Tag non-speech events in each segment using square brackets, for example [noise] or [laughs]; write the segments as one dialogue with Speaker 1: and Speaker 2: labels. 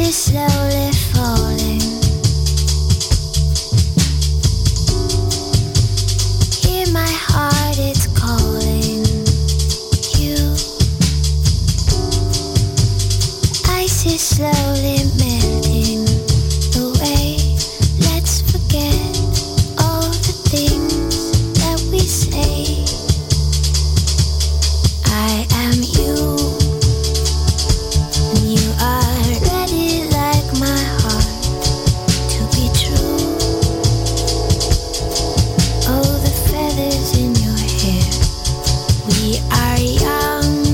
Speaker 1: is slowly falling. Hear my heart, it's calling you. Ice is slowly melting away. Let's forget all the things that we say. I am you. You are ready like my heart to be true. Oh, the feathers in your hair. We are young.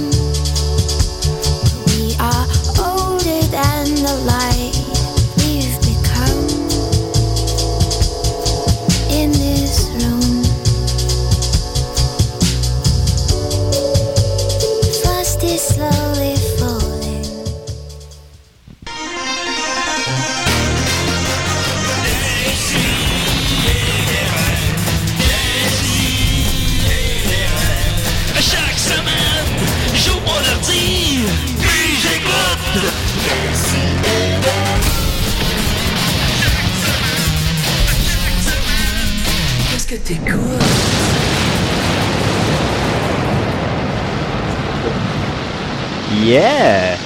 Speaker 1: We are older than the light we've become. In this room, frost is slowly falling.
Speaker 2: Chaque semaine, j'ouvre mon ordi, puis j'écoute.
Speaker 3: Qu'est-ce que t'écoutes
Speaker 4: Yeah!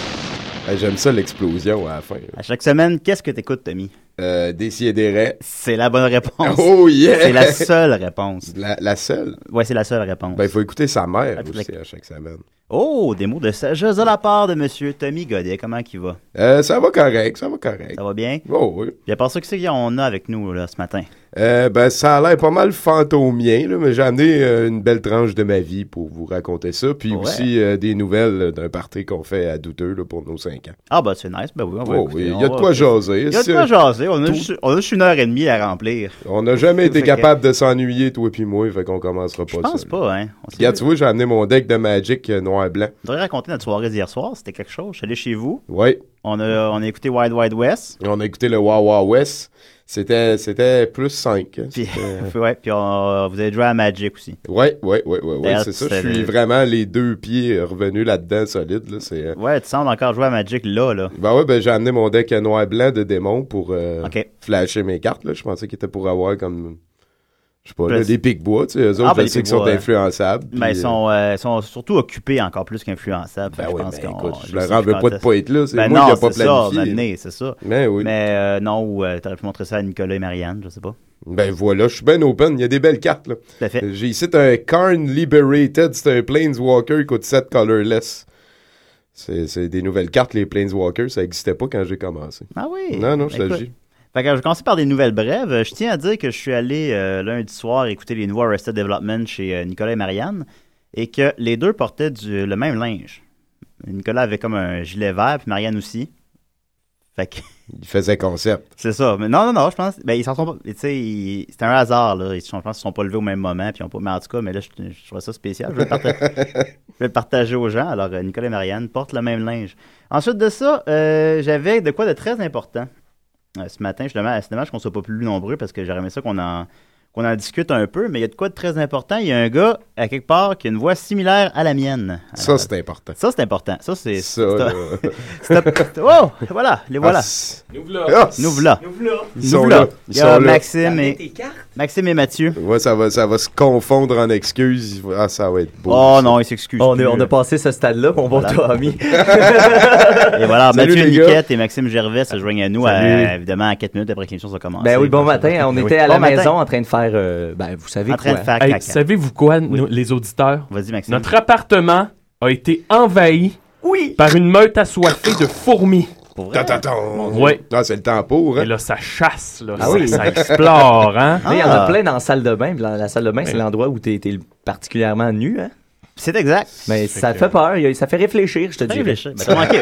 Speaker 5: Ah, J'aime ça l'explosion à la fin.
Speaker 4: À chaque semaine, qu'est-ce que t'écoutes, Tommy?
Speaker 5: Euh, et des raies.
Speaker 4: C'est la bonne réponse.
Speaker 5: Oh yeah!
Speaker 4: C'est la seule réponse.
Speaker 5: La, la seule.
Speaker 4: Ouais, c'est la seule réponse.
Speaker 5: Ben, il faut écouter sa mère
Speaker 4: Ah,
Speaker 5: aussi à chaque semaine.
Speaker 4: Oh, des mots de sagesse de la part de Monsieur Tommy Godet. Comment qu'il va?
Speaker 5: Euh, ça va correct, ça va correct.
Speaker 4: Ça va bien?
Speaker 5: Oh, oui.
Speaker 4: Puis à part ça, qu'est-ce qu'on a avec nous là, ce matin?
Speaker 5: Euh, ben, ça a l'air pas mal fantomien, là, mais j'ai amené euh, une belle tranche de ma vie pour vous raconter ça. Puis
Speaker 4: Ouais.
Speaker 5: aussi euh, des nouvelles euh, d'un party qu'on fait à douteux là, pour nos 5 ans.
Speaker 4: Ah bah c'est nice, ben oui, on va
Speaker 5: Oh,
Speaker 4: écouter,
Speaker 5: oui, il
Speaker 4: on
Speaker 5: y a de
Speaker 4: va-
Speaker 5: quoi jaser.
Speaker 4: Il y a de
Speaker 5: Si,
Speaker 4: quoi
Speaker 5: euh,
Speaker 4: jaser. On a, juste, on a juste une heure et demie à remplir.
Speaker 5: On n'a
Speaker 4: [laughs]
Speaker 5: jamais été
Speaker 4: Fait que-
Speaker 5: capable de s'ennuyer, toi puis moi, fait qu'on commencera pas
Speaker 4: Je pense
Speaker 5: ça. là.
Speaker 4: pas, hein. On s'est-
Speaker 5: Regarde, tu vois, j'ai amené mon deck de Magic euh, noir et blanc.
Speaker 4: On devrait raconter notre soirée d'hier soir. C'était quelque chose. Je suis allé chez vous.
Speaker 5: Ouais.
Speaker 4: On a, on a écouté Wide Wide West.
Speaker 5: Et On a écouté le Wow Wow West. C'était, c'était plus 5.
Speaker 4: Puis, [laughs] ouais, puis on- vous avez joué à Magic aussi.
Speaker 5: Ouais, ouais, ouais, ouais, ouais,
Speaker 4: D'ailleurs,
Speaker 5: c'est ça. Je
Speaker 4: c'était
Speaker 5: suis
Speaker 4: le-
Speaker 5: vraiment
Speaker 4: vraiment
Speaker 5: Hein, les deux pieds revenus là-dedans solides. Là, c'est, euh,
Speaker 4: Ouais, tu sembles encore jouer à Magic là, là.
Speaker 5: Ben ouais, ben j'ai amené mon deck noir et blanc de démon pour euh,
Speaker 4: Ok.
Speaker 5: flasher mes cartes. Là. Je pensais qu'il était pour avoir comme. Je sais pas, là,
Speaker 4: Plus-
Speaker 5: des pics-bois. Tu sais, eux autres,
Speaker 4: Ah, ben,
Speaker 5: je
Speaker 4: les
Speaker 5: sais qu'ils sont
Speaker 4: pics-bois, ouais.
Speaker 5: influençables. puis,
Speaker 4: Mais ils
Speaker 5: euh,
Speaker 4: sont, euh, ils sont surtout occupés encore plus qu'influençables.
Speaker 5: Ben
Speaker 4: je
Speaker 5: oui,
Speaker 4: pense
Speaker 5: ben,
Speaker 4: qu'on-
Speaker 5: écoute, je
Speaker 4: je
Speaker 5: leur
Speaker 4: sais
Speaker 5: en
Speaker 4: plus
Speaker 5: veux
Speaker 4: quand
Speaker 5: pas de
Speaker 4: est-ce-
Speaker 5: pas être là. C'est
Speaker 4: Ben
Speaker 5: moi
Speaker 4: non,
Speaker 5: qui a pas
Speaker 4: c'est ça,
Speaker 5: planifié.
Speaker 4: m'amener, c'est ça.
Speaker 5: Ben oui.
Speaker 4: Mais euh, non, ou euh, t'aurais pu montrer ça à Nicolas et Marianne, je sais pas.
Speaker 5: Ben voilà, je suis ben open. Il y a des belles cartes. Là.
Speaker 4: Tout à fait.
Speaker 5: J'ai ici un Karn Liberated, c'est un Planeswalker qui coûte 7 colorless. C'est c'est des nouvelles cartes, les Planeswalkers, ça n'existait pas quand j'ai commencé.
Speaker 4: Ah oui.
Speaker 5: Non, non, je te
Speaker 4: Écoute.
Speaker 5: le dis.
Speaker 4: Fait que je vais commencer par des nouvelles brèves. Euh, Je tiens à dire que je suis allé euh, lundi soir écouter les nouveaux Arrested Development chez euh, Nicolas et Marianne et que les deux portaient du, le même linge. Nicolas avait comme un gilet vert, puis Marianne aussi. Fait que
Speaker 5: [laughs] Il faisait concept.
Speaker 4: c'est ça. Mais non, non, non, je pense. Ben, ils s'en sont pas. Tu sais, ils- c'est un hasard, là. Ils, se sont- je pense qu'ils se sont pas levés au même moment, puis ils ont pas. Mais en tout cas, mais là, je, je trouvais ça spécial. Je vais,
Speaker 5: [laughs]
Speaker 4: le parta- je vais le partager aux gens. Alors, euh, Nicolas et Marianne portent le même linge. Ensuite de ça, euh, j'avais de quoi de très important euh, ce matin. Justement, c'est dommage qu'on soit pas plus nombreux parce que j'aurais aimé ça qu'on en, qu'on en discute un peu. Mais il y a de quoi de très important. Il y a un gars, à quelque part, qui a une voix similaire à la mienne.
Speaker 5: Ça,
Speaker 4: Alors,
Speaker 5: c'est important.
Speaker 4: ça, c'est important. Ça, c'est.
Speaker 5: Ça, là.
Speaker 4: c'est- [laughs] c'est- Oh! Voilà! Les voilà!
Speaker 5: Ah, c'est-
Speaker 6: Nous voilà.
Speaker 5: Ah,
Speaker 4: Nous voilà!
Speaker 6: Nous voilà.
Speaker 5: Ils sont
Speaker 4: Nous
Speaker 5: là.
Speaker 4: voilà.
Speaker 5: Ils
Speaker 4: Il y a
Speaker 5: sont là. [laughs]
Speaker 4: Maxime
Speaker 3: T'as amené
Speaker 4: et,
Speaker 3: tes cartes
Speaker 4: Maxime et Mathieu.
Speaker 5: Ouais, ça va, ça va se confondre en excuses. Il va- Ah, ça va être beau.
Speaker 4: Oh
Speaker 5: ça.
Speaker 4: non, il s'excuse.
Speaker 7: On, est-
Speaker 4: plus.
Speaker 7: on a passé ce stade-là, on va
Speaker 4: Voilà. [laughs]
Speaker 7: au Tommy.
Speaker 4: Et voilà,
Speaker 5: Salut,
Speaker 4: Mathieu
Speaker 5: les gars.
Speaker 4: Niquette et Maxime Gervais se joignent à nous,
Speaker 7: Salut.
Speaker 4: à- évidemment, à 4 minutes après que l'émission soit commencée.
Speaker 7: Ben oui, bon matin. On
Speaker 4: Oui.
Speaker 7: était à la
Speaker 4: Bon matin.
Speaker 7: maison en train de faire, euh, ben vous savez
Speaker 4: En train
Speaker 7: quoi.
Speaker 4: de faire
Speaker 6: Hey,
Speaker 4: caca.
Speaker 6: Savez-vous quoi, nous, les auditeurs?
Speaker 4: Vas-y, Maxime.
Speaker 6: Notre appartement a été envahi
Speaker 7: Oui.
Speaker 6: par une meute assoiffée de fourmis.
Speaker 4: Pour vrai?
Speaker 5: Ta- ta- ton.
Speaker 6: Ouais.
Speaker 5: Ah, c'est le temps pour.
Speaker 6: Et
Speaker 5: Hein?
Speaker 6: là, ça chasse, là.
Speaker 7: Ah
Speaker 6: ça,
Speaker 5: [laughs]
Speaker 7: oui.
Speaker 6: ça explore, hein?
Speaker 7: Il y en
Speaker 4: Ah.
Speaker 7: a plein dans la salle de bain. puis La, la salle de bain, c'est
Speaker 6: Oui.
Speaker 7: l'endroit où t'es t'es particulièrement nu. Hein?
Speaker 4: C'est exact.
Speaker 7: Mais
Speaker 6: Fait
Speaker 7: ça
Speaker 6: que-
Speaker 7: fait peur, il y a- ça fait réfléchir, je te
Speaker 4: T'as
Speaker 7: dis.
Speaker 4: réfléchi. Ben, t'as manqué.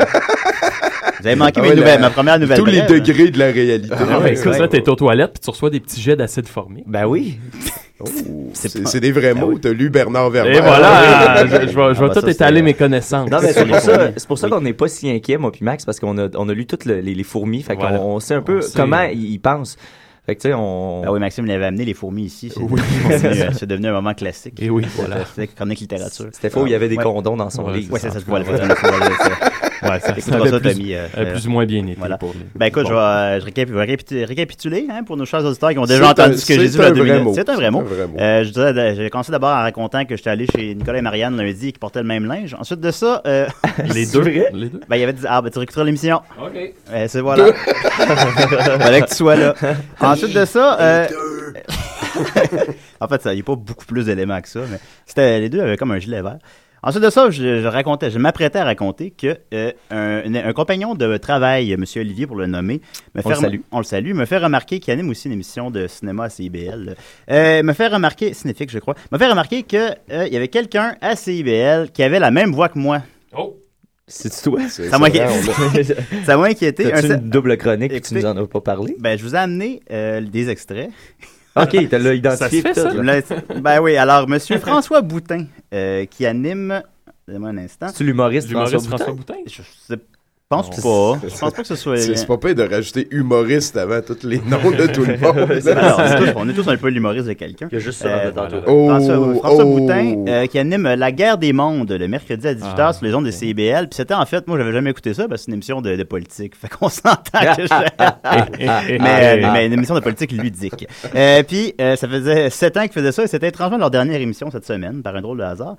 Speaker 4: Vous avez manqué
Speaker 5: Ah
Speaker 4: mes
Speaker 5: ouais,
Speaker 4: nouvelles,
Speaker 5: la-
Speaker 4: ma première nouvelle.
Speaker 5: Tous les
Speaker 4: brève.
Speaker 5: degrés de la réalité.
Speaker 6: Ah,
Speaker 4: ouais,
Speaker 6: ben, c'est
Speaker 4: ouais.
Speaker 6: ça, t'es aux toilettes puis tu reçois des petits jets d'acide fourmi.
Speaker 7: Ben oui.
Speaker 5: Oh,
Speaker 4: [laughs] C'est
Speaker 5: c'est
Speaker 4: pas- Ben
Speaker 5: c'est des vrais mots. T'as lu Bernard Werber.
Speaker 6: Et voilà,
Speaker 4: Ah,
Speaker 6: je, je vais, je vais
Speaker 4: Ah, bah,
Speaker 6: tout
Speaker 4: ça,
Speaker 6: étaler
Speaker 4: c'est-
Speaker 6: mes connaissances.
Speaker 7: Non, mais c'est
Speaker 4: Sur
Speaker 7: pour
Speaker 4: les
Speaker 7: ça,
Speaker 4: fourmis.
Speaker 7: c'est pour ça qu'on n'est pas si inquiet, moi puis Max, parce qu'on a, on a lu toutes le- les, les fourmis. Fait
Speaker 6: Voilà.
Speaker 7: qu'on on sait un
Speaker 6: On
Speaker 7: peu
Speaker 6: sait.
Speaker 7: comment ils ils pensent. Fait que tu sais, on.
Speaker 4: Ben oui, Maxime l'avait amené, les fourmis ici. C'est
Speaker 6: Oui.
Speaker 4: c'est devenu, euh, c'est devenu un moment classique.
Speaker 6: Et oui, voilà.
Speaker 4: C'est chronique littérature.
Speaker 7: C'était faux, il y avait des
Speaker 4: Ouais.
Speaker 7: condons dans son
Speaker 6: Ouais,
Speaker 7: livre.
Speaker 4: Ouais, ça, ça
Speaker 6: Ça,
Speaker 4: se voit.
Speaker 6: en
Speaker 4: le- ça, ça se voit, le- ça. Ouais, ça,
Speaker 6: Ça avait
Speaker 4: ça,
Speaker 6: plus-
Speaker 4: Tommy, euh,
Speaker 6: Euh,
Speaker 4: euh,
Speaker 6: plus ou moins bien été
Speaker 4: voilà.
Speaker 6: pour les-
Speaker 4: Ben écoute,
Speaker 6: Bon.
Speaker 4: je vais, euh, je récapi- je vais récapitu- récapituler hein, pour nos chers auditeurs qui ont
Speaker 5: C'est
Speaker 4: déjà entendu
Speaker 5: un-
Speaker 4: ce que j'ai
Speaker 5: c'est
Speaker 4: dit il y a
Speaker 5: un
Speaker 4: deux
Speaker 5: vrai
Speaker 4: minutes.
Speaker 5: mot.
Speaker 4: C'est un vrai mot.
Speaker 5: C'est un vrai mot.
Speaker 4: Euh, je disais- j'ai commencé d'abord en racontant que j'étais allé chez Nicolas et Marianne lundi qui portaient le même linge. Ensuite de ça, euh,
Speaker 6: Les
Speaker 7: C'est
Speaker 6: deux.
Speaker 7: vrai?
Speaker 6: Les deux.
Speaker 4: [laughs] ben, il avait dit Ah, ben tu réécouteras l'émission.
Speaker 6: OK.
Speaker 4: Euh, c'est voilà. [laughs] Fallait que tu sois
Speaker 7: [laughs]
Speaker 4: là. Ensuite de ça. euh, [laughs] en fait, ça- il n'y a pas beaucoup plus d'éléments que ça, mais c'était, les deux avaient comme un gilet vert. Ensuite de ça, je, je racontais, je m'apprêtais à raconter que euh, un, une- un compagnon de travail, M. Olivier pour le nommer, me
Speaker 7: On le salue.
Speaker 4: on le salue, me fait remarquer qu'il anime aussi une émission de cinéma à CIBL. euh, me fait remarquer, cinéfique je crois, me fait remarquer que euh, il y avait quelqu'un à CIBL qui avait la même voix que moi.
Speaker 6: Oh.
Speaker 7: C'est toi.
Speaker 5: C'est-
Speaker 4: Ça
Speaker 5: c'est
Speaker 4: m'a-
Speaker 5: vrai, on l'a-
Speaker 4: [laughs]
Speaker 7: [laughs]
Speaker 4: Ça m'a inquiété. Un
Speaker 7: T'as-tu
Speaker 4: se-
Speaker 7: une double chronique puis tu
Speaker 4: Écoutez.
Speaker 7: nous en as pas parlé?
Speaker 4: Ben, je vous ai amené euh, des extraits.
Speaker 7: [laughs] OK, t'as l'as identifié.
Speaker 6: se fait,
Speaker 7: puis
Speaker 6: ça?
Speaker 7: tout,
Speaker 4: Tu me
Speaker 7: là.
Speaker 4: laisses- ben oui,
Speaker 5: [laughs]
Speaker 4: alors, Monsieur François Boutin, euh, qui anime. Donnez-moi un instant.
Speaker 7: C'est-tu l'humoriste François
Speaker 6: L'humoriste
Speaker 7: Boutin?
Speaker 6: François Boutin.
Speaker 4: Je sais- pense
Speaker 7: Non.
Speaker 4: pas. Je pense pas que ce soit.
Speaker 5: C'est c'est pas pire de rajouter humoriste avant tous [laughs] les noms de
Speaker 4: [laughs]
Speaker 5: tout le
Speaker 7: [laughs]
Speaker 5: monde.
Speaker 4: Alors, on est tous- on est tous un peu l'humoriste de quelqu'un.
Speaker 7: Il y a juste
Speaker 4: Euh,
Speaker 7: ça dans
Speaker 6: voilà.
Speaker 7: le
Speaker 5: Oh,
Speaker 4: François, François
Speaker 5: oh.
Speaker 4: Boutin, euh, qui anime La guerre des mondes le mercredi à 18h
Speaker 6: Ah,
Speaker 4: sur les ondes des CIBL. Puis c'était en fait, moi, j'avais jamais écouté ça parce que c'est une émission de, de politique. [laughs] Fait
Speaker 8: [laughs]
Speaker 4: qu'on s'entend
Speaker 8: euh,
Speaker 7: [laughs]
Speaker 4: que je.
Speaker 7: Ah,
Speaker 4: mais, mais une émission de politique ludique. Euh, puis, euh, ça faisait sept ans qu'ils faisaient ça et c'était étrangement leur dernière émission cette semaine, par un drôle de hasard.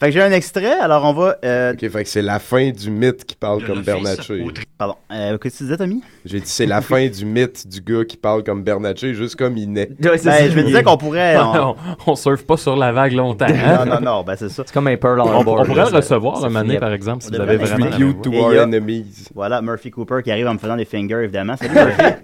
Speaker 4: Fait que j'ai un extrait, alors on va... euh,
Speaker 5: Ok, fait que c'est la fin du mythe qui parle comme Bernatchez.
Speaker 4: pardon, euh, qu'est-ce que tu disais, Tommy?
Speaker 5: J'ai dit
Speaker 4: [laughs]
Speaker 5: c'est la fin du mythe du gars qui parle comme Bernatchez, juste comme il naît.
Speaker 7: Ouais, c'est
Speaker 4: Ben,
Speaker 7: ça.
Speaker 4: je me disais
Speaker 6: [laughs]
Speaker 4: qu'on
Speaker 7: [laughs]
Speaker 4: pourrait... on-
Speaker 6: on, on surfe pas sur la vague longtemps.
Speaker 4: Non,
Speaker 6: hein?
Speaker 4: non, non, ben c'est ça.
Speaker 7: C'est comme un Pearl
Speaker 6: On,
Speaker 7: Harbor.
Speaker 6: on pourrait
Speaker 7: là,
Speaker 6: le
Speaker 7: ça-
Speaker 6: recevoir
Speaker 7: ça
Speaker 6: un moment donné,
Speaker 7: finit
Speaker 6: par exemple, si
Speaker 4: On
Speaker 6: vous
Speaker 4: devrait
Speaker 6: avez vraiment.
Speaker 4: l'inviter.
Speaker 6: la
Speaker 5: You
Speaker 6: voix.
Speaker 5: to
Speaker 4: Et
Speaker 5: our
Speaker 4: y a-
Speaker 5: enemies.
Speaker 4: Voilà, Murphy Cooper qui arrive en me faisant des fingers,
Speaker 5: [laughs]
Speaker 4: évidemment. Salut, Murphy.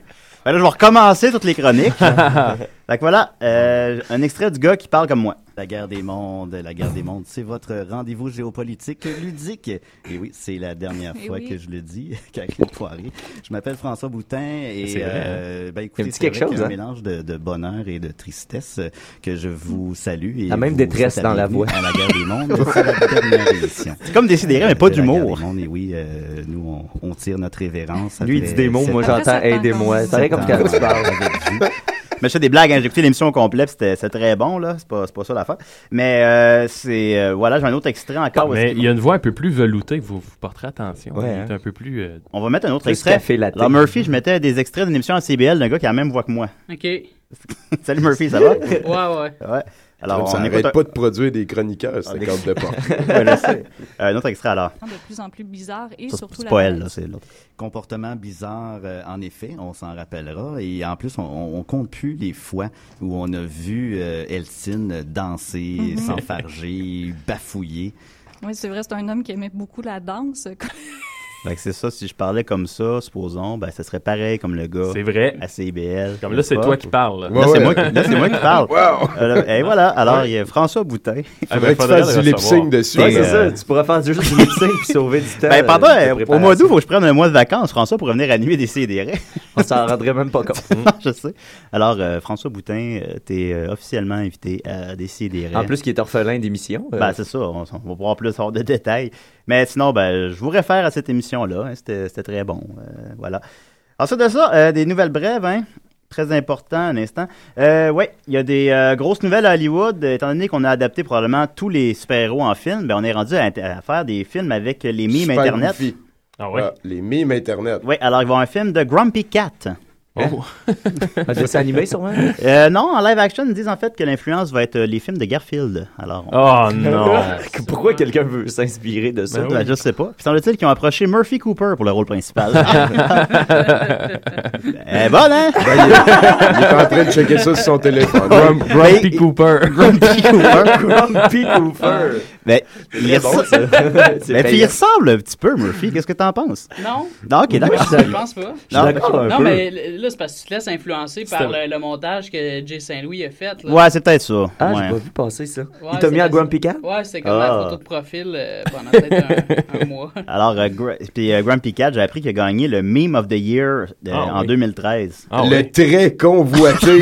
Speaker 4: Ben là, je vais recommencer toutes
Speaker 6: [laughs]
Speaker 4: les chroniques. fait que voilà, euh, un extrait du gars qui parle comme moi.
Speaker 8: La guerre des mondes, la guerre des mondes, c'est votre rendez-vous géopolitique ludique. Et oui, c'est la dernière fois que je le dis, [laughs] avec le poiré. Je m'appelle François Boutin et
Speaker 6: C'est vrai,
Speaker 8: euh, ben
Speaker 7: Il me
Speaker 8: écoutez,
Speaker 7: dit
Speaker 8: c'est
Speaker 7: quelque
Speaker 8: vrai qu'il y a
Speaker 7: chose,
Speaker 8: un
Speaker 7: hein?
Speaker 8: mélange de, de bonheur et de tristesse euh, que je vous salue. Et
Speaker 7: La même
Speaker 8: vous
Speaker 7: détresse
Speaker 8: souhaite
Speaker 7: dans la
Speaker 8: bienvenue
Speaker 7: voix.
Speaker 8: À la guerre des mondes, c'est la dernière émission.
Speaker 4: C'est comme décidé, mais pas
Speaker 8: De la guerre
Speaker 4: d'humour.
Speaker 8: des mondes, Et oui, euh, nous on, on tire notre révérence.
Speaker 7: Lui, il dit des mots, moi j'entends
Speaker 9: Après, ça
Speaker 7: aidez-moi.
Speaker 9: t'entend.
Speaker 7: C'est vrai comme quand tu parles.
Speaker 4: [laughs] Mais je fais des blagues, hein. j'ai écouté l'émission complète, c'était c'était très bon, là. C'est pas, c'est pas ça l'affaire. Mais euh, c'est. euh, voilà, j'ai un autre extrait encore. où est-ce
Speaker 6: Mais
Speaker 4: qu'il-
Speaker 6: il y a une voix un peu plus veloutée, vous vous porterez attention.
Speaker 7: Ouais,
Speaker 6: Il est
Speaker 7: hein.
Speaker 6: un peu plus. euh,
Speaker 4: On va mettre un autre
Speaker 7: Plus
Speaker 4: extrait.
Speaker 7: café latte.
Speaker 4: Alors, Murphy, je mettais des extraits d'une émission à CBL d'un gars qui a la même voix que moi. [laughs]
Speaker 10: OK. Ouais,
Speaker 4: Salut Murphy, ça
Speaker 6: [laughs]
Speaker 4: va?
Speaker 10: ouais.
Speaker 4: Ouais. Alors,
Speaker 5: ça
Speaker 4: on
Speaker 5: n'arrête
Speaker 4: écoute un... Ah,
Speaker 5: pas de produire des chroniqueurs, c'est comme de pas.
Speaker 4: [laughs] Ouais, je sais. Euh, un autre extrait alors.
Speaker 9: de plus en plus bizarre et
Speaker 4: Ça,
Speaker 9: surtout
Speaker 4: C'est
Speaker 9: la
Speaker 4: pas elle, là, c'est l'autre.
Speaker 8: comportement bizarre, euh, en effet, on s'en rappellera. Et en plus, on- on, on compte plus les fois où on a vu euh, Eltine danser,
Speaker 10: Mhm.
Speaker 8: [laughs] s'enfarger, bafouiller.
Speaker 9: Oui, c'est vrai, c'est un homme qui aimait beaucoup la danse. [laughs]
Speaker 4: Fait que c'est ça, si je parlais comme ça, supposons, ben, ça serait pareil comme le gars
Speaker 6: C'est vrai.
Speaker 4: à CBL.
Speaker 6: Comme là, c'est toi qui parles. là.
Speaker 5: Ouais,
Speaker 4: Là, c'est
Speaker 5: ouais.
Speaker 4: moi, qui- là, c'est
Speaker 5: [laughs]
Speaker 4: moi qui parle. Euh, et voilà, alors, il y a François Boutin.
Speaker 6: Ah,
Speaker 5: Faudrait
Speaker 6: ben,
Speaker 5: que tu
Speaker 6: faudrait
Speaker 5: fasses
Speaker 6: le
Speaker 5: du
Speaker 6: recevoir.
Speaker 5: lip-sync dessus.
Speaker 7: Ouais,
Speaker 5: mais-
Speaker 7: c'est ça, tu pourras faire juste du médecin puis sauver du temps.
Speaker 4: Ben, pendant,
Speaker 7: euh, de
Speaker 4: euh, au
Speaker 7: préparation.
Speaker 4: mois d'août, faut que je prenne un mois de vacances, François, pour revenir animer des CDR.
Speaker 7: [laughs] On s'en rendrait même pas
Speaker 4: [laughs]
Speaker 7: compte.
Speaker 4: je sais. Alors, euh, François Boutin, euh, t'es euh, officiellement invité à des CDR.
Speaker 7: En plus, qui est orphelin d'émission. euh,
Speaker 4: Ben, c'est ça, on, on va pouvoir plus avoir de détails. Mais sinon, ben, je vous réfère à cette émission-là. hein, C'était c'était très bon. euh, voilà. Ensuite de ça, euh, des nouvelles brèves, hein? Très important, un instant. Euh, oui, il y a des euh, grosses nouvelles à Hollywood. Étant donné qu'on a adapté probablement tous les super-héros en film, ben, on est rendu à, int- à faire des films avec les mimes
Speaker 5: Super
Speaker 4: Internet.
Speaker 5: goofy.
Speaker 6: Ah ouais.
Speaker 5: Ah, les mimes Internet. Hein?
Speaker 4: Oui, alors il va y avoir un film de Grumpy Cat.
Speaker 6: [laughs] Oh.
Speaker 7: Un dessin animé, sûrement.
Speaker 4: Euh, non, en live action, ils disent en fait que l'influence va être euh, les films de Garfield. Alors, on-
Speaker 6: Oh
Speaker 4: [laughs]
Speaker 5: [laughs]
Speaker 6: non.
Speaker 7: Pourquoi quelqu'un veut s'inspirer de ça?
Speaker 6: Ben oui.
Speaker 4: Ben, je sais pas. Puis semble-t-il qu'ils ont approché Murphy Cooper pour le
Speaker 6: [laughs]
Speaker 4: rôle principal. [laughs] Eh bon, hein?
Speaker 5: Ben, il, est, il est en train de checker ça sur son téléphone.
Speaker 4: [laughs]
Speaker 5: Grum-
Speaker 6: Grumpy Cooper.
Speaker 5: [laughs]
Speaker 4: Grumpy Cooper.
Speaker 7: Grumpy Cooper!
Speaker 4: Ben, il,
Speaker 7: Très bon,
Speaker 4: ressemble-
Speaker 7: ça.
Speaker 4: [laughs]
Speaker 7: C'est
Speaker 4: Ben, puis il
Speaker 7: payant.
Speaker 4: ressemble un petit peu, Murphy. Qu'est-ce que t'en penses?
Speaker 10: Non,
Speaker 4: Non, Ah, ok, d'accord.
Speaker 10: je pense pas.
Speaker 7: Je suis d'accord un
Speaker 10: Non,
Speaker 7: peu.
Speaker 10: mais là, c'est parce que tu te laisses influencer par
Speaker 6: C'était-
Speaker 10: le, le montage que Jay Saint-Louis a fait. Là.
Speaker 4: Ouais, c'est peut-être ça.
Speaker 7: Ah,
Speaker 4: Ouais.
Speaker 7: j'ai pas vu passer ça.
Speaker 10: Ouais,
Speaker 7: il t'a mis
Speaker 10: c'est
Speaker 7: à
Speaker 10: parce-
Speaker 7: Grumpy Cat?
Speaker 10: Ouais, c'était comme
Speaker 7: Ah.
Speaker 10: la photo de profil euh, pendant peut-être
Speaker 4: [laughs]
Speaker 10: un, un mois.
Speaker 4: Alors, euh, Gra- puis euh, Grumpy Cat, j'ai appris qu'il a gagné le Meme of the Year euh,
Speaker 6: Ah,
Speaker 4: en
Speaker 6: oui.
Speaker 4: 2013.
Speaker 6: Ah
Speaker 5: le
Speaker 6: ouais.
Speaker 5: très convoité.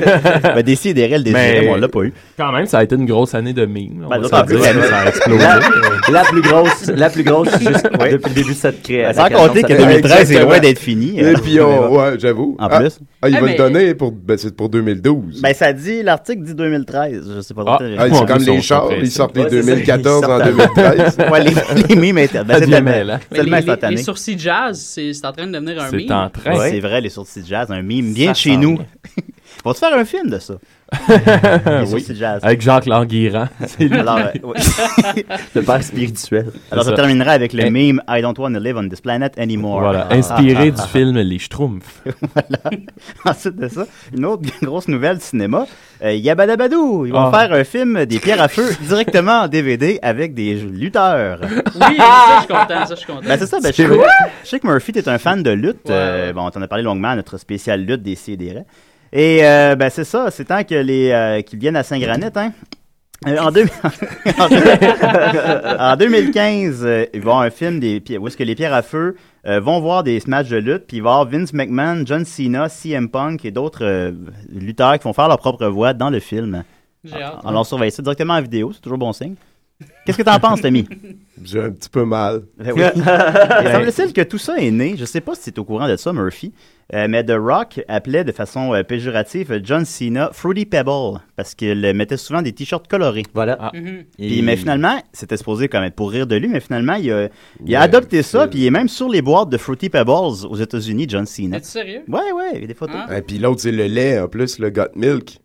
Speaker 4: [laughs] ben, des CDRL, des
Speaker 6: Mais-
Speaker 4: on l'a pas eu.
Speaker 6: Quand même, ça a été une grosse année de mimes. là, on
Speaker 4: Ben,
Speaker 6: va
Speaker 4: d'autant
Speaker 6: se le
Speaker 4: plus
Speaker 6: dire.
Speaker 4: la ça, [laughs] ça a explosé.
Speaker 7: La, la plus grosse, la plus grosse juste depuis le début de cette création.
Speaker 4: Sans compter que 2013 est loin d'être fini. euh,
Speaker 5: Et puis, on- ouais, j'avoue.
Speaker 4: En
Speaker 5: Ah,
Speaker 4: plus.
Speaker 5: Ah, il
Speaker 10: Eh,
Speaker 5: va
Speaker 10: mais-
Speaker 5: le donner pour, ben, c'est pour 2012.
Speaker 4: Ben, ça dit, l'article dit 2013. Je sais pas.
Speaker 6: Ah,
Speaker 4: trop.
Speaker 5: Ah,
Speaker 6: Moi, en
Speaker 5: c'est comme
Speaker 6: plus, on
Speaker 5: les chars,
Speaker 6: s'empresse.
Speaker 5: ils sortent les
Speaker 7: Ouais, c'est ça,
Speaker 5: 2014
Speaker 4: ils
Speaker 5: en
Speaker 4: sortent
Speaker 5: 2013.
Speaker 4: [laughs] ouais, les, les mimes étaient.
Speaker 6: Ça
Speaker 4: Ben, c'est
Speaker 6: devient
Speaker 4: tellement,
Speaker 6: mêlant.
Speaker 10: Mais
Speaker 4: tellement
Speaker 10: les, les-
Speaker 4: instantané.
Speaker 10: les sourcils jazz, c'est c'est en train de devenir un
Speaker 6: C'est
Speaker 10: meme.
Speaker 6: en train.
Speaker 4: Ouais, C'est vrai, les sourcils de jazz, un mime bien de
Speaker 6: Ça
Speaker 4: chez
Speaker 6: semble.
Speaker 4: nous. [laughs] Vont-tu faire un film de ça? les sourcils de jazz.
Speaker 6: Ah Avec Jacques Languirand.
Speaker 4: [laughs] Alors, euh, ouais.
Speaker 7: [laughs]
Speaker 6: [laughs]
Speaker 7: le père spirituel.
Speaker 4: Alors,
Speaker 6: C'est
Speaker 4: ça
Speaker 6: ça.
Speaker 4: terminera avec le
Speaker 6: Eh.
Speaker 4: meme I don't want to live on this planet anymore.
Speaker 6: Voilà.
Speaker 4: Ah,
Speaker 6: Inspiré
Speaker 4: ah,
Speaker 6: du film Les
Speaker 4: [laughs]
Speaker 6: Schtroumpfs.
Speaker 4: Ensuite de ça, une autre [laughs] grosse nouvelle du cinéma, euh, Yabadabadou, ils vont
Speaker 6: Ah.
Speaker 4: faire un film des pierres
Speaker 10: [laughs]
Speaker 4: à feu directement en DVD avec des lutteurs.
Speaker 10: Oui, ça, je suis content, ça, je suis content.
Speaker 4: Ben c'est ça, [laughs] ben, je, sais, je sais que Murphy, t'es un fan de lutte.
Speaker 10: Ouais,
Speaker 4: Euh,
Speaker 10: ouais.
Speaker 4: bon, on t'en a parlé longuement à notre spécial lutte des CDR. Et euh, ben c'est ça, c'est temps que les euh, qu'ils viennent à Saint-Granit, hein. Euh, en, deux- [laughs] en deux- en 2015, euh, ils vont avoir un film des pi- où est-ce que les pierres à feu euh, vont voir des matchs de lutte, puis il va y avoir Vince McMahon, John Cena, CM Punk et d'autres euh, lutteurs qui vont faire leur propre voix dans le film.
Speaker 10: J'ai hâte.
Speaker 4: Ah, Alors on surveille ça directement en vidéo, c'est toujours bon signe. Qu'est-ce que t'en penses, Tommy?
Speaker 5: [laughs] J'ai un petit peu mal.
Speaker 4: Ben oui. Il semble-t-il que tout ça est né, je sais pas si tu es au courant de ça, Murphy, euh, mais The Rock appelait de façon euh, péjorative John Cena Fruity Pebble parce qu'il euh, mettait souvent des t-shirts colorés.
Speaker 7: Voilà.
Speaker 6: Ah.
Speaker 10: Mhm.
Speaker 4: Puis, mais finalement, c'était supposé comme être pour rire de lui, mais finalement, il a, il a
Speaker 5: Ouais,
Speaker 4: adopté ça,
Speaker 5: c'est-
Speaker 4: puis il est même sur les boîtes de Fruity Pebbles aux États-Unis, John Cena.
Speaker 10: Es-tu sérieux?
Speaker 4: Ouais, ouais, il y a des photos.
Speaker 7: Ah.
Speaker 10: Hein?
Speaker 5: Ah. Et puis l'autre, c'est le lait, en plus, le Got Milk.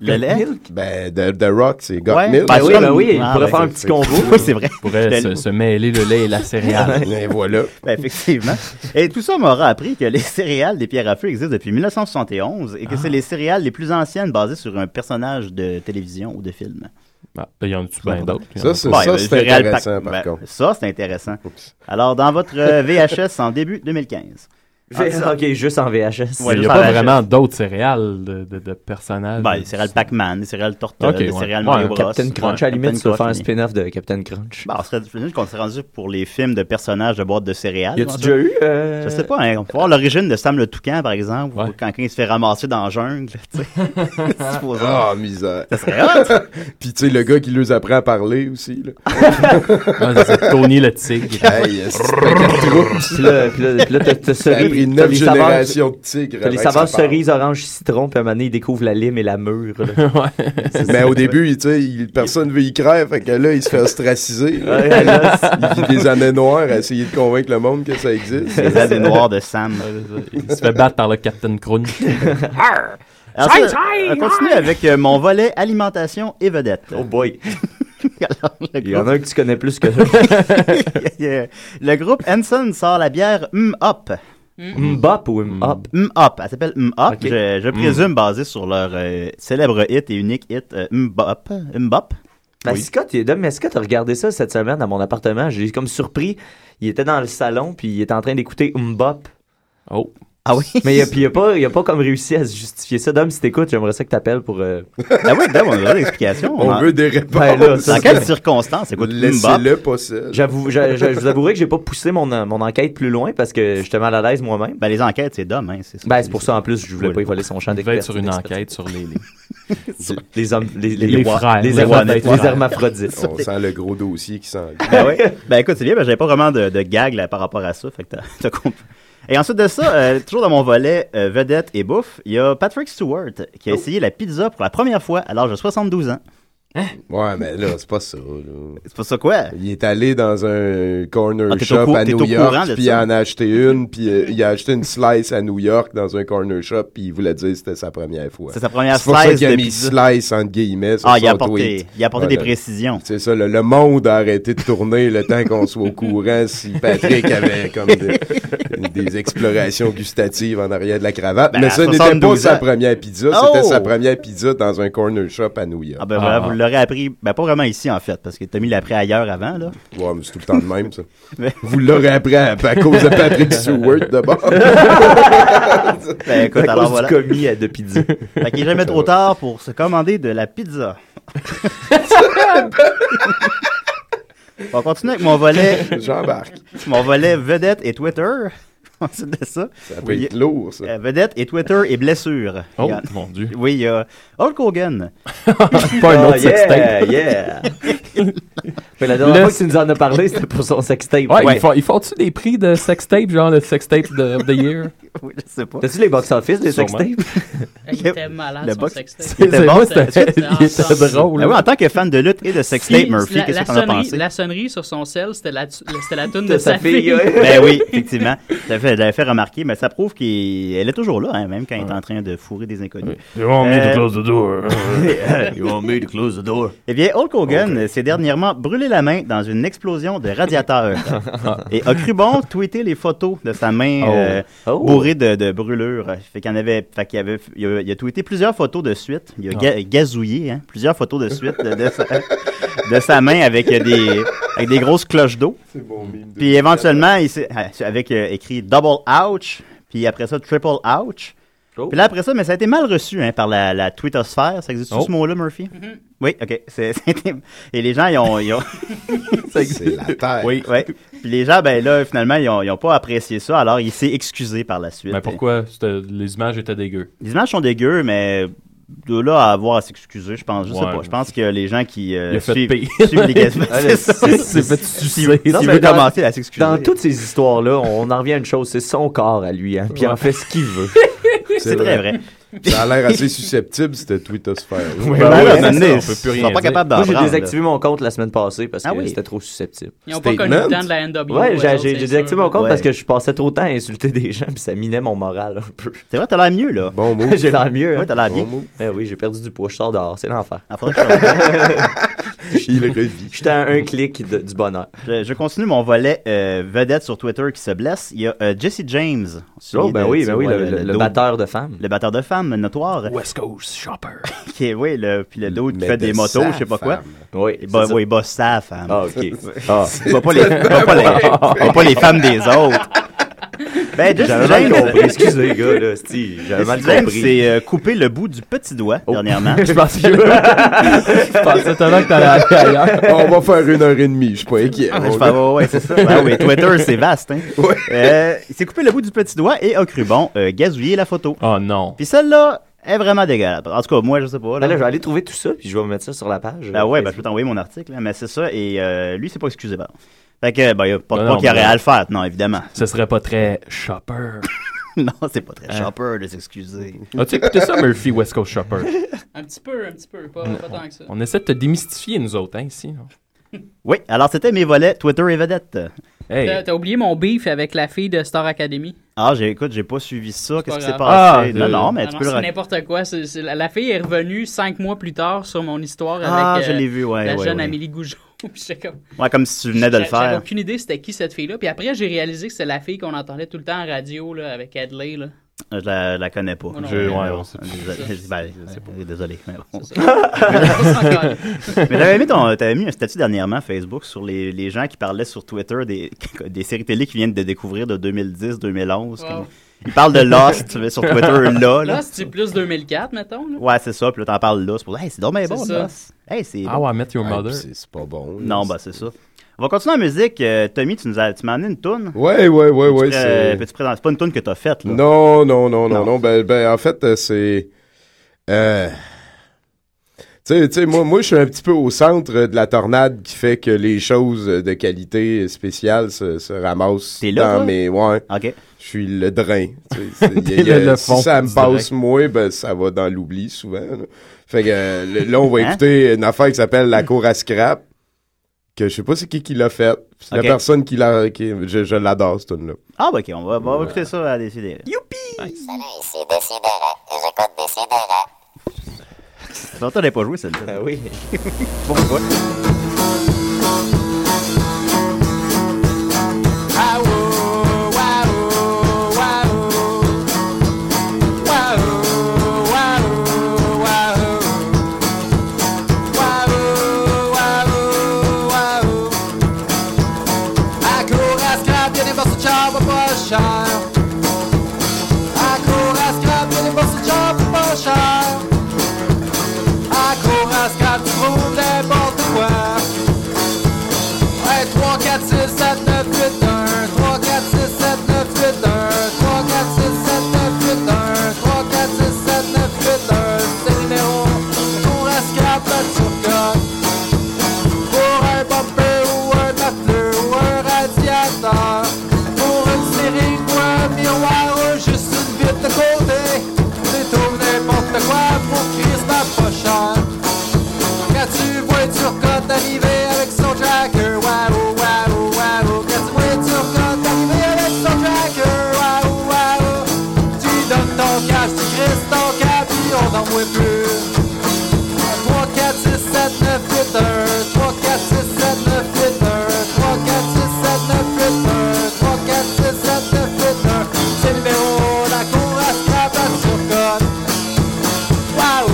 Speaker 4: Le lait.
Speaker 5: Ben, The, The Rock, c'est Got
Speaker 4: Ouais.
Speaker 5: Milk.
Speaker 4: Ben
Speaker 7: oui, ben oui, il
Speaker 4: Ah,
Speaker 7: pourrait
Speaker 4: ben,
Speaker 7: faire un
Speaker 5: c'est-
Speaker 7: petit combo.
Speaker 6: [laughs]
Speaker 7: [laughs]
Speaker 4: Oui, c'est vrai.
Speaker 6: pourrait se, se mêler le lait et la céréale. [laughs]
Speaker 5: Et voilà.
Speaker 4: Ben, effectivement. Et tout ça m'aura appris que les céréales des pierres à feu existent depuis 1971
Speaker 6: Ah.
Speaker 4: et que c'est les céréales les plus anciennes basées sur un personnage de télévision ou de film.
Speaker 6: Ah, ben, il y en a-tu bien d'autres? Il y en a
Speaker 5: Ça,
Speaker 6: pas.
Speaker 5: c'est ça,
Speaker 4: Bon, ben,
Speaker 5: c'est
Speaker 4: le céréales
Speaker 5: intéressant,
Speaker 4: pack-
Speaker 5: par
Speaker 4: ben,
Speaker 5: contre.
Speaker 4: Ça, c'est intéressant.
Speaker 5: Oups.
Speaker 4: Alors, dans votre euh, VHS en début 2015. Ah,
Speaker 7: ok, juste en VHS.
Speaker 4: Ouais,
Speaker 6: il n'y
Speaker 4: juste
Speaker 6: a
Speaker 4: en
Speaker 6: pas
Speaker 4: VHS.
Speaker 6: vraiment d'autres céréales de, de, de personnages.
Speaker 4: Ben, les céréales Pac-Man, les céréales Tortue,
Speaker 6: Ok,
Speaker 4: les
Speaker 6: ouais.
Speaker 4: Euh, céréales
Speaker 6: Ouais,
Speaker 4: Mario Bros.
Speaker 7: Captain Crunch,
Speaker 4: Ouais,
Speaker 7: à la limite,
Speaker 4: Captain
Speaker 7: tu vas faire un
Speaker 4: Crunch, mais-
Speaker 7: spin-off de Captain Crunch.
Speaker 4: Ben, on serait j'imagine qu'on serait rendu pour les films de personnages de boîtes de céréales.
Speaker 7: y
Speaker 4: dans
Speaker 7: a-tu déjà eu
Speaker 4: ça.
Speaker 7: euh,
Speaker 4: Je sais pas, hein, on peut voir l'origine de Sam le Toucan, par exemple,
Speaker 6: Ouais.
Speaker 4: ou quand il se fait ramasser dans la jungle, tu
Speaker 7: [laughs]
Speaker 4: sais. Supposons.
Speaker 5: Ah, misère.
Speaker 4: Ça serait hot!
Speaker 5: [laughs] Puis, tu sais, le gars qui nous apprend à parler aussi.
Speaker 6: [laughs]
Speaker 5: Là.
Speaker 6: Ah, c'est Tony le tigre.
Speaker 5: [laughs] hey, c'est pas quatre trous.
Speaker 7: Puis là, puis là, puis là, t'as- t'as
Speaker 5: Ça a
Speaker 7: cerise-
Speaker 5: pris
Speaker 7: t'as
Speaker 5: neuf
Speaker 7: les saveurs-
Speaker 5: générations de tigres.
Speaker 7: t'as les
Speaker 5: avec sa
Speaker 7: saveurs
Speaker 5: part.
Speaker 7: cerise, orange, citron, puis à un moment donné, ils découvrent la lime et la mûre.
Speaker 4: [laughs]
Speaker 7: là.
Speaker 5: Mais au début, tu sais, il- personne veut y créer, fait que là, il se fait
Speaker 7: [laughs]
Speaker 5: ostraciser. là. [laughs]
Speaker 7: Ouais, là,
Speaker 5: Il vit des années noires à essayer de convaincre le monde que ça existe.
Speaker 4: Les ailes noires de Sam.
Speaker 6: Il se fait battre par le Captain
Speaker 4: [laughs]
Speaker 6: Crunch.
Speaker 4: Alors, ça, on continue avec euh, mon volet alimentation et vedette.
Speaker 7: Oh boy.
Speaker 4: [laughs] Alors, le
Speaker 7: Il y en
Speaker 4: groupe,
Speaker 7: a un que tu connais plus que ça.
Speaker 4: euh, [laughs] le groupe Henson sort la bière M Up.
Speaker 7: Mbop ou Mbop?
Speaker 4: M Up, elle s'appelle M Up.
Speaker 7: Ok. Mm.
Speaker 4: Je, je présume basée sur leur euh, célèbre hit et unique hit euh, M Bop. M Bop.
Speaker 7: Ben,
Speaker 4: Oui.
Speaker 7: Scott, il est Dom, mais Scott a regardé ça cette semaine à mon appartement. J'ai comme surpris. Il était dans le salon, puis il était en train d'écouter Mbop.
Speaker 6: Oh.
Speaker 4: Ah oui.
Speaker 7: [laughs] Mais il a, puis il a pas, il a pas comme réussi à se justifier ça. Dom, si t'écoutes, j'aimerais ça que t'appelles pour. euh,
Speaker 4: [laughs] Ah oui, Dom, on a l'explication.
Speaker 5: On veut des
Speaker 7: Ben là,
Speaker 5: réponses.
Speaker 7: ça,
Speaker 4: Dans quelles circonstances écoute M Bop?
Speaker 5: Laissez-le pas seul.
Speaker 7: J'avoue, je, je- je vous avouerai que j'ai pas poussé mon, euh, mon enquête plus loin parce que j'étais mal à l'aise moi-même.
Speaker 4: Ben, les enquêtes, c'est Dom, hein, c'est ça.
Speaker 7: Ben, c'est pour ça en plus, je voulais pas y
Speaker 4: Oui.
Speaker 7: voler son champ
Speaker 6: Il devait être
Speaker 7: d'expertise.
Speaker 6: sur une enquête sur les, les-
Speaker 7: [laughs] Les hommes, les, les,
Speaker 6: Les
Speaker 7: rois-
Speaker 6: frères.
Speaker 7: les
Speaker 6: Les
Speaker 7: hermaphrodites.
Speaker 6: rois des
Speaker 7: les hermaphrodites.
Speaker 5: On sent le gros dossier qui s'en
Speaker 4: Ben, ouais. [laughs] ben écoute, c'est bien, ben, j'avais pas vraiment de, de gag là, par rapport à ça, fait que t'as- t'as compris. Et ensuite de ça, euh, toujours dans mon volet euh, vedette et bouffe, il y a Patrick Stewart qui a
Speaker 7: Oh.
Speaker 4: essayé la pizza pour la première fois à l'âge de 72 ans.
Speaker 5: Ouais, mais là, c'est pas ça. là.
Speaker 4: C'est pas ça quoi?
Speaker 5: Il est allé dans un corner
Speaker 4: Ah, t'es au
Speaker 5: shop
Speaker 4: cou-
Speaker 5: à
Speaker 4: t'es
Speaker 5: New
Speaker 4: au courant
Speaker 5: York,
Speaker 4: de
Speaker 5: puis il
Speaker 4: ça?
Speaker 5: en a acheté une, puis euh, il a acheté une slice à New York dans un corner shop, puis il voulait dire que c'était sa première fois.
Speaker 4: C'est sa première
Speaker 5: C'est pour ça
Speaker 4: slice
Speaker 5: qu'il
Speaker 4: de
Speaker 5: a mis
Speaker 4: pizza.
Speaker 5: slice entre guillemets sur
Speaker 4: Ah, il a
Speaker 5: son
Speaker 4: apporté,
Speaker 5: tweet.
Speaker 4: il a apporté des
Speaker 5: Voilà.
Speaker 4: précisions.
Speaker 5: C'est ça, le, le monde a arrêté de tourner le temps qu'on soit au courant si Patrick avait comme des, des explorations gustatives en arrière de la cravate.
Speaker 4: Ben,
Speaker 5: Ah, Mais
Speaker 4: à
Speaker 5: ça n'était pas
Speaker 4: 72
Speaker 5: sa
Speaker 4: ans.
Speaker 5: première pizza,
Speaker 4: Oh!
Speaker 5: c'était sa première pizza dans un corner shop à New York.
Speaker 4: Ah ben voilà,
Speaker 6: Ah.
Speaker 4: vous l'aurez appris, ben pas vraiment ici en fait, parce que Tommy l'a appris ailleurs avant, là.
Speaker 5: Ouais, mais c'est tout le temps de même, ça.
Speaker 4: [laughs] Mais-
Speaker 5: Vous l'aurez appris à, à cause de
Speaker 4: [laughs]
Speaker 5: Patrick Stewart, d'abord.
Speaker 4: Ben écoute,
Speaker 7: à
Speaker 4: alors
Speaker 7: cause
Speaker 4: voilà.
Speaker 7: du commis à de pizza.
Speaker 4: Fait qu'il est jamais trop tard pour se commander de
Speaker 5: [laughs]
Speaker 4: la pizza. On continue avec mon volet,
Speaker 5: J'embarque.
Speaker 4: [laughs] mon volet vedette et Twitter. [laughs] Ensuite de ça,
Speaker 5: Ça peut
Speaker 4: Oui.
Speaker 5: être lourd, ça.
Speaker 4: euh, vedette et Twitter et blessure.
Speaker 6: Oh,
Speaker 4: Il y a-
Speaker 6: mon Dieu.
Speaker 4: Oui, il y a Hulk Hogan.
Speaker 6: [laughs]
Speaker 4: Ah,
Speaker 6: Pas un
Speaker 7: Oh,
Speaker 6: autre sextape. [laughs]
Speaker 7: yeah, yeah. Mais la dernière
Speaker 6: Le-
Speaker 7: fois que tu nous en as parlé, c'était pour son sextape.
Speaker 6: Ouais, Ils, font, ils font-tu des prix de sextape, genre le sextape de, of the year?
Speaker 4: [laughs] oui, je sais pas.
Speaker 7: T'as-tu les box-office des
Speaker 6: Sûrement.
Speaker 7: sextapes?
Speaker 10: [laughs] Il était malade,
Speaker 4: Le
Speaker 10: son
Speaker 4: box-
Speaker 10: sextape.
Speaker 4: Il était bon,
Speaker 10: C'était-
Speaker 6: c'était-
Speaker 10: c'était
Speaker 6: il était
Speaker 10: ensemble.
Speaker 6: drôle.
Speaker 4: Ah oui, en tant que fan de lutte et de sextape,
Speaker 10: Si,
Speaker 4: Murphy,
Speaker 10: la-
Speaker 4: qu'est-ce
Speaker 10: la
Speaker 4: que t'en as
Speaker 10: sonnerie-
Speaker 4: pensé?
Speaker 10: La sonnerie sur son sel, c'était la, c'était la toune
Speaker 7: De
Speaker 10: de
Speaker 7: sa
Speaker 10: sa
Speaker 7: fille,
Speaker 10: fille. [laughs]
Speaker 7: [laughs] ouais.
Speaker 4: Ben oui, effectivement. Je l'avais je l'avais fait remarquer, mais ça prouve qu'elle est toujours là, hein, même quand elle est en train de fourrer des inconnus.
Speaker 6: Ils vont
Speaker 4: me to
Speaker 6: close the
Speaker 4: [laughs]
Speaker 6: door.
Speaker 4: You want me to close the door? Eh bien, Hulk Hogan euh, s'est dernièrement brûlé la main dans une explosion de radiateur et a cru bon tweeter les photos de sa main
Speaker 7: Oh.
Speaker 4: euh,
Speaker 7: Oh.
Speaker 4: bourrée de, de brûlures. Fait qu'il en avait, fait qu'il avait, il a, il a tweeté plusieurs photos de suite. Il a ga- gazouillé hein, plusieurs photos de suite de, de sa, de sa main avec des, avec des grosses cloches d'eau.
Speaker 5: C'est bon, mime. de-
Speaker 4: Puis éventuellement, il s'est- avec euh, écrit double ouch, puis après ça triple ouch.
Speaker 7: Oh.
Speaker 4: Puis là, après ça, mais ça a été mal reçu hein, par la, la twittosphère. Ça existe
Speaker 6: Oh.
Speaker 4: ce mot-là, Murphy?
Speaker 10: Mhm.
Speaker 4: Oui, OK. [laughs] C'est- c'était- Et les gens, ils
Speaker 6: [laughs]
Speaker 4: ont... ils ont-
Speaker 5: C'est la terre.
Speaker 6: Oui.
Speaker 4: ouais. Puis les gens, ben là, finalement, ils ont, ils ont pas apprécié ça, alors il s'est excusé par la suite.
Speaker 6: Mais pourquoi? C'était- Les images étaient dégueu.
Speaker 4: Les images sont dégueu, mais de là à avoir à s'excuser, je pense, je sais
Speaker 6: Ouais.
Speaker 4: pas. Je pense que les gens qui euh,
Speaker 6: Il a fait
Speaker 4: suivent,
Speaker 7: [laughs]
Speaker 6: payer.
Speaker 4: suivent
Speaker 6: [laughs]
Speaker 4: les gaz-
Speaker 7: Ah,
Speaker 4: c'est ça.
Speaker 7: [laughs]
Speaker 6: Il s'est fait sucer.
Speaker 4: S'il
Speaker 7: Non, mais
Speaker 4: veut
Speaker 7: dans-
Speaker 4: commencer à s'excuser.
Speaker 7: Dans toutes ces histoires-là, on en revient à une chose, c'est son corps à lui, hein, puis il en fait ce qu'il [laughs] veut.
Speaker 4: C'est très vrai.
Speaker 5: Ça a l'air assez
Speaker 7: [laughs]
Speaker 5: susceptible, cette tweetosphère.
Speaker 4: Ben
Speaker 5: Ben,
Speaker 4: ouais,
Speaker 6: ouais,
Speaker 4: à un
Speaker 6: c'est
Speaker 4: moment donné,
Speaker 6: ça, on
Speaker 4: ils
Speaker 6: peut plus
Speaker 4: sont
Speaker 6: rien
Speaker 4: pas
Speaker 6: dire.
Speaker 4: capables d'en
Speaker 7: Moi, j'ai
Speaker 4: prendre, là.
Speaker 7: désactivé mon compte la semaine passée parce que
Speaker 4: Ah oui.
Speaker 7: c'était trop susceptible.
Speaker 10: Ils n'ont pas connu
Speaker 5: Statement.
Speaker 10: le temps de la NWO.
Speaker 7: Ouais,
Speaker 10: eux
Speaker 7: j'ai-
Speaker 10: autres,
Speaker 7: j'ai j'ai
Speaker 10: c'est
Speaker 7: désactivé
Speaker 10: sûr.
Speaker 7: mon compte
Speaker 4: Ouais.
Speaker 7: parce que je passais trop de temps à insulter des gens, puis ça minait mon moral un peu.
Speaker 4: C'est vrai, t'as l'air mieux, là.
Speaker 5: Bon mot.
Speaker 7: [laughs] j'ai l'air mieux.
Speaker 4: Ouais,
Speaker 7: Hein.
Speaker 4: t'as l'air bien.
Speaker 5: Bon mot.
Speaker 7: Eh oui, j'ai perdu du poids, je sors dehors, c'est l'enfer.
Speaker 4: Ah, faudrait que je-
Speaker 7: [laughs]
Speaker 5: [laughs] Il revit.
Speaker 7: J'étais à un clic de- du bonheur.
Speaker 4: Je, je continue mon volet euh, vedette sur Twitter qui se blesse. Il y a euh, Jesse James. On
Speaker 7: Oh,
Speaker 4: se souvient
Speaker 7: ben
Speaker 4: de- tu vois,
Speaker 7: le,
Speaker 4: dos-
Speaker 7: batteur de femmes.
Speaker 4: le batteur de femmes notoire.
Speaker 6: West Coast Shopper.
Speaker 4: Qui est, oui, le, puis le dos qui
Speaker 5: Mais
Speaker 4: fait des
Speaker 5: de
Speaker 4: motos,
Speaker 5: sa
Speaker 4: je sais pas quoi.
Speaker 5: femme.
Speaker 7: Oui.
Speaker 4: Il bat,
Speaker 7: c'est ça.
Speaker 4: oui, il bat sa femme.
Speaker 5: [laughs]
Speaker 7: Ah, ok. Ah.
Speaker 4: Il bat pas les, il bat pas les, il bat pas les femmes
Speaker 5: [laughs]
Speaker 4: des autres. Ben, Jesse
Speaker 7: J'avais mal
Speaker 4: James,
Speaker 7: compris. Excusez, les gars,
Speaker 4: [laughs]
Speaker 7: là, Steve. J'avais mal
Speaker 4: Jesse James
Speaker 7: compris. Oh.
Speaker 4: s'est euh, coupé le bout du petit doigt dernièrement.
Speaker 7: [laughs] Je
Speaker 4: [laughs]
Speaker 7: pense que.
Speaker 6: Je pensais tellement que t'allais aller
Speaker 7: [laughs]
Speaker 6: ailleurs.
Speaker 5: On va faire une heure et demie, je suis pas inquiet.
Speaker 4: Ah, je fais, ouais, ouais,
Speaker 5: [laughs]
Speaker 4: c'est ça. Ben oui, Twitter, c'est vaste. Hein.
Speaker 5: Ouais.
Speaker 4: Euh, il s'est coupé le bout du petit doigt et a cru bon euh, gazouiller la photo.
Speaker 6: Oh non.
Speaker 4: Puis celle-là est vraiment dégueulasse. En tout cas, moi, je sais pas.
Speaker 7: Ben Là,
Speaker 4: Là.
Speaker 7: je vais aller trouver tout ça, puis je vais mettre ça sur la page.
Speaker 4: Ah ouais, ben, je peux t'envoyer mon article, hein, mais c'est ça. Et euh, lui, c'est pas excusé. Ben. Fait que, ben, y a pas,
Speaker 6: Non,
Speaker 4: pas
Speaker 6: non,
Speaker 4: qu'il y aurait
Speaker 6: mais-
Speaker 4: à le faire, non, évidemment.
Speaker 6: Ce serait pas très shopper.
Speaker 4: [laughs] non, c'est pas très chopper de s'excuser.
Speaker 5: Ah,
Speaker 6: As-tu écouté ça, Murphy West Coast Shopper?
Speaker 10: Un petit peu, un petit peu, pas, pas tant que ça.
Speaker 6: On essaie de te démystifier, nous autres, hein, ici.
Speaker 4: [laughs] Oui, alors c'était mes volets Twitter et vedettes.
Speaker 10: T'as
Speaker 6: Hey.
Speaker 10: t'as oublié mon beef avec la fille de Star Academy.
Speaker 4: Ah, j'ai, écoute, j'ai pas suivi ça. Qu'est-ce
Speaker 10: pas
Speaker 4: qui s'est
Speaker 10: grave.
Speaker 4: passé?
Speaker 6: Ah,
Speaker 4: non,
Speaker 6: de-
Speaker 4: non, mais tu
Speaker 10: Alors,
Speaker 4: peux le
Speaker 10: c'est
Speaker 4: raconter.
Speaker 10: n'importe quoi. c'est- c'est- la, la fille est revenue cinq mois plus tard sur mon histoire
Speaker 4: Ah,
Speaker 10: avec
Speaker 4: je
Speaker 10: euh,
Speaker 4: l'ai vu, ouais.
Speaker 10: la
Speaker 4: ouais,
Speaker 10: jeune
Speaker 4: ouais.
Speaker 10: Amélie Goujon. [laughs] Puis j'étais comme,
Speaker 4: Ouais, comme si tu venais de le
Speaker 10: J'a- J'avais
Speaker 4: faire.
Speaker 10: aucune idée c'était qui cette fille-là. Puis après, j'ai réalisé que c'est la fille qu'on entendait tout le temps en radio là, avec Adley. Là.
Speaker 4: Je la, la connais pas.
Speaker 10: Moi non
Speaker 6: Je-
Speaker 10: plus.
Speaker 6: ouais,
Speaker 4: Mais
Speaker 6: on
Speaker 4: bon,
Speaker 6: sait
Speaker 4: désolé, ben, désolé, mais bon.
Speaker 10: C'est
Speaker 4: [laughs]
Speaker 10: ça.
Speaker 4: Mais t'avais mis, ton- t'avais mis un statut dernièrement Facebook sur les, les gens qui parlaient sur Twitter des, [laughs] des séries télé qui viennent de découvrir de 2010, 2011.
Speaker 10: Wow.
Speaker 4: comme- Ils parlent de Lost mais sur Twitter là. là.
Speaker 10: Là, c'est plus 2004, mettons. Là.
Speaker 4: Ouais, c'est ça. Puis là, t'en parles là. C'est pour dire, hey, c'est dommage
Speaker 10: C'est
Speaker 4: bon,
Speaker 10: ça.
Speaker 4: Lost. Hey, c'est.
Speaker 6: How I Met Your
Speaker 5: Ah,
Speaker 6: Mother.
Speaker 5: puis c'est- C'est pas bon. là.
Speaker 4: Non, bah, c'est ça. On va continuer en musique. Euh, Tommy, tu nous as, tu m'as amené une toune.
Speaker 5: Ouais, ouais, ouais, ouais.
Speaker 4: Peux-tu,
Speaker 5: c'est-
Speaker 4: euh, peux-tu présenter- C'est pas une toune que t'as faite, là.
Speaker 5: Non, non, non, non,
Speaker 4: Non.
Speaker 5: non. Ben, ben, en fait, euh, c'est. euh, Tu sais, tu sais, moi, moi je suis un petit peu au centre euh, de la tornade qui fait que les choses euh, de qualité spéciale se, se ramassent
Speaker 4: T'es là,
Speaker 5: dans
Speaker 4: toi?
Speaker 5: mes. Ouais,
Speaker 4: Ok.
Speaker 5: je suis le drain. tu sais,
Speaker 4: [laughs]
Speaker 5: c'est-
Speaker 6: T'es
Speaker 5: y a- y a-
Speaker 6: le- le fond
Speaker 5: si ça me
Speaker 6: du
Speaker 5: passe, moi, ben, ça va dans l'oubli souvent. là. Fait que euh, le- là, on va
Speaker 4: Hein?
Speaker 5: écouter une affaire qui s'appelle La Cour à Scrap, que je sais pas c'est qui qui l'a faite. C'est
Speaker 4: Ok.
Speaker 5: la personne qui l'a. qui- je je l'adore, cette tune-là.
Speaker 4: Ah, bah, ok. On va, on va écouter ça à décider. Youpi! Longtemps, elle n'est pas joué, celle-là. bah,
Speaker 7: Ah oui.
Speaker 5: [laughs]
Speaker 11: Pour la scrap, la plus. 3, 4, 6, 7, 9, 8, 1. 3, 4, 6, 7, 9, 8, 1. 3, 4, 6, 7, 9, 8, 1. 3, 4, 6, 7, 9, 8, 1. C'est le numéro, la cour à Scrabble à Turcotte. Waouh,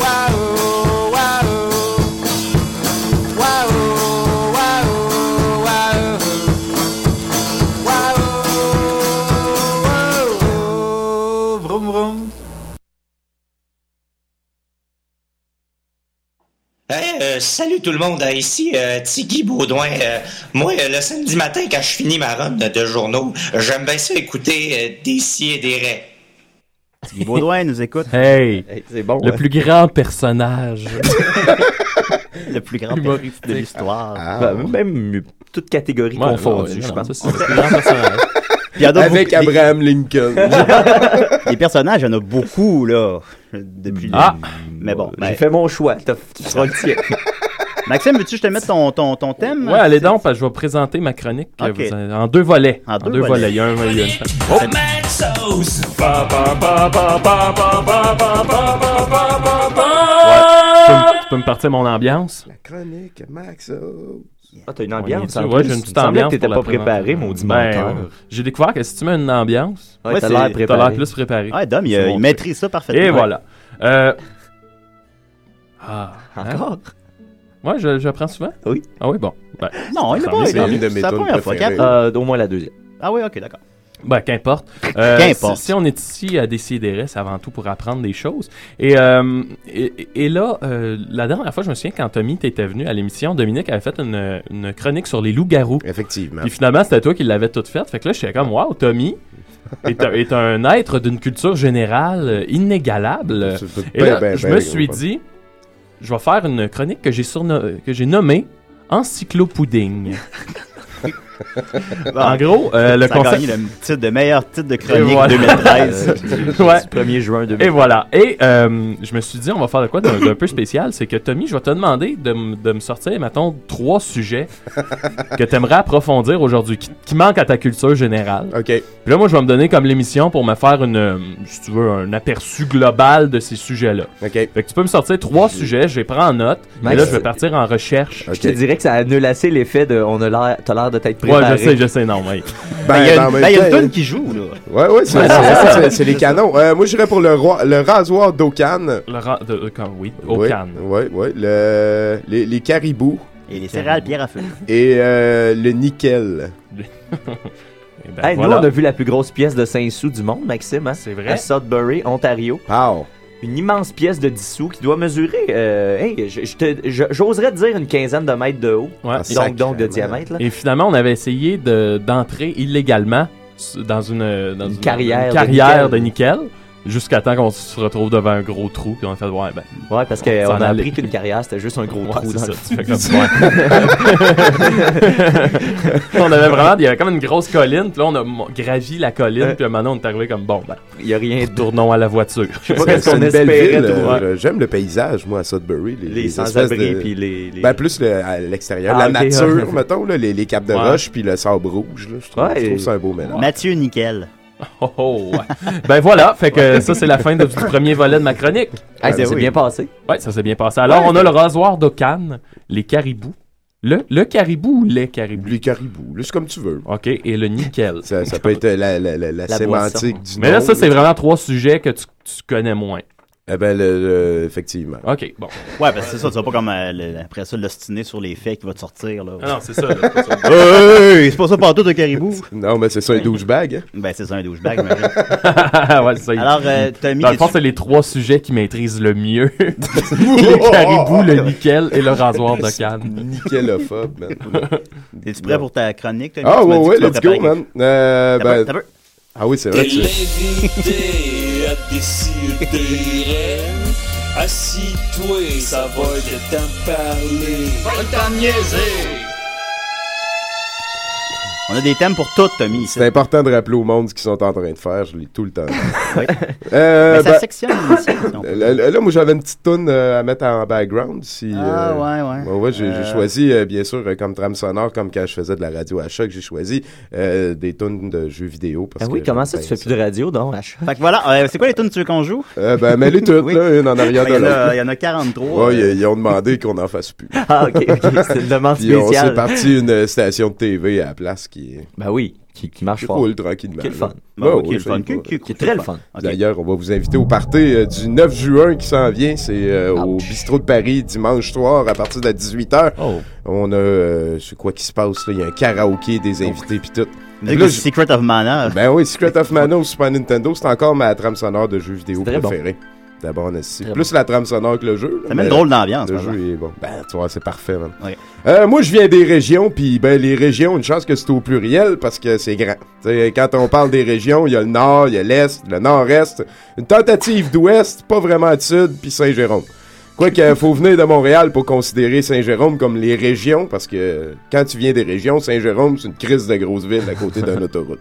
Speaker 11: waouh, waouh. Waouh, waouh, waouh. Waouh, waouh, vroom, vroom.
Speaker 12: Hey, euh, salut tout le monde, Euh, ici euh, Tiggy Baudouin. Euh, moi, euh, le samedi matin, quand je finis ma run de journaux, j'aime bien ça écouter euh, des si et des
Speaker 7: [laughs]
Speaker 12: raies.
Speaker 4: Guy Baudouin nous écoute.
Speaker 6: Hey!
Speaker 4: Hey, c'est bon,
Speaker 6: le
Speaker 7: hein.
Speaker 4: ouais.
Speaker 6: plus grand
Speaker 4: [laughs]
Speaker 6: personnage.
Speaker 4: le plus grand
Speaker 6: Humoristique. Ah,
Speaker 4: humoriste de l'histoire.
Speaker 7: Ben, même euh, toute catégorie
Speaker 6: Ouais,
Speaker 7: confondue,
Speaker 6: ouais,
Speaker 7: je
Speaker 6: non,
Speaker 7: pense.
Speaker 6: ça, hein. c'est le plus grand
Speaker 7: [laughs]
Speaker 6: personnage.
Speaker 4: Puis il y en a
Speaker 5: Avec
Speaker 4: beaucoup-
Speaker 5: Abraham Lincoln.
Speaker 4: [laughs] les personnages, il y en a beaucoup, là, depuis le-
Speaker 7: Ah!
Speaker 4: Mais bon. ben-
Speaker 7: J'ai fait mon choix. T'as- Tu seras le tien.
Speaker 4: [laughs] Maxime, veux-tu que je te mette ton, ton, ton thème?
Speaker 6: Ouais, allez donc, parce que je vais présenter ma chronique euh,
Speaker 4: Ok.
Speaker 6: vous allez- en deux volets. En
Speaker 4: deux
Speaker 6: deux
Speaker 4: volets.
Speaker 6: volets. Il y a un, il y a
Speaker 4: [laughs]
Speaker 6: une- Oh! Tu peux me- tu peux me partir mon ambiance?
Speaker 5: Chronique, Max.
Speaker 7: Ah, t'as une
Speaker 6: On y
Speaker 7: ambiance.
Speaker 6: est-tu?
Speaker 7: en
Speaker 6: Ouais,
Speaker 7: plus.
Speaker 6: j'ai une
Speaker 7: Il
Speaker 6: petite
Speaker 7: me semblait
Speaker 6: ambiance.
Speaker 7: que t'étais
Speaker 6: pour la
Speaker 7: pas préparé,
Speaker 6: présentation.
Speaker 7: maudit
Speaker 6: Ben,
Speaker 7: menteur.
Speaker 6: ouais. J'ai découvert que si tu mets une ambiance,
Speaker 7: Ouais, t'as
Speaker 6: c'est-
Speaker 7: l'air préparé.
Speaker 6: t'as l'air plus préparé.
Speaker 4: Ouais, Dom, il,
Speaker 6: C'est
Speaker 4: euh,
Speaker 6: mon
Speaker 4: il
Speaker 6: truc.
Speaker 4: maîtrise ça parfaitement.
Speaker 6: Et voilà. Euh... Ah,
Speaker 7: Encore?
Speaker 6: Moi, je, je prends souvent?
Speaker 7: Oui.
Speaker 6: Ah oui, bon. Ben,
Speaker 4: Non, il l'a
Speaker 6: ça
Speaker 4: pas
Speaker 6: me
Speaker 4: il l'a-
Speaker 6: semble-
Speaker 4: C'est la première fois. Quatre-
Speaker 7: Euh, au moins la deuxième.
Speaker 4: Ah oui, ok, d'accord.
Speaker 6: Ben, qu'importe. Euh,
Speaker 4: Qu'importe.
Speaker 6: Si, si on est ici à décider, c'est avant tout pour apprendre des choses. Et, euh, et, et là, euh, la dernière fois, je me souviens, quand Tommy t'était venu à l'émission, Dominique avait fait une, une chronique sur les loups-garous.
Speaker 5: Effectivement.
Speaker 6: Puis finalement, c'était toi qui l'avais toute faite. Fait que là, j'étais comme, wow, Tommy est, un- est un être d'une culture générale euh, inégalable.
Speaker 5: C'est- c'est
Speaker 6: Et
Speaker 5: ben,
Speaker 6: là,
Speaker 5: ben,
Speaker 6: je
Speaker 5: ben,
Speaker 6: me
Speaker 5: gros
Speaker 6: suis
Speaker 5: fun.
Speaker 6: dit, je vais faire une chronique que j'ai surno- que j'ai nommée Encyclopudding. en gros, euh, le
Speaker 4: Ah. Ça a
Speaker 6: concept.
Speaker 4: gagné le titre de meilleur titre de chronique
Speaker 6: Et voilà. [laughs]
Speaker 4: 2013.
Speaker 6: Ouais.
Speaker 7: 1er juin 2000.
Speaker 6: Et voilà. Et euh, je me suis dit, on va faire de quoi d'un d'un peu spécial. C'est que Tommy, je vais te demander de, m- de me sortir, mettons, trois sujets que tu aimerais approfondir aujourd'hui, qui, qui manquent à ta culture générale.
Speaker 5: OK.
Speaker 6: Puis là, moi, je vais me donner comme l'émission pour me faire une, euh, si tu veux, un aperçu global de ces sujets-là.
Speaker 5: OK.
Speaker 6: Fait que tu peux me sortir trois sujets, je les prends en note,
Speaker 7: Max,
Speaker 6: et là, je vais partir en recherche.
Speaker 7: Je te dirais que ça annule assez l'effet de on a l'air, t'as l'air de t'être
Speaker 6: Ouais,
Speaker 7: préparé.
Speaker 6: je sais, je sais, non, mais.
Speaker 5: Ben,
Speaker 4: Il y a
Speaker 5: en
Speaker 4: une-
Speaker 5: même
Speaker 4: ben, il y a
Speaker 5: temps,
Speaker 4: une tune qui joue, là.
Speaker 5: Ouais, ouais, c'est c'est-
Speaker 6: Ouais, c'est
Speaker 5: c'est-
Speaker 6: ça.
Speaker 5: c'est- c'est les canons. Euh, moi, j'irais pour le, roi, le rasoir d'Ocan.
Speaker 6: Le ra- de, euh, comme- oui, au
Speaker 5: Oui,
Speaker 6: Cannes.
Speaker 5: Oui, oui. Le, les, les caribous
Speaker 4: Et les céréales pierre à feu.
Speaker 5: et euh, le nickel.
Speaker 6: Eh ben,
Speaker 7: Hey,
Speaker 6: voilà.
Speaker 7: Nous, on a vu la plus grosse pièce de 5 sous du monde, Maxime, hein?
Speaker 6: C'est
Speaker 7: à
Speaker 6: vrai.
Speaker 7: Sudbury, Ontario.
Speaker 5: Pow.
Speaker 7: Une immense pièce de 10 sous qui doit mesurer, euh, hey, je- je te- je- j'oserais dire une quinzaine de mètres de haut.
Speaker 6: Ouais.
Speaker 5: Ah,
Speaker 7: Donc, donc de
Speaker 5: sacrément.
Speaker 7: diamètre. Là.
Speaker 6: Et finalement, on avait essayé de- d'entrer illégalement s- dans une, euh, dans
Speaker 7: Une carrière de
Speaker 6: carrière de
Speaker 7: nickel.
Speaker 6: nickel, jusqu'à temps qu'on se retrouve devant un gros trou, puis on a fait ouais, ben,
Speaker 7: Ouais, parce qu'on
Speaker 6: Ça en
Speaker 7: a
Speaker 6: allait.
Speaker 7: appris qu'une carrière, c'était juste un gros
Speaker 6: ouais,
Speaker 7: trou
Speaker 6: c'est
Speaker 7: dans
Speaker 6: ça.
Speaker 7: le
Speaker 6: Tu fais comme ouais.
Speaker 7: [laughs]
Speaker 6: on avait vraiment, il y avait comme une grosse colline, puis là, on a mo- gravi la colline, puis maintenant, on est arrivé comme bon, ben,
Speaker 7: Euh. Il y a rien de
Speaker 6: tournons à la voiture.
Speaker 7: Je sais pas
Speaker 5: C'est
Speaker 7: qu'est-ce
Speaker 5: c'est
Speaker 7: qu'on
Speaker 5: une belle
Speaker 7: espérait
Speaker 5: ville.
Speaker 7: trouver.
Speaker 5: euh, J'aime le paysage, moi, à Sudbury. Les,
Speaker 7: Les
Speaker 5: les
Speaker 7: sans-abri
Speaker 5: espèces de-
Speaker 7: puis les... les-
Speaker 5: Ben, plus le- à l'extérieur.
Speaker 7: Ah,
Speaker 5: la
Speaker 7: ok,
Speaker 5: nature,
Speaker 7: ouais.
Speaker 5: mettons, là, les, les capes de
Speaker 6: Ouais.
Speaker 5: roche puis le sable rouge. là. je trouve,
Speaker 7: Ouais,
Speaker 5: je trouve
Speaker 7: et-
Speaker 5: ça un beau mélange.
Speaker 4: Mathieu Nickel.
Speaker 6: Oh, oh, ouais. ben voilà, fait que ça, c'est la fin de- du premier volet de ma chronique.
Speaker 7: Hey, ça
Speaker 5: Ben
Speaker 4: Ah,
Speaker 7: s'est
Speaker 4: oui.
Speaker 7: bien passé.
Speaker 6: Ouais, ça s'est bien passé. Alors, on a le rasoir d'Ocan, les caribous. Le, le caribou ou les caribous?
Speaker 5: Les caribous, là, c'est comme tu veux.
Speaker 6: OK, et le nickel.
Speaker 5: Ça, ça peut être euh, la, la, la, la
Speaker 7: La
Speaker 5: sémantique du
Speaker 6: Mais là,
Speaker 5: nom,
Speaker 6: ça, c'est vraiment trois sujets que tu, tu connais moins.
Speaker 5: Eh ben, le- le- effectivement.
Speaker 6: OK, bon.
Speaker 4: Ouais, parce que c'est ça, tu vas pas comme euh, le- après ça l'ostiner sur les faits qui va te sortir, là.
Speaker 6: Ah non, c'est ça. là, c'est ça.
Speaker 4: [laughs] Hey, c'est pas ça partout de caribou.
Speaker 5: [laughs] Non, mais c'est ça, un douchebag. hein.
Speaker 4: Ben, c'est ça, un douchebag,
Speaker 5: [laughs]
Speaker 4: j'imagine.
Speaker 6: [laughs] ouais, c'est ça.
Speaker 4: Alors, euh, Tommy,
Speaker 6: Dans le fond,
Speaker 4: t'es-tu-
Speaker 6: c'est les trois sujets qui maîtrisent le
Speaker 5: [laughs]
Speaker 6: mieux. [laughs] [laughs] le caribou, le nickel et le rasoir
Speaker 5: [laughs]
Speaker 6: de canne.
Speaker 5: Nickelophobe, man.
Speaker 4: t'es-tu prêt pour ta chronique, Tommy?
Speaker 5: Ah,
Speaker 4: Tu m'as
Speaker 5: ouais, ouais,
Speaker 4: dit que tu vas
Speaker 5: let's go,
Speaker 4: préparer
Speaker 5: man. Euh,
Speaker 4: quelque chose. T'as
Speaker 5: ben,
Speaker 4: peur, t'as peur?
Speaker 5: ah oui, c'est
Speaker 2: T'es
Speaker 5: vrai. tu-
Speaker 2: l'invité à décider. Assis-toi, ça va de t'en parler. Va le niaiser.
Speaker 4: On a des thèmes pour tout, Tommy.
Speaker 5: C'est important de rappeler au monde ce qu'ils sont en train de faire. Je l'ai tout le temps.
Speaker 4: [laughs] Oui.
Speaker 5: Euh,
Speaker 4: Mais ça
Speaker 5: ben,
Speaker 4: sectionne l'émission, si on peut.
Speaker 5: là, là, moi, j'avais une petite toune euh, à mettre en background. Si,
Speaker 4: Ah,
Speaker 5: euh,
Speaker 4: ouais, ouais.
Speaker 5: j'ai j'ai
Speaker 4: Euh,
Speaker 5: choisi, euh, bien sûr, euh, comme trame sonore, comme quand je faisais de la radio à choc, j'ai choisi euh, des tunes de jeux vidéo. Parce
Speaker 4: Ah oui,
Speaker 5: que
Speaker 4: comment
Speaker 5: j'aime
Speaker 4: ça,
Speaker 5: bien
Speaker 4: tu fais
Speaker 5: ça.
Speaker 4: plus de radio, donc, Fait que voilà, euh, c'est quoi les tunes que tu veux qu'on joue?
Speaker 5: Euh, ben, mais les toutes,
Speaker 4: [laughs] Oui.
Speaker 5: là, Oh, une en arrière de
Speaker 4: Ben, Il y en a-
Speaker 5: l'autre.
Speaker 4: il y en a 43.
Speaker 5: Ouais, ils, ils ont demandé qu'on n'en fasse plus.
Speaker 7: Ah, ok, ok, c'est une demande
Speaker 5: Puis on
Speaker 7: spéciale.
Speaker 5: s'est parti une station de TV à la place qui est.
Speaker 7: Ben oui, qui, marche fort.
Speaker 5: Cool, tranquillement.
Speaker 7: Qui est le
Speaker 5: là.
Speaker 7: fun.
Speaker 5: Ouais,
Speaker 7: Ben oui,
Speaker 5: ouais,
Speaker 7: qui est le
Speaker 5: c'est
Speaker 7: fun,
Speaker 5: cool.
Speaker 7: qui- qui- qui est très le fun.
Speaker 5: D'ailleurs, on va vous inviter au party euh, du 9 juin qui s'en vient. C'est euh, au Bistrot de Paris, dimanche soir, à partir de 18h.
Speaker 7: Oh.
Speaker 5: On a. euh, c'est quoi qui se passe, là? Il y a un karaoké
Speaker 7: Oh.
Speaker 5: des invités, puis tout.
Speaker 4: Musique
Speaker 5: Là,
Speaker 4: du
Speaker 5: je-
Speaker 4: Secret of Mana.
Speaker 5: Ben oui, Secret of Mana au Super Nintendo, c'est encore ma trame sonore de jeu vidéo
Speaker 4: très bon.
Speaker 5: préférée. D'abord, on a ici.
Speaker 4: Très
Speaker 5: Plus la trame sonore que le jeu. là,
Speaker 4: Ça met
Speaker 5: mais
Speaker 4: une drôle d'ambiance,
Speaker 5: Le
Speaker 4: par
Speaker 5: jeu est bon. Ben, tu vois, c'est parfait, man. Euh, moi, je viens des régions, puis ben, les régions, une chance que c'est au pluriel parce que c'est grand. Tu sais, quand on parle des régions, il y a le nord, il y a l'est, le nord-est, une tentative d'ouest, pas vraiment de sud, puis Saint-Jérôme. Quoique, faut venir de Montréal pour considérer Saint-Jérôme comme les régions, parce que quand tu viens des régions, Saint-Jérôme, c'est une crise de grosse ville à côté d'une autoroute.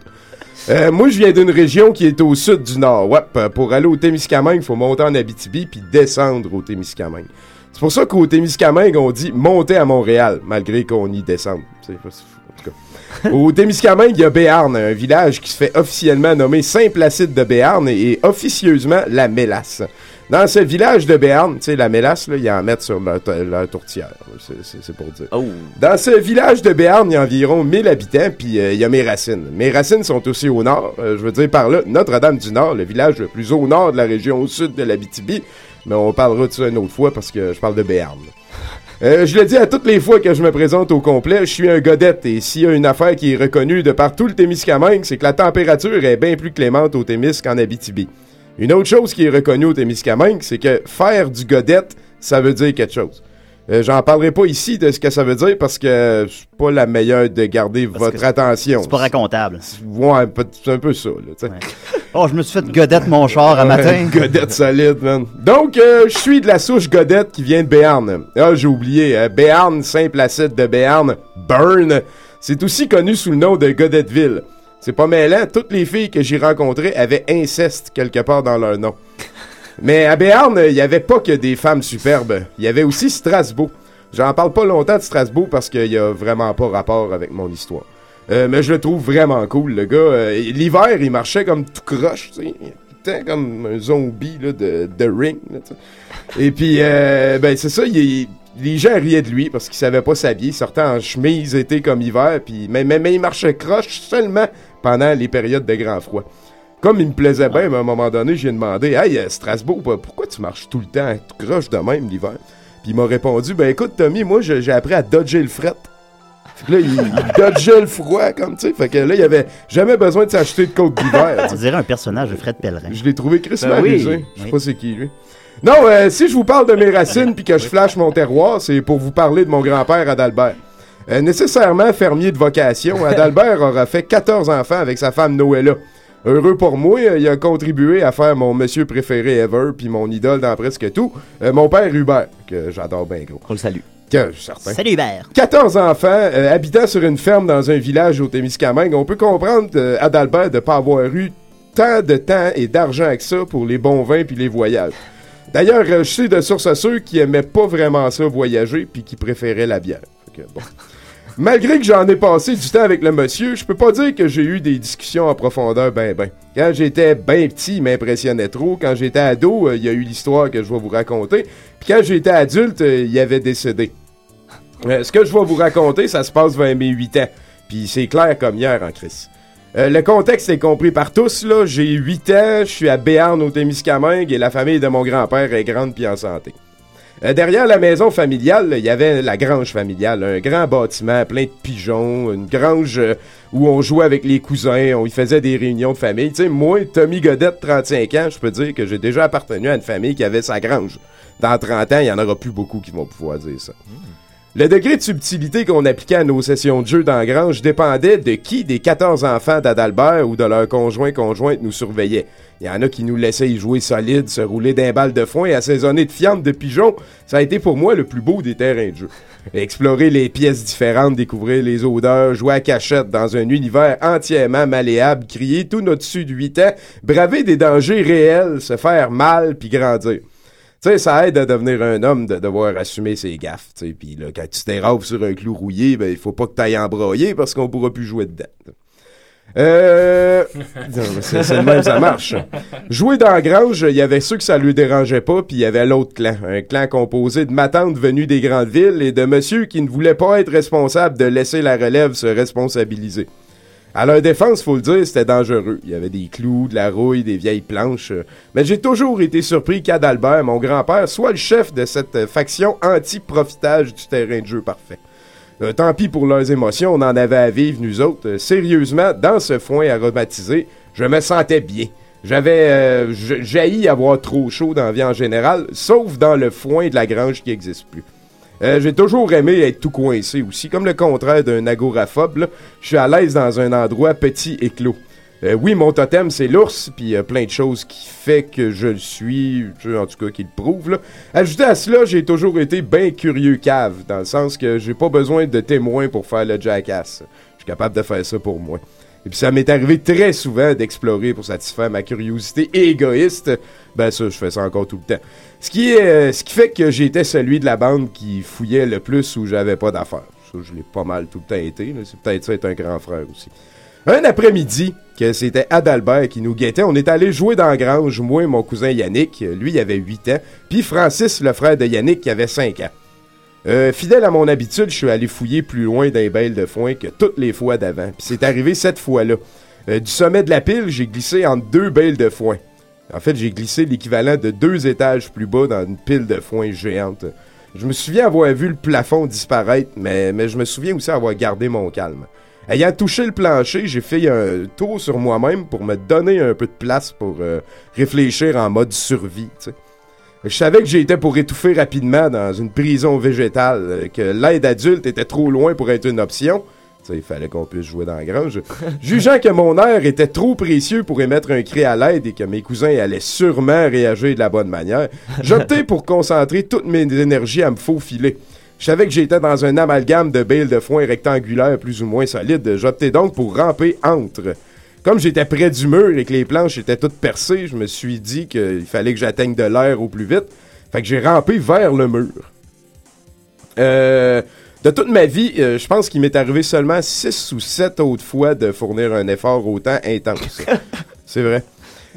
Speaker 5: Euh, moi, je viens d'une région qui est au sud du nord. Ouais, p- pour aller au Témiscamingue, il faut monter en Abitibi puis descendre au Témiscamingue. C'est pour ça qu'au Témiscamingue, on dit monter à Montréal, malgré qu'on y descende. C'est pas si fou, en tout cas. Au Témiscamingue, il y a Béarn, un village qui se fait officiellement nommer Saint-Placide de Béarn et officieusement la Mélasse. Dans ce village de Béarn, tu sais, la mélasse, là, ils en mettent sur leur, t- leur tourtière. C'est- C'est c'est pour dire. Dans ce village de Béarn, il y a environ 1000 habitants, puis euh, il y a mes racines. Mes racines sont aussi au nord. euh, je veux dire par là, Notre-Dame-du-Nord, le village le plus au nord de la région au sud de l'Abitibi. Mais on parlera de ça une autre fois parce que je parle de Béarn. Euh, je le dis à toutes les fois que je me présente au complet, je suis un godette et s'il y a une affaire qui est reconnue de par tout le Témiscamingue, c'est que la température est bien plus clémente au Témis qu'en Abitibi. Une autre chose qui est reconnue au Témiscamingue, c'est que faire du godette, ça veut dire quelque chose. Euh, J'en parlerai pas ici de ce que ça veut dire parce que je suis pas la meilleure de garder votre attention. C'est pas
Speaker 4: racontable.
Speaker 5: Ouais, peut- c'est un peu ça. Là, tu sais.
Speaker 4: Oh, je me suis fait godette mon char à matin.
Speaker 5: [laughs] Godette solide, man. Donc, euh, je suis de la souche Godette qui vient de Béarn. Ah, j'ai oublié. euh, Béarn, Saint-Placide de Béarn, Burn. C'est aussi connu sous le nom de Godetteville. C'est pas mêlant, toutes les filles que j'ai rencontrées avaient inceste quelque part dans leur nom. Mais à Béarn, il n'y avait pas que des femmes superbes. Il y avait aussi Strasbourg. J'en parle pas longtemps de Strasbourg parce qu'il y a vraiment pas rapport avec mon histoire. Euh, mais je le trouve vraiment cool, le gars. Euh, L'hiver, il marchait comme tout croche, tu sais. Tout le temps comme un zombie là, de, de Ring. là, tu sais. Et puis, euh, ben c'est ça, il, il- les gens riaient de lui parce qu'il savait pas s'habiller. Il sortait en chemise été comme hiver, puis mais, mais, mais il marchait croche seulement pendant les périodes de grand froid comme il me plaisait
Speaker 4: Ah.
Speaker 5: bien, mais à un moment donné, j'ai demandé Hey, euh, Strasbourg, bah, pourquoi tu marches tout le temps, tu croches de même l'hiver Puis il m'a répondu Ben écoute, Tommy, moi, je- j'ai appris à dodger le fret. Fait que là, il il dodgeait le froid, comme tu sais. Fait que là,
Speaker 4: Ben
Speaker 5: il avait jamais besoin de s'acheter de côte d'hiver.
Speaker 4: On dirait un personnage de Fred Pellerin.
Speaker 5: Je l'ai trouvé Chris
Speaker 4: Ben oui.
Speaker 5: amusé. Je sais
Speaker 4: Oui.
Speaker 5: pas c'est qui, lui. Non, euh, si je vous parle de mes racines puis que je flash mon terroir, c'est pour vous parler de mon grand-père Adalbert. Euh, nécessairement fermier de
Speaker 7: [laughs]
Speaker 5: vocation, Adalbert aura fait 14 enfants avec sa femme Noëlla. Heureux pour moi, euh, il a contribué à faire mon monsieur préféré ever puis mon idole dans presque tout, euh, mon père Hubert, que j'adore bien gros.
Speaker 7: On le salue.
Speaker 5: Que, certain.
Speaker 4: Salut Hubert.
Speaker 5: 14 enfants euh, habitant sur une ferme dans un village au Témiscamingue, on peut comprendre euh, Adalbert de ne pas avoir eu tant de temps et d'argent que ça pour les bons vins puis les voyages. D'ailleurs, euh, je sais de source sûre qui aimaient pas vraiment ça voyager puis qui préféraient la bière. Fait que, bon. Malgré que j'en ai passé du temps avec le monsieur, je peux pas dire que j'ai eu des discussions en profondeur ben ben. Quand j'étais ben petit, il m'impressionnait trop. Quand j'étais ado, euh, il y a eu l'histoire que je vais vous raconter. Puis quand j'étais adulte, euh, il avait décédé. Euh, ce que je vais vous raconter, ça se passe vers mes 8 ans. Puis c'est clair comme hier en crise. Euh, le contexte est compris par tous. là. J'ai 8 ans, je suis à Béarn au Témiscamingue et la famille de mon grand-père est grande puis en santé. Euh, derrière la maison familiale, là, il y avait la grange familiale, un grand bâtiment plein de pigeons, une grange euh, où on jouait avec les cousins, on y faisait des réunions de famille. Tu sais, moi, Tommy Godette, 35 ans, je peux dire que j'ai déjà appartenu à une famille qui avait sa grange. Dans 30 ans, il y en aura plus beaucoup qui vont pouvoir dire ça. Le degré de subtilité qu'on appliquait à nos sessions de jeu dans la Grange dépendait de qui des 14 enfants d'Adalbert ou de leurs conjoints conjointes nous surveillaient. Il y en a qui nous laissaient y jouer solide, se rouler d'un balle de foin et assaisonner de fientes de pigeons. Ça a été pour moi le plus beau des terrains de jeu. Explorer les pièces différentes, découvrir les odeurs, jouer à cachette dans un univers entièrement malléable, crier tout notre dessus de 8 ans, braver des dangers réels, se faire mal puis grandir. Tu sais, ça aide à devenir un homme de devoir assumer ses gaffes. tu sais. Puis là, quand tu t'érafles sur un clou rouillé, ben, il faut pas que t'ailles embroyer parce qu'on pourra plus jouer dedans. Euh... [laughs] non, mais c'est c'est le même, ça marche. Jouer dans la grange, il y avait ceux que ça lui dérangeait pas, puis il y avait l'autre clan. Un clan composé de ma tante venue des grandes villes et de monsieur qui ne voulait pas être responsable de laisser la relève se responsabiliser. À leur défense, faut le dire, c'était dangereux. Il y avait des clous, de la rouille, des vieilles planches. euh, Mais j'ai toujours été surpris qu'Adalbert, mon grand-père, soit le chef de cette euh, faction anti-profitage du terrain de jeu parfait. Euh, tant pis pour leurs émotions, on en avait à vivre, nous autres. Euh, sérieusement, dans ce foin aromatisé, je me sentais bien. J'avais euh, je- jailli avoir trop chaud dans la vie en général, sauf dans le foin de la grange qui n'existe plus. Euh, J'ai toujours aimé être tout coincé aussi, comme le contraire d'un agoraphobe. là. Je suis à l'aise dans un endroit petit et clos. Euh, oui, mon totem, c'est l'ours, puis euh, plein de choses qui fait que je le suis, je- en tout cas qui le prouve. Là. Ajouté à cela, j'ai toujours été bien curieux cave, dans le sens que j'ai pas besoin de témoins pour faire le jackass. Je suis capable de faire ça pour moi. Et puis ça m'est arrivé très souvent d'explorer pour satisfaire ma curiosité égoïste. Ben ça, je fais ça encore tout le temps. Ce qui, est, euh, ce qui fait que j'étais celui de la bande qui fouillait le plus où j'avais pas d'affaires. Ça, je l'ai pas mal tout le temps été. là. C'est peut-être ça être un grand frère aussi. Un après-midi, que c'était Adalbert qui nous guettait, on est allé jouer dans la grange, moi et mon cousin Yannick, euh, lui il avait 8 ans, puis Francis, le frère de Yannick, qui avait 5 ans. Euh, fidèle à mon habitude, je suis allé fouiller plus loin d'un bail de foin que toutes les fois d'avant, puis c'est arrivé cette fois-là. Euh, du sommet de la pile, j'ai glissé entre deux bales de foin. En fait, j'ai glissé l'équivalent de deux étages plus bas dans une pile de foin géante. Je me souviens avoir vu le plafond disparaître, mais, mais je me souviens aussi avoir gardé mon calme. Ayant touché le plancher, j'ai fait un tour sur moi-même pour me donner un peu de place pour euh, réfléchir en mode survie. tu sais. Je savais que j'étais pour étouffer rapidement dans une prison végétale, euh, que l'aide adulte était trop loin pour être une option. Tu sais, il fallait qu'on puisse jouer dans la grange. Jugeant que mon air était trop précieux pour émettre un cri à l'aide et que mes cousins allaient sûrement réagir de la bonne manière, j'optais pour concentrer toutes mes énergies à me faufiler. Je savais que j'étais dans un amalgame de bailes de foin rectangulaires plus ou moins solides. J'optais donc pour ramper entre. Comme j'étais près du mur et que les planches étaient toutes percées, je me suis dit qu'il fallait que j'atteigne de l'air au plus vite. Fait que j'ai rampé vers le mur. Euh, de toute ma vie, euh, je pense qu'il m'est arrivé seulement 6 ou 7 autres fois de fournir un effort autant intense. C'est vrai.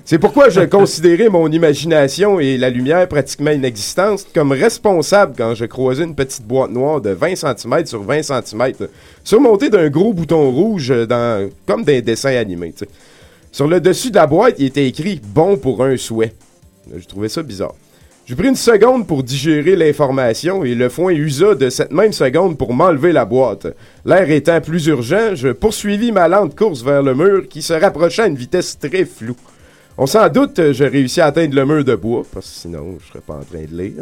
Speaker 5: C'est pourquoi je considérais mon imagination et la lumière pratiquement inexistantes comme responsables quand je croisais une petite boîte noire de 20 cm sur 20 cm, surmontée d'un gros bouton rouge euh, dans, comme des dessins animés. tu sais. Sur le dessus de la boîte, il était écrit Bon pour un souhait. Je trouvais ça bizarre. J'ai pris une seconde pour digérer l'information et le foin usa de cette même seconde pour m'enlever la boîte. L'air étant plus urgent, je poursuivis ma lente course vers le mur qui se rapprochait à une vitesse très floue. On s'en doute, j'ai réussi à atteindre le mur de bois, parce que sinon, je serais pas en train de
Speaker 13: [laughs]
Speaker 5: lire.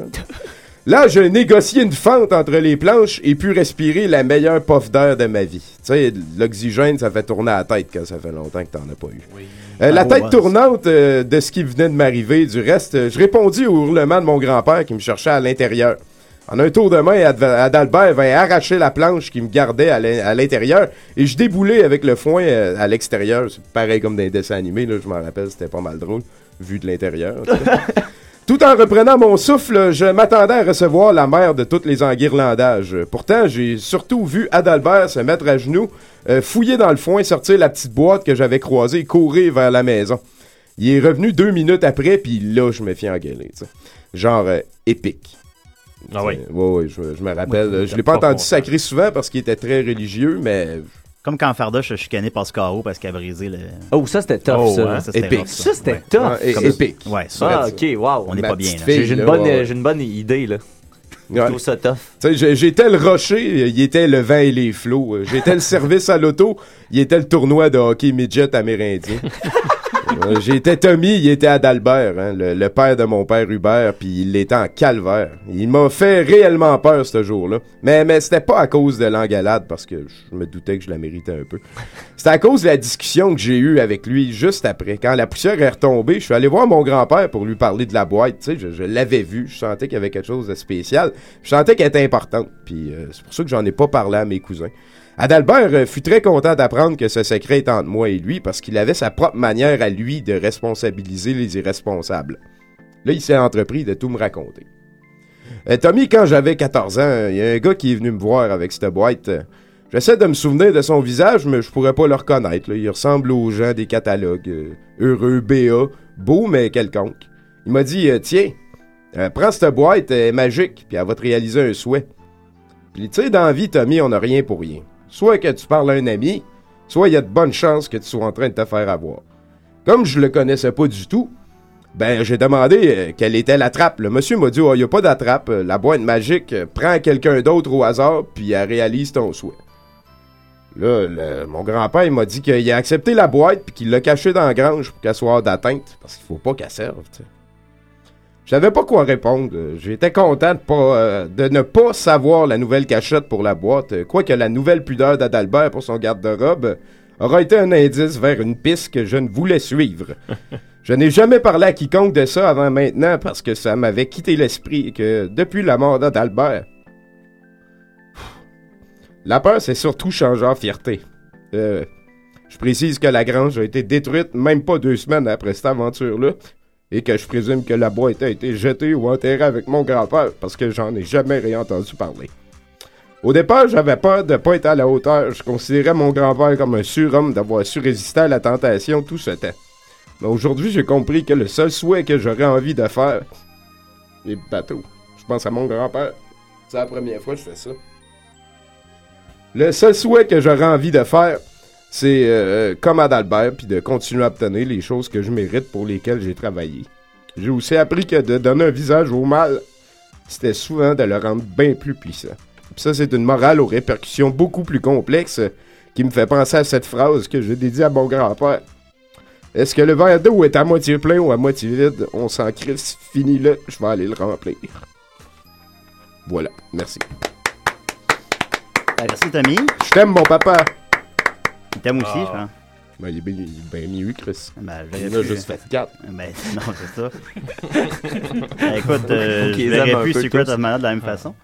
Speaker 5: Là, je négociais une fente entre les planches et puis respirer la meilleure puff d'air de ma vie. Tu sais, l'oxygène, ça fait tourner la tête quand ça fait longtemps que t'en as pas eu. Euh, la
Speaker 13: Ah,
Speaker 5: tête
Speaker 13: ouais.
Speaker 5: tournante euh, de ce qui venait de m'arriver, du reste, euh, je répondis au hurlement de mon grand-père qui me cherchait à l'intérieur. En un tour de main, Ad- Adalbert vint arracher la planche qui me gardait à l'in- à l'intérieur et je déboulais avec le foin euh, à l'extérieur. C'est pareil comme dans les dessins animés, là, je m'en rappelle, c'était pas mal drôle, vu de l'intérieur. en tout cas. Tout en reprenant mon souffle, je m'attendais à recevoir la mère de toutes les enguirlandages. Pourtant, j'ai surtout vu Adalbert se mettre à genoux, euh, fouiller dans le foin, sortir la petite boîte que j'avais croisée et courir vers la maison. Il est revenu deux minutes après, puis là, je me fis engueuler. tu sais. Genre euh, épique.
Speaker 6: Ah oui.
Speaker 5: Oui, je, je me rappelle.
Speaker 6: Oui,
Speaker 5: je l'ai pas
Speaker 6: t'as pas
Speaker 5: entendu
Speaker 6: confiance.
Speaker 5: sacrer souvent parce qu'il était très religieux, mais...
Speaker 4: Comme quand Fardoche a chicané Pascaro parce qu'il a brisé le.
Speaker 7: Oh, ça, c'était tough,
Speaker 4: Oh,
Speaker 7: ça.
Speaker 4: ouais, c'était
Speaker 5: Épique.
Speaker 4: rough,
Speaker 7: Ça, c'était
Speaker 4: Ouais.
Speaker 7: tough.
Speaker 4: Ouais,
Speaker 7: Comme-
Speaker 4: comme- Ouais, ça.
Speaker 7: Ah, ok, wow.
Speaker 4: On n'est
Speaker 5: Ma
Speaker 4: pas bien,
Speaker 5: petite
Speaker 4: là.
Speaker 5: fille,
Speaker 7: J'ai une,
Speaker 5: là,
Speaker 7: bonne,
Speaker 5: ouais, ouais.
Speaker 7: euh, j'ai une bonne idée, là.
Speaker 5: Ouais.
Speaker 7: trouve ça tough.
Speaker 5: Tu sais, j'ai- J'étais le rocher, il était le vin et les
Speaker 6: [laughs]
Speaker 5: flots. Euh, J'étais le service à l'auto, il était le tournoi de hockey midget amérindien. Ouais, J'étais Tommy, il était Adalbert, hein, le, le père de mon père Hubert, puis il était en calvaire. Il m'a fait réellement peur ce jour-là. Mais, mais c'était pas à cause de l'engalade, parce que je me doutais que je la méritais un peu. C'était à cause de la discussion que j'ai eue avec lui juste après. Quand la poussière est retombée, je suis allé voir mon grand-père pour lui parler de la boîte. Tu sais, je, je l'avais vu, je sentais qu'il y avait quelque chose de spécial. Je sentais qu'elle était importante, puis euh, c'est pour ça que j'en ai pas parlé à mes cousins. Adalbert euh, fut très content d'apprendre que ce secret est entre moi et lui parce qu'il avait sa propre manière à lui de responsabiliser les irresponsables. Là, il s'est entrepris de tout me raconter. Euh, Tommy, quand j'avais 14 ans, il y a un gars qui est venu me voir avec cette boîte. Euh, J'essaie de me souvenir de son visage, mais je pourrais pas le reconnaître. là. Il ressemble aux gens des catalogues. euh, heureux, béat, beau, mais quelconque. Il m'a dit euh, Tiens, euh, prends cette boîte, elle est magique, puis elle va te réaliser un souhait. Puis tu sais, dans la vie, Tommy, on n'a rien pour rien. Soit que tu parles à un ami, soit il y a de bonnes chances que tu sois en train de te faire avoir. Comme je le connaissais pas du tout, ben j'ai demandé euh, quelle était la trappe. Le monsieur m'a dit il n'y a pas d'attrape, euh, la boîte magique, euh, prends quelqu'un d'autre au hasard, puis elle réalise ton souhait. Là, le- mon grand-père il m'a dit qu'il a accepté la boîte puis qu'il l'a cachée dans la grange pour qu'elle soit hors d'atteinte, parce qu'il faut pas qu'elle serve, tu sais. Je savais pas quoi répondre. Euh, J'étais content de, pas, euh, de ne pas savoir la nouvelle cachette pour la boîte, euh, quoique la nouvelle pudeur d'Adalbert pour son garde-robe euh, aura été un indice vers une piste que je ne voulais suivre. je n'ai jamais parlé à quiconque de ça avant maintenant parce que ça m'avait quitté l'esprit et que depuis la mort d'Adalbert, la peur, c'est surtout changer en fierté. Euh, je précise que la grange a été détruite même pas deux semaines après cette aventure-là et que je présume que la boîte a été jetée ou enterrée avec mon grand-père parce que j'en ai jamais réentendu parler. Au départ, j'avais peur de pas être à la hauteur. Je considérais mon grand-père comme un surhomme d'avoir su résister à la tentation tout ce temps. Mais aujourd'hui, j'ai compris que le seul souhait que j'aurais envie de faire est bateau. Je pense à mon grand-père. C'est la première fois que je fais ça. Le seul souhait que j'aurais envie de faire, c'est euh, comme Adalbert, puis de continuer à obtenir les choses que je mérite pour lesquelles j'ai travaillé. J'ai aussi appris que de donner un visage au mal, c'était souvent de le rendre bien plus puissant. Puis ça, c'est une morale aux répercussions beaucoup plus complexes euh, qui me fait penser à cette phrase que je dédie à mon grand-père. Est-ce que le verre d'eau est à moitié plein ou à moitié vide? On s'en crisse, fini-le, je vais aller le remplir. Voilà, merci.
Speaker 4: merci, Tommy.
Speaker 5: Je t'aime, mon papa.
Speaker 4: Il t'aime aussi,
Speaker 6: Ah.
Speaker 4: je pense.
Speaker 5: Ben, il est bien, il est bien mis, oui, Chris.
Speaker 4: Ben,
Speaker 5: il
Speaker 4: j'aurais
Speaker 5: en a
Speaker 4: pu-
Speaker 5: juste fait 4.
Speaker 4: [laughs] Ben, non,
Speaker 5: [laughs]
Speaker 4: c'est ça. Ben, écoute, euh,
Speaker 5: Faut qu'ils
Speaker 4: je
Speaker 5: les aiment
Speaker 4: verrais
Speaker 5: un
Speaker 4: plus
Speaker 5: peu
Speaker 4: Secret
Speaker 5: tous.
Speaker 4: of Mana de la même
Speaker 5: Ah.
Speaker 4: façon.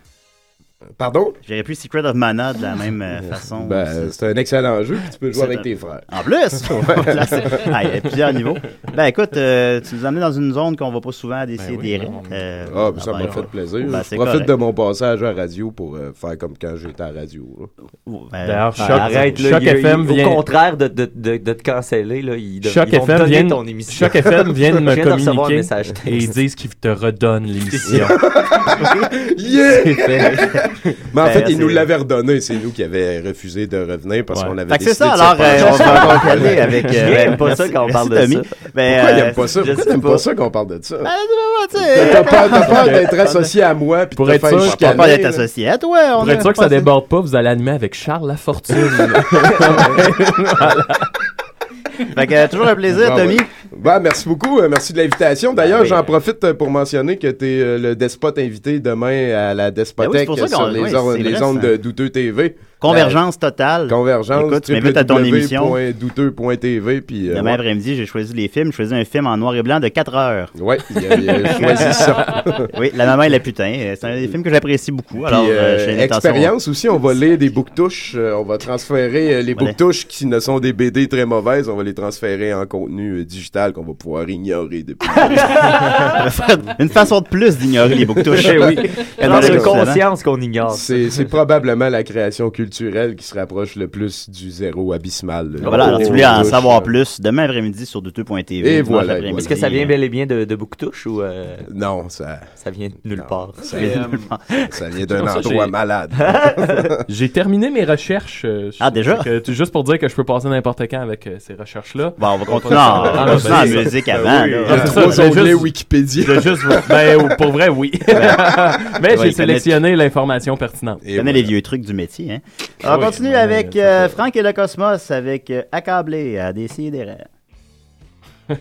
Speaker 5: Euh, Pardon?
Speaker 4: Je verrais plus Secret of Mana
Speaker 5: Ah.
Speaker 4: de la même euh, façon.
Speaker 5: Ben, c'est un excellent jeu, puis tu peux jouer
Speaker 4: C'est
Speaker 5: avec
Speaker 4: un-
Speaker 5: tes frères.
Speaker 4: En
Speaker 5: [laughs]
Speaker 4: plus!
Speaker 5: Ouais.
Speaker 4: Là, c'est- ah, il y a plusieurs niveaux. Ben écoute, euh, tu nous amènes dans une zone qu'on va pas souvent à décider
Speaker 5: Ben oui,
Speaker 4: des
Speaker 5: non.
Speaker 4: euh,
Speaker 5: Ah, ben, ça
Speaker 4: ben,
Speaker 5: m'a fait plaisir.
Speaker 4: Ben,
Speaker 5: je
Speaker 4: c'est
Speaker 5: profite
Speaker 4: correct.
Speaker 5: de mon passage à radio pour euh, faire comme quand j'étais à radio. là.
Speaker 6: Ben,
Speaker 4: Ben,
Speaker 6: D'ailleurs,
Speaker 7: Ah,
Speaker 6: Choc,
Speaker 7: arrête, là,
Speaker 6: Choc
Speaker 7: il- il-
Speaker 6: FM vient.
Speaker 7: Au contraire de, de, de, de te canceller, là, ils, de-
Speaker 6: Choc
Speaker 7: ils vont me
Speaker 6: FM,
Speaker 7: donner
Speaker 6: vient,
Speaker 7: ton émission.
Speaker 6: Choc
Speaker 7: [laughs]
Speaker 6: FM vient de me
Speaker 7: Je viens recevoir un
Speaker 6: communiquer
Speaker 7: message
Speaker 6: et ils
Speaker 7: texte.
Speaker 6: disent qu'ils te redonnent
Speaker 7: [laughs]
Speaker 6: l'émission.
Speaker 5: [laughs] Yeah!
Speaker 6: [laughs] C'est fait.
Speaker 5: Mais en
Speaker 6: Ben,
Speaker 5: fait, ils
Speaker 6: c'est-
Speaker 5: nous l'avaient redonné. C'est nous qui avions refusé de revenir parce qu'on avait
Speaker 4: Fait que c'est
Speaker 5: décidé
Speaker 4: ça,
Speaker 5: de
Speaker 4: alors,
Speaker 5: séparer.
Speaker 4: euh, on
Speaker 5: [laughs]
Speaker 4: va en parler avec, euh,
Speaker 5: Il aime
Speaker 4: merci- merci, Tommy. Ben,
Speaker 5: Pourquoi il
Speaker 4: euh,
Speaker 5: aime pas ça?
Speaker 4: je
Speaker 5: Pourquoi
Speaker 4: sais
Speaker 5: il aime
Speaker 4: pas.
Speaker 5: pas ça qu'on parle de ça?
Speaker 4: Ben,
Speaker 14: Eh,
Speaker 4: tu sais,
Speaker 5: T'as peur, t'as peur d'être associé à moi, puis de
Speaker 6: Pour
Speaker 5: te
Speaker 6: être
Speaker 5: faire
Speaker 6: sûr, je
Speaker 5: chicaner,
Speaker 6: t'ai peur d'être
Speaker 5: là.
Speaker 4: associé à toi. on
Speaker 6: Pour
Speaker 4: a
Speaker 6: être sûr que ça
Speaker 4: pensé-
Speaker 6: déborde pas, vous allez animer avec Charles
Speaker 4: [laughs]
Speaker 6: Lafortune. [laughs] Voilà.
Speaker 4: Fait que, euh, toujours un plaisir,
Speaker 5: Ah,
Speaker 4: Tommy. Ben
Speaker 5: ouais. Ben, merci beaucoup. euh, merci de l'invitation. D'ailleurs, j'en profite euh, pour mentionner que tu es le despote invité demain à la
Speaker 4: Ben oui, c'est
Speaker 5: despothèque
Speaker 4: pour ça
Speaker 5: sur
Speaker 4: qu'on-
Speaker 5: les,
Speaker 4: oui,
Speaker 5: on-
Speaker 4: c'est
Speaker 5: les
Speaker 4: vrai,
Speaker 5: ondes
Speaker 4: ça.
Speaker 5: de Douteux TV.
Speaker 4: Convergence totale.
Speaker 5: Ben, Convergence.
Speaker 4: Écoute, tu m'invites à ton émission.
Speaker 5: www.douteux.tv. Puis, euh,
Speaker 4: Demain
Speaker 5: ouais.
Speaker 4: après-midi, j'ai choisi les films. J'ai choisi un film en noir et blanc de 4 heures.
Speaker 5: Oui, il a- il
Speaker 4: [laughs]
Speaker 5: a choisi ça.
Speaker 4: oui, La maman et la putain. Euh, C'est un des films que j'apprécie beaucoup. Alors,
Speaker 5: Puis,
Speaker 4: euh,
Speaker 5: euh,
Speaker 4: j'ai l'intention-
Speaker 5: expérience aussi, on va lire des bouctouches. euh, on va transférer euh, les
Speaker 4: Voilà.
Speaker 5: bouctouches qui ne sont des BD très mauvaises. On va les transférer en contenu euh, digital qu'on va pouvoir ignorer depuis.
Speaker 4: [laughs] Une façon de plus d'ignorer les bouctouches.
Speaker 5: Eh oui.
Speaker 4: Elle en a
Speaker 5: Prendre
Speaker 4: juste avant.
Speaker 5: conscience
Speaker 7: qu'on ignore.
Speaker 5: C'est c'est probablement la création culturelle qui se rapproche le plus du zéro abysmal. là.
Speaker 4: Ah, Voilà, alors
Speaker 5: Oh,
Speaker 4: tu voulais en
Speaker 5: douche.
Speaker 4: savoir plus demain après-midi sur douteux.tv.
Speaker 5: Et
Speaker 4: dimanche
Speaker 5: voilà,
Speaker 4: après-midi.
Speaker 7: Est-ce que ça vient bel et bien de, de Bouctouche ou. euh,
Speaker 5: Non, ça.
Speaker 7: Ça vient de nulle part.
Speaker 5: Ça
Speaker 6: vient
Speaker 5: de nulle
Speaker 4: euh, [laughs]
Speaker 6: part.
Speaker 5: Ça vient d'un
Speaker 6: Comme ça,
Speaker 5: endroit
Speaker 6: j'ai-
Speaker 5: malade.
Speaker 6: [laughs] J'ai terminé mes recherches. euh,
Speaker 5: Ah,
Speaker 6: sur-
Speaker 5: déjà?
Speaker 6: fait que tu- juste pour dire que je peux passer n'importe quand avec euh, ces recherches-là.
Speaker 4: Bon, on va continuer
Speaker 6: peut-
Speaker 4: en-
Speaker 6: Ah,
Speaker 4: en
Speaker 6: ben,
Speaker 4: continuant en
Speaker 6: c'est ça.
Speaker 4: musique
Speaker 6: Ben
Speaker 4: avant,
Speaker 6: oui,
Speaker 4: là.
Speaker 6: c'est
Speaker 4: Ah,
Speaker 6: ça,
Speaker 4: trois
Speaker 6: je voulais
Speaker 4: onglets
Speaker 6: juste-
Speaker 5: Wikipédia.
Speaker 6: je voulais juste vous- ben, pour vrai, oui. [laughs] Mais
Speaker 4: Ouais,
Speaker 6: j'ai
Speaker 4: il
Speaker 6: sélectionné l'information pertinente.
Speaker 4: Tu connais les vieux trucs du métier, hein?
Speaker 6: Ah
Speaker 4: On
Speaker 6: oui.
Speaker 5: [laughs]
Speaker 4: continue avec euh, Franck et le Cosmos, avec euh, Accablé, à décider.
Speaker 6: [laughs]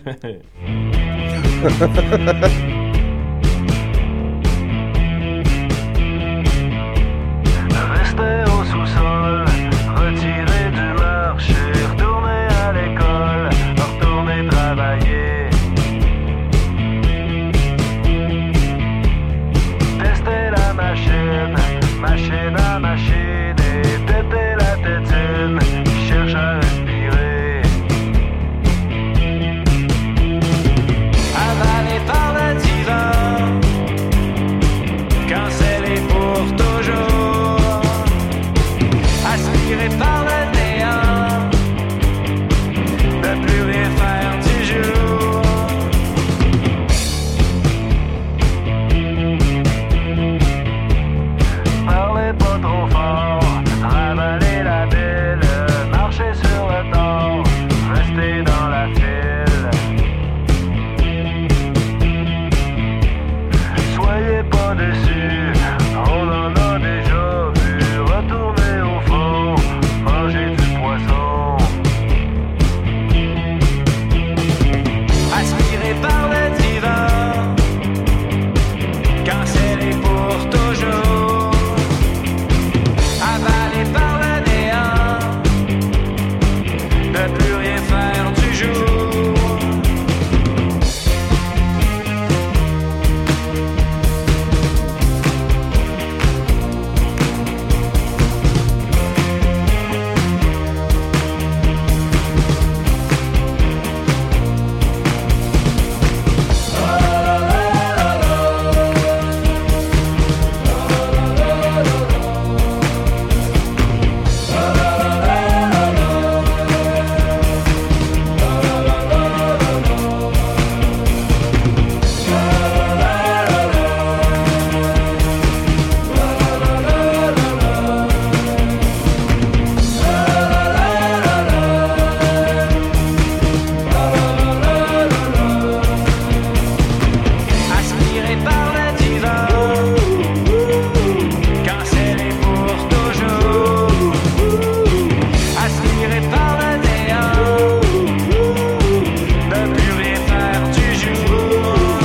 Speaker 11: Restez au sous-sol, retirez du marché, retournez à l'école, retournez travailler. Testez la machine, machine à machine, et têtez la tétine qui cherche à respirer. Avalé par le divan, cancellé pour toujours, aspiré par le néant, ne plus rien faire du jour. Parlez pas trop fort, ravalez la belle, marchez sur le temps, restez dans la file. Soyez pas déçus, on en a déjà vu, retournez au fond, mangez du poisson. Aspirez par le divan, cancellé pour toujours. Avalé par le néant, ne plus rien faire du jour. Aspiré par le divan, cancellé pour toujours. Aspiré par le néant, ne plus rien faire du jour.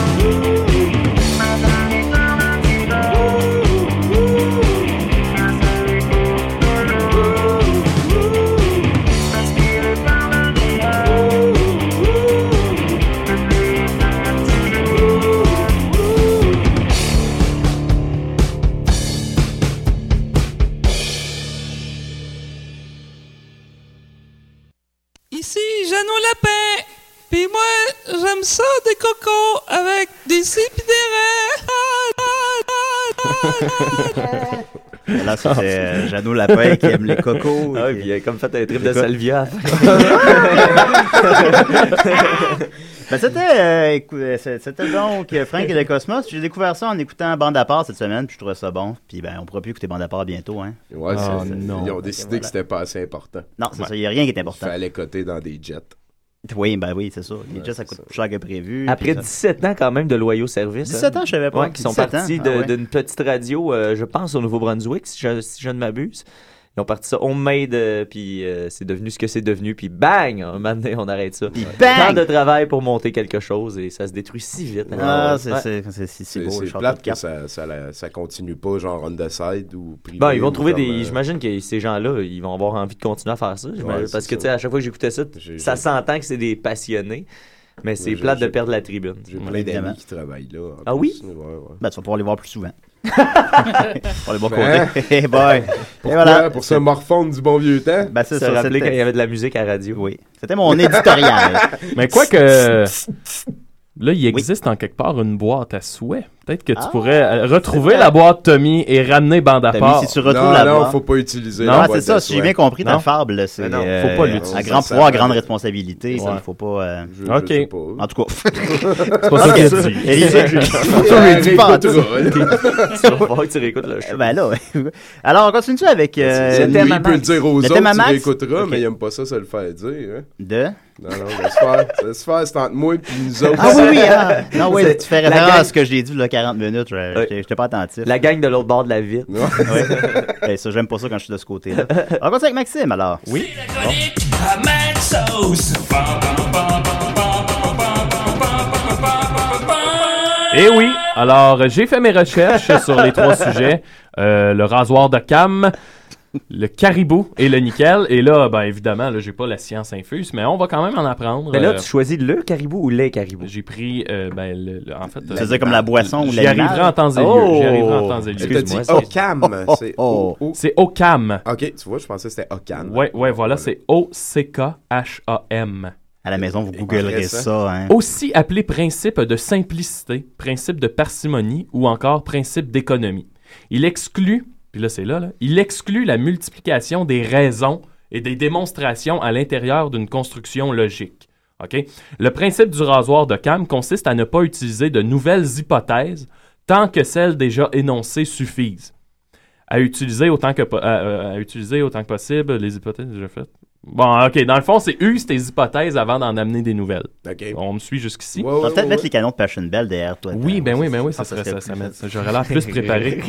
Speaker 11: Avalé par le divan, cancellé pour toujours. Aspiré par le néant, ne plus rien faire du jour.
Speaker 13: Ici, Jeannot Lapin. Puis moi, j'aime ça des cocos avec des cipidérés.
Speaker 4: Là, c'était euh, Jeannot Lapin qui aime les cocos.
Speaker 7: Ah, puis il a comme fait un trip
Speaker 5: [laughs]
Speaker 4: C'est quoi?
Speaker 7: de salvia.
Speaker 4: [laughs] [laughs]
Speaker 7: [laughs]
Speaker 4: Ben, c'était, euh, écou- euh, c'est- c'était donc euh, Frank et le Cosmos. J'ai découvert ça en écoutant Bande à part cette semaine, puis je trouvais ça bon. Puis ben, on pourra plus écouter Bande à part bientôt, hein.
Speaker 5: Ouais, c'est-
Speaker 4: c'est-
Speaker 5: Ils ont décidé
Speaker 4: Voilà.
Speaker 5: que c'était pas assez important.
Speaker 4: Non, c'est ça, il n'y a rien qui est important.
Speaker 5: Il fallait coter dans des jets.
Speaker 4: Oui, ben oui, c'est ça. Les jets, ça coûte plus cher que prévu.
Speaker 7: Après
Speaker 4: puis ça-
Speaker 7: 17 ans quand même de loyaux services. hein.
Speaker 4: 17 ans, je savais pas.
Speaker 7: Ouais, qui sont
Speaker 4: 17 ans,
Speaker 7: partis
Speaker 4: ah
Speaker 7: de-
Speaker 4: ouais.
Speaker 7: d'une petite radio, euh, je pense, au Nouveau-Brunswick, si je, si je ne m'abuse. Ils ont parti ça homemade, euh, puis euh, c'est devenu ce que c'est devenu, puis bang! Un moment donné, on arrête ça.
Speaker 4: bang!
Speaker 7: Tant de travail pour monter quelque chose, et ça se détruit si vite. hein.
Speaker 4: Ah,
Speaker 7: Ouais.
Speaker 4: c'est-
Speaker 7: Ouais.
Speaker 4: c'est- c'est- c'est- c'est beau, le
Speaker 5: C'est
Speaker 4: château
Speaker 5: plate
Speaker 4: de
Speaker 5: que
Speaker 4: cartes.
Speaker 5: ça, ça, la- ça continue pas, genre on the side ou privé.
Speaker 7: Ben, ils vont
Speaker 5: ou
Speaker 7: trouver
Speaker 5: comme,
Speaker 7: des.
Speaker 5: euh,
Speaker 7: J'imagine que ces gens-là, ils vont avoir envie de continuer à faire ça. j'imagine,
Speaker 5: Ouais, c'est
Speaker 7: parce que,
Speaker 5: ça.
Speaker 7: tu sais, à chaque fois que j'écoutais ça, ça s'entend que c'est des passionnés, mais
Speaker 5: j'ai-
Speaker 7: c'est plate de
Speaker 5: j'ai-
Speaker 7: perdre la tribune.
Speaker 5: J'ai
Speaker 7: Ouais.
Speaker 5: plein
Speaker 7: Évidemment.
Speaker 5: d'amis qui travaillent là. en
Speaker 7: Ah oui?
Speaker 5: plus. Ouais, ouais.
Speaker 4: Ben, tu vas pouvoir les voir
Speaker 5: [laughs]
Speaker 4: plus souvent. [laughs] Pour les bons
Speaker 5: Hein?
Speaker 4: côtés. [laughs] Hey boy. Et
Speaker 5: Pourquoi?
Speaker 4: voilà.
Speaker 5: Pour se morfondre du bon vieux temps.
Speaker 4: Ben, c'est
Speaker 7: Se
Speaker 4: ça,
Speaker 7: rappeler
Speaker 4: c'était-
Speaker 7: quand il y avait de la musique à la radio.
Speaker 4: Oui. C'était mon
Speaker 7: [laughs]
Speaker 4: éditorial.
Speaker 6: [laughs] Mais quoi que. Là, il existe en quelque part une boîte à souhait. Peut-être que tu pourrais euh, retrouver la boîte Tommy et ramener bande à
Speaker 4: Ah, Tommy,
Speaker 6: part.
Speaker 4: si tu retrouves Non, la non, boîte- faut pas
Speaker 5: utiliser
Speaker 4: Non, c'est ça. Si j'ai bien compris ta fable, c'est
Speaker 6: Non,
Speaker 4: euh,
Speaker 6: faut pas l'utiliser.
Speaker 4: à grand
Speaker 6: Ça,
Speaker 4: pouvoir,
Speaker 6: ça-
Speaker 4: grande responsabilité. ça,
Speaker 6: Ouais.
Speaker 4: Il faut pas. euh,
Speaker 6: Je- je Ok. sais pas.
Speaker 4: En tout cas.
Speaker 6: C'est pas ça
Speaker 4: Ok,
Speaker 6: qu'elle dit.
Speaker 4: Élisée, je- je lui dis pas en tout.
Speaker 7: [laughs] Tu vas voir que tu réécoutes le show.
Speaker 4: Ben là, ouais. [laughs] Alors, on continue avec. euh,
Speaker 5: Lui, il peut le dire aux
Speaker 4: Le
Speaker 5: autres,
Speaker 4: thème à
Speaker 5: tu
Speaker 4: Max.
Speaker 5: l'écouteras,
Speaker 4: Ok.
Speaker 5: mais il aime pas ça se le faire dire. hein.
Speaker 4: De?
Speaker 5: Non, non, laisse faire, [laughs] laisse faire, c'est entre moi et nous autres.
Speaker 4: Ah oui, oui, ah.
Speaker 5: [laughs]
Speaker 4: non, oui,
Speaker 7: C'est-
Speaker 4: tu fais
Speaker 7: la
Speaker 4: référence
Speaker 7: gang-
Speaker 4: à ce que j'ai dit, là, 40 minutes, je
Speaker 7: Ouais.
Speaker 4: j'étais- j'étais pas attentif.
Speaker 7: La gang de l'autre bord de la ville.
Speaker 4: [laughs] Ouais. Eh, ça, j'aime pas ça quand je suis de ce côté-là. On continue avec Maxime, alors. Oui.
Speaker 2: À Maxos. Pam, pam, pam, pam, pam, pam, pam, pam,
Speaker 6: Eh oui, alors euh, j'ai fait mes
Speaker 4: [laughs]
Speaker 6: recherches sur les trois sujets. Euh, le rasoir de cam, le caribou et le nickel. Et là, ben évidemment, là, j'ai pas la science infuse, mais on va quand même en apprendre.
Speaker 4: Ben
Speaker 7: Mais Ben là,
Speaker 6: Euh,
Speaker 7: tu choisis le caribou ou les caribous?
Speaker 6: J'ai pris, euh, ben, le- le- en fait... euh,
Speaker 4: C'est-à-dire comme la boisson ou
Speaker 6: J'y
Speaker 4: l'animal?
Speaker 6: arriverai en temps et lieu.
Speaker 4: Oh!
Speaker 6: J'y arriverai en temps et lieu.
Speaker 4: T'as dit
Speaker 6: Excuse-moi, c'est- Oh,
Speaker 5: Ocam. Oh, C'est
Speaker 4: oh.
Speaker 5: O- O-
Speaker 6: C'est Ocam.
Speaker 5: Ok, tu vois, je pensais que c'était Ocam.
Speaker 6: Ouais, ouais, voilà, c'est O-C-K-H-A-M.
Speaker 4: À la maison, vous googlerez ça. Hein.
Speaker 6: Aussi appelé principe de simplicité, principe de parcimonie ou encore principe d'économie. Il exclut, puis là c'est là, là, il exclut la multiplication des raisons et des démonstrations à l'intérieur d'une construction logique. OK? Le principe du rasoir de cam consiste à ne pas utiliser de nouvelles hypothèses tant que celles déjà énoncées suffisent à utiliser autant que po- à, euh, à utiliser autant que possible les hypothèses déjà faites. Bon, ok, dans le fond, c'est use tes hypothèses avant d'en amener des nouvelles. On me suit jusqu'ici.
Speaker 4: On va peut-être mettre les canons de Passion Bell derrière toi.
Speaker 6: Oui, ben oui, ben oui, ça
Speaker 4: Ah,
Speaker 6: serait ça. ça
Speaker 4: plus
Speaker 6: m'aide-
Speaker 4: facile.
Speaker 6: J'aurais l'air [laughs] plus
Speaker 4: [laughs]
Speaker 6: préparé.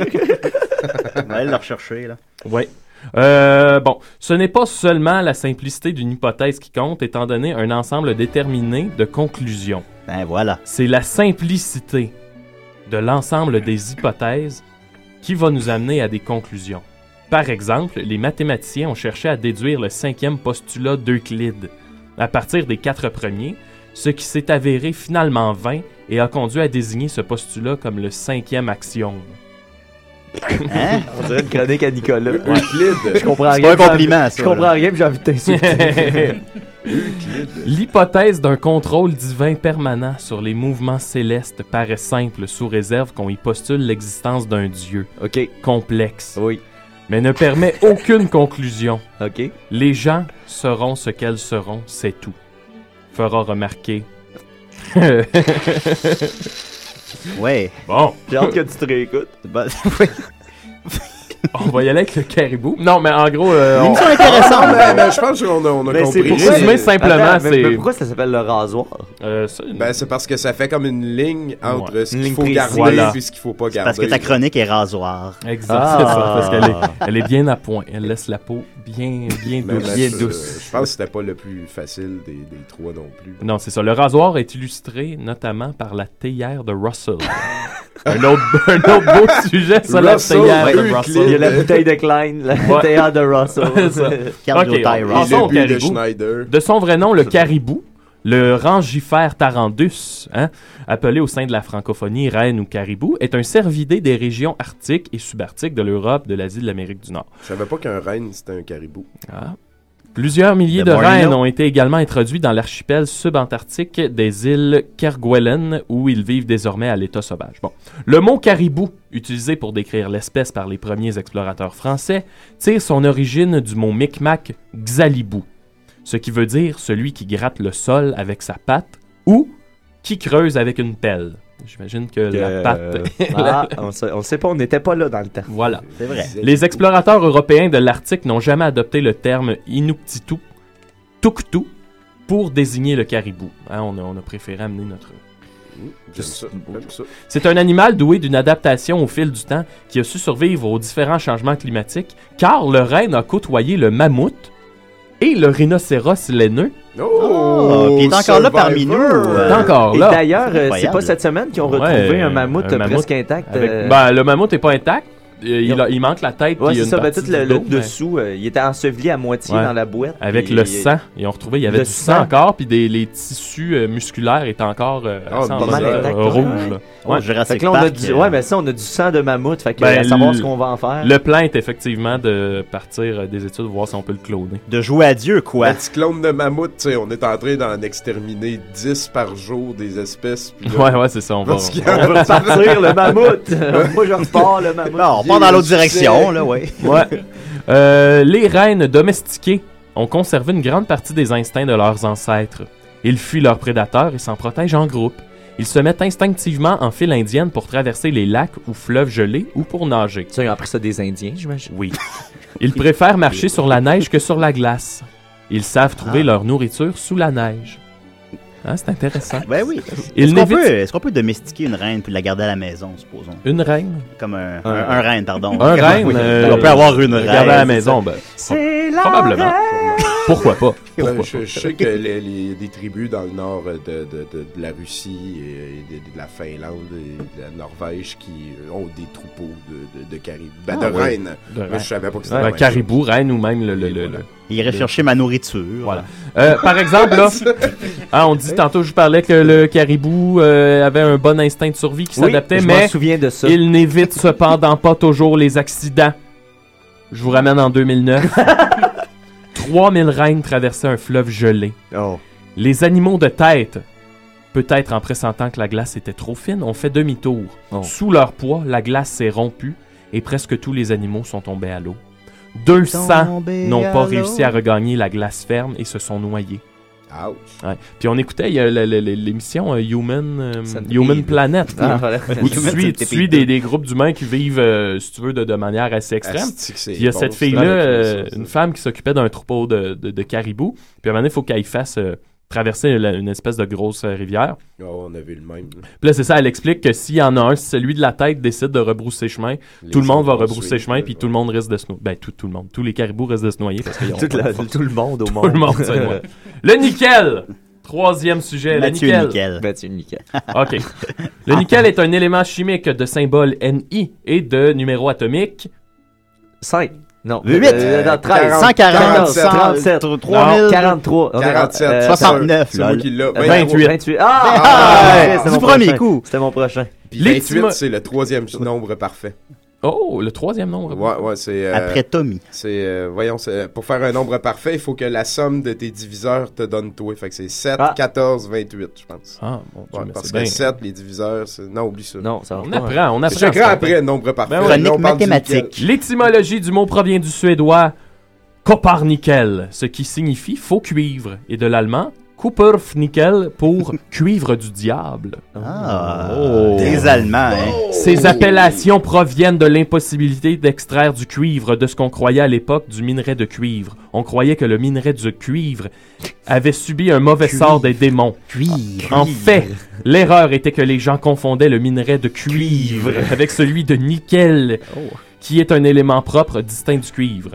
Speaker 4: On va aller le rechercher, là.
Speaker 6: Oui. Euh, bon, ce n'est pas seulement la simplicité d'une hypothèse qui compte, étant donné un ensemble déterminé de conclusions.
Speaker 4: Ben voilà.
Speaker 6: C'est la simplicité de l'ensemble des hypothèses qui va nous amener à des conclusions. Par exemple, les mathématiciens ont cherché à déduire le cinquième postulat d'Euclide à partir des quatre premiers, ce qui s'est avéré finalement vain et a conduit à désigner ce postulat comme le cinquième axiome.
Speaker 7: On dirait une chronique à Nicolas.
Speaker 6: Euclide.
Speaker 7: Je comprends
Speaker 6: C'est
Speaker 7: rien.
Speaker 6: pas un
Speaker 7: puis j'ai envie-
Speaker 6: compliment, ça,
Speaker 7: Je comprends
Speaker 6: là.
Speaker 7: rien, puis j'ai envie de t'insulter.
Speaker 6: L'hypothèse d'un contrôle divin permanent sur les mouvements célestes paraît simple sous réserve qu'on y postule l'existence d'un dieu. Complexe. Mais ne permet aucune conclusion. Les gens seront ce qu'elles seront, c'est tout. Fera remarquer. [laughs]
Speaker 4: ouais.
Speaker 6: Bon.
Speaker 7: J'ai hâte que tu
Speaker 5: [laughs]
Speaker 7: te réécoutes.
Speaker 5: Bah,
Speaker 6: On va y aller avec le caribou. Non, mais en gros. euh, on-
Speaker 5: L'émission est intéressante. Ah, [laughs] ben, ben, je pense qu'on a- on a
Speaker 6: Ben, c'est
Speaker 5: compris.
Speaker 6: pour résumer
Speaker 5: Euh,
Speaker 6: simplement,
Speaker 5: attends, mais- mais
Speaker 6: c'est.
Speaker 5: pourquoi
Speaker 7: ça s'appelle le rasoir?
Speaker 6: Euh,
Speaker 5: Ben, c'est parce que ça fait comme une ligne entre
Speaker 6: Ouais.
Speaker 5: ce
Speaker 6: Une
Speaker 5: qu'il
Speaker 6: ligne
Speaker 5: faut
Speaker 6: précise.
Speaker 5: garder
Speaker 6: Voilà.
Speaker 5: et ce qu'il faut pas
Speaker 4: C'est
Speaker 5: garder.
Speaker 4: parce que ta chronique est rasoir.
Speaker 6: Exact, [laughs] c'est ça,
Speaker 7: Ah.
Speaker 6: parce qu'elle est, elle est bien à point. Elle laisse la peau bien, bien
Speaker 7: Ben,
Speaker 5: Mais
Speaker 6: douce.
Speaker 5: là, je- Je pense que c'était pas le plus facile des, des trois non plus.
Speaker 6: Non, c'est ça. Le rasoir est illustré notamment par la théière de Russell. [laughs] un, autre, un autre beau sujet, ça, la
Speaker 7: Russell,
Speaker 6: théière
Speaker 7: ouais,
Speaker 6: de
Speaker 7: Euclide.
Speaker 6: Russell.
Speaker 7: Il y a la bouteille de Klein, la théière de Russell.
Speaker 6: [laughs] C'est ça.
Speaker 7: [laughs] Cardio
Speaker 6: Ok,
Speaker 7: Tyrone.
Speaker 6: passons
Speaker 7: Et le
Speaker 6: au
Speaker 7: but de
Speaker 6: caribou.
Speaker 5: Schneider.
Speaker 6: De son vrai nom, le caribou, le rangifère tarandus, hein, appelé au sein de la francophonie reine ou caribou, est un cervidé des régions arctiques et subarctiques de l'Europe, de l'Asie, de l'Amérique du Nord.
Speaker 5: Je savais pas qu'un renne, c'était un caribou.
Speaker 6: Ah. Plusieurs milliers
Speaker 5: The
Speaker 6: de
Speaker 5: Borneo.
Speaker 6: rennes ont été également introduits dans l'archipel subantarctique des îles Kerguelen, où ils vivent désormais à l'état sauvage. Bon. Le mot caribou, utilisé pour décrire l'espèce par les premiers explorateurs français, tire son origine du mot micmac xalibou, ce qui veut dire celui qui gratte le sol avec sa patte ou qui creuse avec une pelle. J'imagine que, [laughs] la patte.
Speaker 7: Ah, on, sait, on sait pas, on n'était pas là dans le temps.
Speaker 6: Voilà.
Speaker 7: C'est vrai.
Speaker 6: Les explorateurs européens de l'Arctique n'ont jamais adopté le terme Inuktitut, Tuktu, pour désigner le caribou. Hein, on, a, on a préféré amener notre...
Speaker 5: J'aime ça. J'aime ça.
Speaker 6: C'est un animal doué d'une adaptation au fil du temps qui a su survivre aux différents changements climatiques, car le renne a côtoyé le mammouth et le rhinocéros laineux.
Speaker 7: Ah,
Speaker 5: Oh,
Speaker 4: puis il est encore là parmi nous.
Speaker 6: Il est encore
Speaker 7: Et
Speaker 6: là.
Speaker 7: d'ailleurs, euh, c'est
Speaker 6: Incroyable.
Speaker 7: pas cette semaine qu'ils ont
Speaker 6: Ouais,
Speaker 7: retrouvé un mammouth euh, presque intact.
Speaker 6: avec-
Speaker 7: euh,
Speaker 6: Ben, le mammouth n'est pas intact. Euh, Il, a- il manque la tête.
Speaker 7: Ouais,
Speaker 6: puis
Speaker 7: c'est
Speaker 6: une
Speaker 7: ça, ben,
Speaker 6: partie
Speaker 7: tout
Speaker 6: du
Speaker 7: le, le
Speaker 6: dos, mais-
Speaker 7: dessous, euh, il était enseveli à moitié
Speaker 6: Ouais.
Speaker 7: dans la boîte.
Speaker 6: Avec
Speaker 7: puis-
Speaker 6: le sang. Ils ont retrouvé, il y avait
Speaker 7: Le
Speaker 6: du sang, encore, puis des, les tissus euh, musculaires étaient encore euh,
Speaker 7: Ah,
Speaker 6: sans-
Speaker 7: pas mal
Speaker 6: euh,
Speaker 7: intact,
Speaker 6: rouges.
Speaker 7: ouais. euh,
Speaker 6: là.
Speaker 7: Oh,
Speaker 6: Ouais.
Speaker 7: Fait que là, on a du- Ouais, mais ça, on a du sang de mammouth. Fait que
Speaker 6: Ben,
Speaker 7: à savoir
Speaker 6: le-
Speaker 7: ce qu'on va en faire.
Speaker 6: Le plan est effectivement de partir euh, des études, voir si on peut le cloner.
Speaker 4: De jouer à Dieu, quoi.
Speaker 7: Ben,
Speaker 5: Un petit clone de mammouth, tu sais, on est en train d'en exterminer 10 par jour des espèces. puis là-
Speaker 6: Ouais, ouais, c'est ça, on va-
Speaker 5: Parce qu'il y
Speaker 6: on
Speaker 5: en [laughs]
Speaker 6: va partir le mammouth.
Speaker 7: Moi, je repars le mammouth.
Speaker 4: Non, on part dans l'autre direction, là, ouais.
Speaker 6: [laughs] Ouais. Euh, les reines domestiquées ont conservé une grande partie des instincts de leurs ancêtres. Ils fuient leurs prédateurs et s'en protègent en groupe. Ils se mettent instinctivement en file indienne pour traverser les lacs ou fleuves gelés ou pour nager.
Speaker 7: Ça, ils ont appris ça des Indiens, j'imagine.
Speaker 6: Oui. Ils préfèrent marcher
Speaker 7: Ah.
Speaker 6: sur la neige que sur la glace. Ils savent trouver leur nourriture sous la neige. Ah, c'est intéressant.
Speaker 4: Ben oui.
Speaker 6: Il
Speaker 4: Est-ce qu'on
Speaker 6: n'évite-
Speaker 4: peut, est-ce qu'on peut domestiquer une reine puis la garder à la maison, supposons?
Speaker 6: Une reine?
Speaker 4: Comme un,
Speaker 6: Un-
Speaker 4: un, un reine, pardon.
Speaker 6: Un
Speaker 4: [laughs] Oui,
Speaker 6: reine,
Speaker 4: oui.
Speaker 6: euh,
Speaker 4: on peut avoir une reine.
Speaker 6: garder à la maison, ben,
Speaker 5: C'est
Speaker 6: pro- probablement. Pourquoi pas?
Speaker 5: Ouais,
Speaker 6: Pourquoi
Speaker 5: je,
Speaker 6: pas?
Speaker 5: je sais que les, les- des tribus dans le nord de, de- de- de la Russie et de, de la Finlande et de la Norvège qui euh, ont des troupeaux de, de, de caribous. Ben,
Speaker 6: Ah,
Speaker 5: de
Speaker 6: ouais.
Speaker 5: reines.
Speaker 6: De
Speaker 5: Moi,
Speaker 6: reines.
Speaker 5: je savait pas que c'était
Speaker 6: Ouais,
Speaker 5: la
Speaker 6: Ben, un
Speaker 5: même
Speaker 6: caribou, reine ou même le. le, le, le-
Speaker 4: Il irait
Speaker 6: le-
Speaker 4: chercher ma nourriture.
Speaker 6: Voilà. Euh, par exemple,
Speaker 5: [laughs]
Speaker 6: là, hein, on dit tantôt, je vous parlais que le caribou euh, avait un bon instinct de survie qui
Speaker 7: Oui,
Speaker 6: s'adaptait,
Speaker 7: je m'en
Speaker 6: mais
Speaker 7: souviens de ça.
Speaker 6: il n'évite cependant pas toujours les accidents. Je vous ramène en
Speaker 7: [laughs]
Speaker 6: 2009. 3000 reines traversaient un fleuve gelé.
Speaker 7: Oh.
Speaker 6: Les animaux de tête, peut-être en pressentant que la glace était trop fine, ont fait demi-tour.
Speaker 7: Oh.
Speaker 6: Sous leur poids, la glace s'est rompue et presque tous les animaux sont tombés à l'eau. 200
Speaker 4: Tombés
Speaker 6: n'ont
Speaker 4: à
Speaker 6: pas
Speaker 4: l'eau.
Speaker 6: réussi à regagner la glace ferme et se sont noyés. Ouais. Puis on écoutait il y a le- le- le- l'émission euh, Human, euh, Human Planet,
Speaker 7: Ah,
Speaker 6: hein,
Speaker 7: voilà.
Speaker 6: où tu
Speaker 7: Human,
Speaker 6: suis,
Speaker 7: c'est
Speaker 6: tu suis des, des groupes d'humains qui vivent, euh, si tu veux, de, de manière assez extrême.
Speaker 5: Asti que
Speaker 6: Puis
Speaker 5: c'est
Speaker 6: il y a
Speaker 5: bon,
Speaker 6: cette
Speaker 5: c'est
Speaker 6: fille-là,
Speaker 5: vrai que
Speaker 6: euh, une femme qui s'occupait d'un troupeau de, de- de caribous. Puis à un moment donné, il faut qu'elle fasse euh, traverser la- une espèce de grosse euh, rivière.
Speaker 5: chose. Oh, on avait le même.
Speaker 6: Puis là, c'est ça, elle explique que s'il y en a un, si celui de la tête décide de rebrousser chemin,
Speaker 5: Les
Speaker 6: tout le monde va
Speaker 5: autres vont
Speaker 6: rebrousser
Speaker 5: suivre,
Speaker 6: chemin, puis tout le monde risque de se noyer. Ben, tout, tout le monde. Tous les caribous risquent de se noyer
Speaker 5: [laughs]
Speaker 6: parce qu'ils ont
Speaker 7: Toute
Speaker 6: pas de
Speaker 7: la-
Speaker 6: force.
Speaker 7: tout le monde au
Speaker 6: Tout
Speaker 7: monde.
Speaker 6: le monde, c'est moi. Le nickel! Troisième sujet,
Speaker 7: Mathieu
Speaker 6: le nickel.
Speaker 7: Nickel. Mathieu Nickel.
Speaker 6: OK. Le nickel est un élément chimique de symbole Ni et de numéro atomique.
Speaker 7: 5. Non.
Speaker 6: Huit.
Speaker 7: Euh, non, 13.
Speaker 6: 140,
Speaker 7: 147, 37.
Speaker 6: 3000.
Speaker 7: Non, 43. On est-
Speaker 6: 47,
Speaker 7: euh,
Speaker 6: 69,
Speaker 7: c'est moi
Speaker 6: lol.
Speaker 7: qui l'ai.
Speaker 6: 28.
Speaker 7: 28. Euh, Ah!
Speaker 6: Ah!
Speaker 7: ah,
Speaker 6: Du
Speaker 7: c'est mon
Speaker 6: premier
Speaker 7: prochain.
Speaker 6: coup.
Speaker 7: C'était mon prochain.
Speaker 5: Puis 28, c'est le troisième nombre parfait.
Speaker 6: Oh, le troisième nombre.
Speaker 5: Ouais, ouais, c'est. euh,
Speaker 4: Après Tommy.
Speaker 5: C'est, euh, voyons, c'est- pour faire un nombre parfait, il faut que la somme de tes diviseurs te donne toi. Fait que c'est 7,
Speaker 7: Ah.
Speaker 5: 14, 28, je pense.
Speaker 6: Ah, mon Dieu, mais
Speaker 5: Parce
Speaker 6: c'est
Speaker 5: que
Speaker 6: bien.
Speaker 5: 7, les diviseurs, c'est... Non, oublie ça.
Speaker 7: Non, ça va
Speaker 6: On pas. apprend, on apprend,
Speaker 5: Je checkerai
Speaker 6: ça.
Speaker 5: après, nombre parfait.
Speaker 6: Ben ouais.
Speaker 5: Là, on parle du nickel.
Speaker 6: L'étymologie du mot provient du suédois koparnickel, ce qui signifie faux cuivre, et de l'allemand kupfernickel
Speaker 5: [laughs]
Speaker 6: pour cuivre du diable.
Speaker 4: Ah,
Speaker 6: Oh.
Speaker 4: des Allemands, hein.
Speaker 5: Oh.
Speaker 6: Ces appellations proviennent de l'impossibilité d'extraire du cuivre de ce qu'on croyait à l'époque du minerai de cuivre. On croyait que le minerai du cuivre avait subi un mauvais sort des démons. En fait, [laughs] l'erreur était que les gens confondaient le minerai de cuivre avec celui de nickel, qui est un élément propre distinct du cuivre.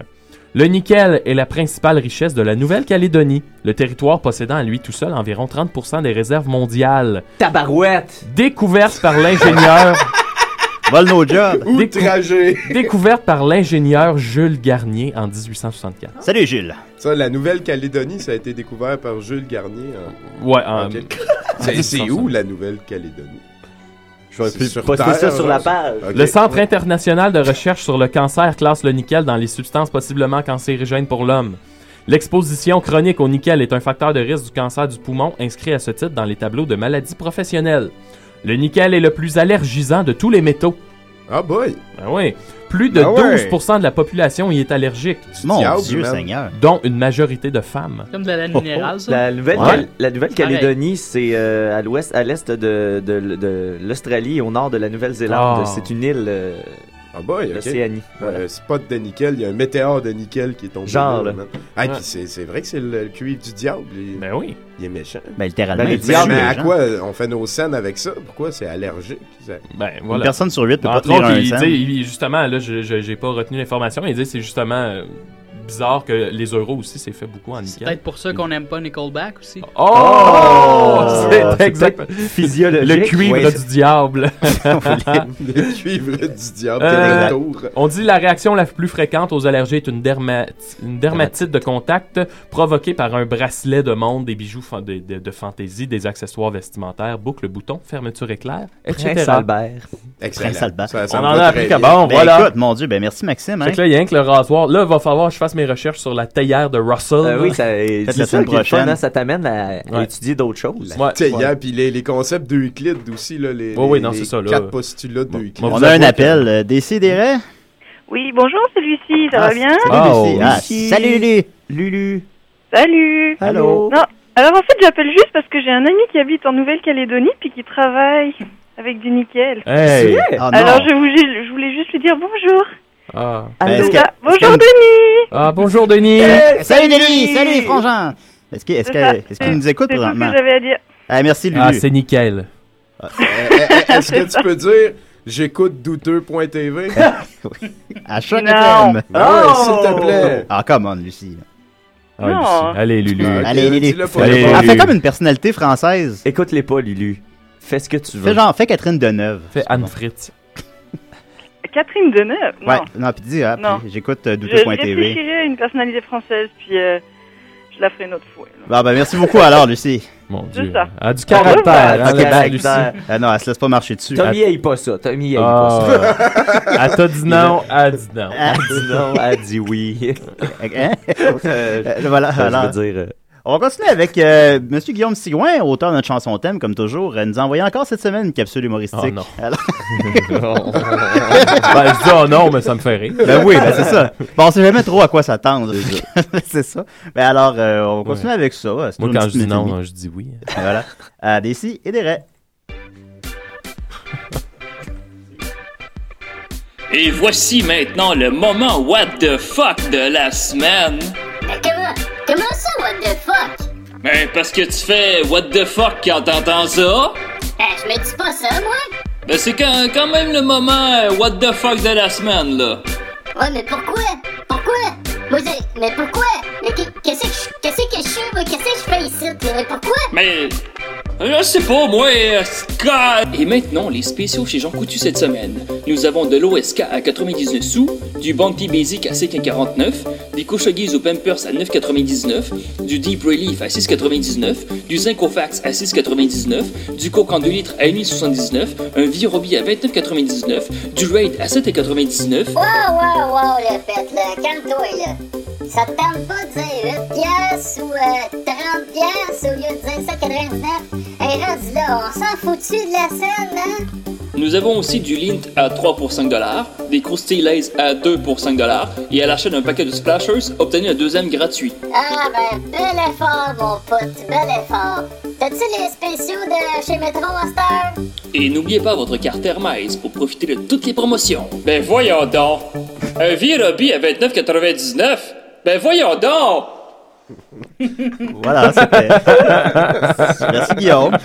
Speaker 6: Le nickel est la principale richesse de la Nouvelle-Calédonie, le territoire possédant à lui tout seul environ 30% des réserves mondiales.
Speaker 7: Tabarouette!
Speaker 6: Découverte par l'ingénieur.
Speaker 4: Vol no job.
Speaker 5: Outragé.
Speaker 6: Découverte par l'ingénieur Jules Garnier en 1864.
Speaker 4: Salut Jules.
Speaker 5: Ça, la Nouvelle-Calédonie, ça a été découvert par Jules Garnier. en-
Speaker 6: Ouais, euh,
Speaker 5: en
Speaker 6: en- [laughs]
Speaker 5: quelque- C'est- C'est où la Nouvelle-Calédonie? Je
Speaker 7: vais poster ça sur
Speaker 5: hein.
Speaker 7: la page.
Speaker 6: Le Centre international de recherche sur le cancer classe le nickel dans les substances possiblement cancérigènes pour l'homme. L'exposition chronique au nickel est un facteur de risque du cancer du poumon inscrit à ce titre dans les tableaux de maladies professionnelles. Le nickel est le plus allergisant de tous les métaux.
Speaker 5: Ah boy!
Speaker 6: Ben oui. Plus de
Speaker 5: Ah ouais.
Speaker 6: 12% de la population y est allergique.
Speaker 4: Mon Diable, Dieu man. Seigneur.
Speaker 6: Dont une majorité de femmes. Oh,
Speaker 10: Comme de la laine minérale, ça.
Speaker 7: La Nouvelle-Cal-
Speaker 6: Ouais.
Speaker 7: la Nouvelle-Calédonie, c'est euh, à l'ouest, à l'est de, de- de l'Australie et au nord de la Nouvelle-Zélande.
Speaker 5: Ah.
Speaker 7: C'est une île euh,
Speaker 5: Ah boy, ok.
Speaker 7: d'Océanie.
Speaker 5: Euh, spot de nickel, il y a un météore de nickel qui est tombé.
Speaker 7: Genre, là.
Speaker 5: man. Ah,
Speaker 7: Ouais.
Speaker 5: puis c'est c'est vrai que c'est le, le cuivre du diable. Il,
Speaker 6: ben oui.
Speaker 5: Il est méchant.
Speaker 4: Ben, littéralement,
Speaker 5: Mais
Speaker 4: il tue
Speaker 5: mais
Speaker 4: les
Speaker 5: à
Speaker 4: gens.
Speaker 5: quoi on fait nos scènes avec ça? Pourquoi c'est allergique? ça?
Speaker 6: Ben,
Speaker 5: [laughs]
Speaker 6: voilà.
Speaker 4: personne sur huit peut pas
Speaker 6: Entre
Speaker 4: tenir
Speaker 6: autres,
Speaker 4: un
Speaker 6: il-
Speaker 4: cent.
Speaker 6: tu sais, il- Justement, là, je- je- j'ai pas retenu l'information, mais il dit c'est justement euh, bizarre que les euros aussi, c'est fait beaucoup en nickel.
Speaker 10: Peut-être pour ça qu'on n'aime pas Nickelback aussi.
Speaker 6: Oh!
Speaker 10: C'est
Speaker 6: [laughs] C'est exact.
Speaker 10: physiologique.
Speaker 6: Le cuivre
Speaker 10: Ouais,
Speaker 6: du
Speaker 10: c'est-
Speaker 6: diable. [laughs]
Speaker 4: [laughs]
Speaker 5: le cuivre du diable, quel retour.
Speaker 6: Euh, on dit la réaction la plus fréquente aux allergies est une, derma- une dermatite de contact provoquée par un bracelet de monde, des bijoux fan- de, de- de fantaisie, des accessoires vestimentaires, boucle, bouton, fermeture éclair, etc.
Speaker 7: Prince Albert.
Speaker 5: Excellent.
Speaker 4: Prince Albert.
Speaker 6: Ça- ça On me en va a très appris qu'à bien. bon,
Speaker 4: Ben,
Speaker 6: voilà.
Speaker 4: Écoute, mon Dieu, ben merci Maxime. Hein.
Speaker 6: Fait que là, il y a rien que le rasoir. Là, il va falloir que je fasse mes recherches sur la théière de Russell.
Speaker 7: Euh, oui,
Speaker 6: [laughs]
Speaker 7: ça,
Speaker 6: Peut-être
Speaker 7: c'est ça qui est le fun, hein, ça t'amène à, à
Speaker 6: Ouais.
Speaker 7: étudier d'autres choses.
Speaker 6: Ouais,
Speaker 5: Tu sais, hier, puis les, les concepts d'Euclide aussi, là, les,
Speaker 6: Ouais, ouais,
Speaker 5: les-
Speaker 6: non,
Speaker 5: les
Speaker 6: c'est ça, là.
Speaker 5: quatre postulats d'Euclide.
Speaker 4: On a un appel. euh, Décidérez.
Speaker 15: Oui, bonjour, c'est Lucie, ça va bien?
Speaker 4: Salut Ah, Lucie. Ah, salut Lulu.
Speaker 7: Lulu.
Speaker 15: Salut!
Speaker 7: Allô?
Speaker 15: Non, alors en fait, j'appelle juste parce que j'ai un ami qui habite en Nouvelle-Calédonie puis qui travaille avec du nickel.
Speaker 6: Hey. C'est vrai? Ah, non.
Speaker 15: alors je voulais, je voulais juste lui dire bonjour.
Speaker 6: Ah.
Speaker 15: Donc, ah, bonjour Denis!
Speaker 6: Ah, bonjour Denis.
Speaker 4: Salut Denis. Salut Frangin. Est-ce que- est-ce que-
Speaker 15: Euh, C'est ça,
Speaker 4: est-ce qu'il nous écoute
Speaker 15: c'est- C'est tout ce
Speaker 4: présentement?
Speaker 15: que j'avais à dire.
Speaker 4: Ah, merci, Lulu. Ah,
Speaker 6: Ah, c'est nickel.
Speaker 5: Eh, Est-ce que tu peux dire j'écoute
Speaker 7: [laughs]
Speaker 5: douteux.tv?
Speaker 4: À chaque
Speaker 5: Non.
Speaker 4: FM.
Speaker 5: Ah ouais, s'il
Speaker 7: Oh.
Speaker 5: te plaît.
Speaker 4: Ah, come on, Lucie.
Speaker 6: Ah, Lucie. Non. Allez, Lulu.
Speaker 4: Ah, ok,
Speaker 6: Allez, Lulu.
Speaker 4: dis-le pas.
Speaker 6: Allez,
Speaker 4: Elle fait
Speaker 6: Lulu.
Speaker 4: comme une personnalité française.
Speaker 7: Écoute-les pas, Lulu. Fais ce que tu veux.
Speaker 4: Fais genre, fais Catherine Deneuve.
Speaker 6: Fais Anne Fritz.
Speaker 15: Catherine Deneuve? Non.
Speaker 4: Ouais, non, puis dis, ah, puis
Speaker 15: Non.
Speaker 4: j'écoute euh,
Speaker 15: Je
Speaker 4: douteux.tv.
Speaker 15: réfléchirai à une personnalité française, puis euh, je la ferai une autre fois. là.
Speaker 4: Bon, ben, merci beaucoup alors, Lucie.
Speaker 6: Mon
Speaker 15: Dieu. C'est ça.
Speaker 6: Ah, du
Speaker 15: caractère,
Speaker 6: hein, la Lucie.
Speaker 4: Ah non, elle se laisse pas marcher dessus.
Speaker 7: Tommy
Speaker 4: Elle-
Speaker 7: aille pas ça. Tommy aille
Speaker 4: Ah.
Speaker 7: pas [laughs]
Speaker 6: [laughs]
Speaker 7: ça.
Speaker 4: Elle t'a dit non,
Speaker 6: elle dit
Speaker 4: [laughs]
Speaker 6: non.
Speaker 7: Elle dit non, elle dit oui.
Speaker 4: Hein? [laughs] Euh, voilà,
Speaker 7: Ça,
Speaker 4: alors.
Speaker 7: Je veux dire. euh,
Speaker 4: On va continuer avec euh, Monsieur Guillaume Sigouin, auteur de notre chanson thème, comme toujours. Euh, nous a envoyé encore cette semaine une capsule humoristique.
Speaker 6: Oh non.
Speaker 4: Alors-
Speaker 6: [laughs] Ben, je dis oh non, mais ça me fait rire.
Speaker 4: Ben oui, ben c'est ça. Bon, on sait jamais trop à quoi s'attendre. [laughs] c'est ça. Ben alors, euh, on va continuer
Speaker 6: Ouais.
Speaker 4: avec ça. ouais, c'est
Speaker 6: Moi,
Speaker 4: toujours une
Speaker 6: quand je
Speaker 4: petite
Speaker 6: dis non,
Speaker 4: minute et
Speaker 6: hein,
Speaker 4: demie.
Speaker 6: je dis oui.
Speaker 4: Voilà. À des si et des raies.
Speaker 2: Et voici maintenant le moment what the fuck de la semaine.
Speaker 14: Comment, comment ça, what the fuck?
Speaker 2: Ben parce que tu fais what the fuck quand t'entends ça.
Speaker 14: Ah, je me dis pas ça, moi.
Speaker 2: Ben c'est quand, quand même le moment euh, what the fuck de la semaine là.
Speaker 14: Ouais, mais pourquoi? Pourquoi? Moi, j'ai- Mais pourquoi? Mais qu'est- qu'est-ce que je qu'est-ce que je suis, moi? Qu'est-ce que je fais ici? là? Mais pourquoi?
Speaker 2: Mais je sais pas moi, euh, Scott. Et maintenant les spéciaux chez Jean Coutu cette semaine. Nous avons de l'OSK à 99 sous, du Bounty Basic à 5,49, des couches à guise aux Pampers à 9,99, du Deep Relief à 6,99, du Zinc au Fax à 6,99, du Coke en 2 litres à 1,79, un Virobi à 29,99, du Raid à 7,99.
Speaker 14: Wow, wow, wow, le pet, là. Calme-toi, là. Ça te tente pas de dire 8 piastres ou euh, 30 piastres au lieu de dire 189? Hey, rendu là, on s'en fout-tu de la scène, hein?
Speaker 2: Nous avons aussi du lint à 3 pour 5 des croustilles Lays à 2 pour 5 et à l'achat d'un paquet de splashers, obtenez un deuxième gratuit.
Speaker 14: Ah, ben, bel effort, mon pote, bel effort. T'as-tu les spéciaux de chez Metro Master?
Speaker 2: Et n'oubliez pas votre carte Hermès pour profiter de toutes les promotions. Ben voyons donc! Un Virobi à 29,99? Ben voyons donc!
Speaker 4: Voilà, c'était. Merci Guillaume.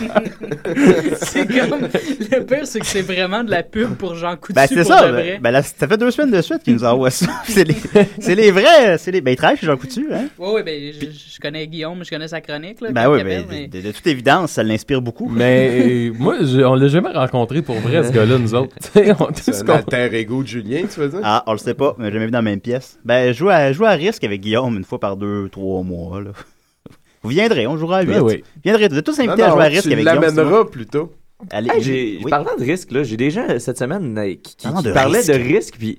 Speaker 10: C'est comme. Le pire, c'est que c'est vraiment de la pub pour Jean Coutu.
Speaker 4: Ben c'est
Speaker 10: pour
Speaker 4: ça.
Speaker 10: de
Speaker 4: Ben,
Speaker 10: vrai.
Speaker 4: ben là, ça fait deux semaines de suite qu'il nous envoie ça. [laughs] c'est les, c'est les vrais. C'est les. Ben il travaille chez Jean Coutu, hein.
Speaker 10: Oui, oui, ben, je, je connais Guillaume, je connais sa chronique. Là,
Speaker 4: Ben
Speaker 10: quand
Speaker 4: oui,
Speaker 10: il
Speaker 4: ben,
Speaker 10: appelle, mais-
Speaker 4: de, de toute évidence, ça l'inspire beaucoup.
Speaker 6: Mais euh, moi, je- on l'a jamais rencontré pour vrai, ce gars-là, nous autres. [laughs]
Speaker 4: un
Speaker 5: alter ego de Julien, tu veux dire?
Speaker 4: Ah, on le sait pas, mais j'ai jamais vu dans la même pièce. Ben, je joue à, je joue à risque avec Guillaume une fois par deux, trois mois, là. [laughs] Vous viendrez, on jouera à 8.
Speaker 7: Ben oui.
Speaker 4: Vous viendrez, vous êtes tous invités
Speaker 7: Non,
Speaker 4: à jouer à
Speaker 7: non,
Speaker 4: risque
Speaker 7: tu
Speaker 4: avec Guillaume.
Speaker 7: l'amèneras
Speaker 4: sinon.
Speaker 5: plutôt.
Speaker 4: Allez,
Speaker 7: Hey, j'ai-
Speaker 4: oui.
Speaker 7: Parlant de risque, là, j'ai des gens euh, cette semaine euh, qui, qui-
Speaker 4: Parlant
Speaker 7: qui
Speaker 4: de
Speaker 7: parlaient
Speaker 4: risque.
Speaker 7: de risque, puis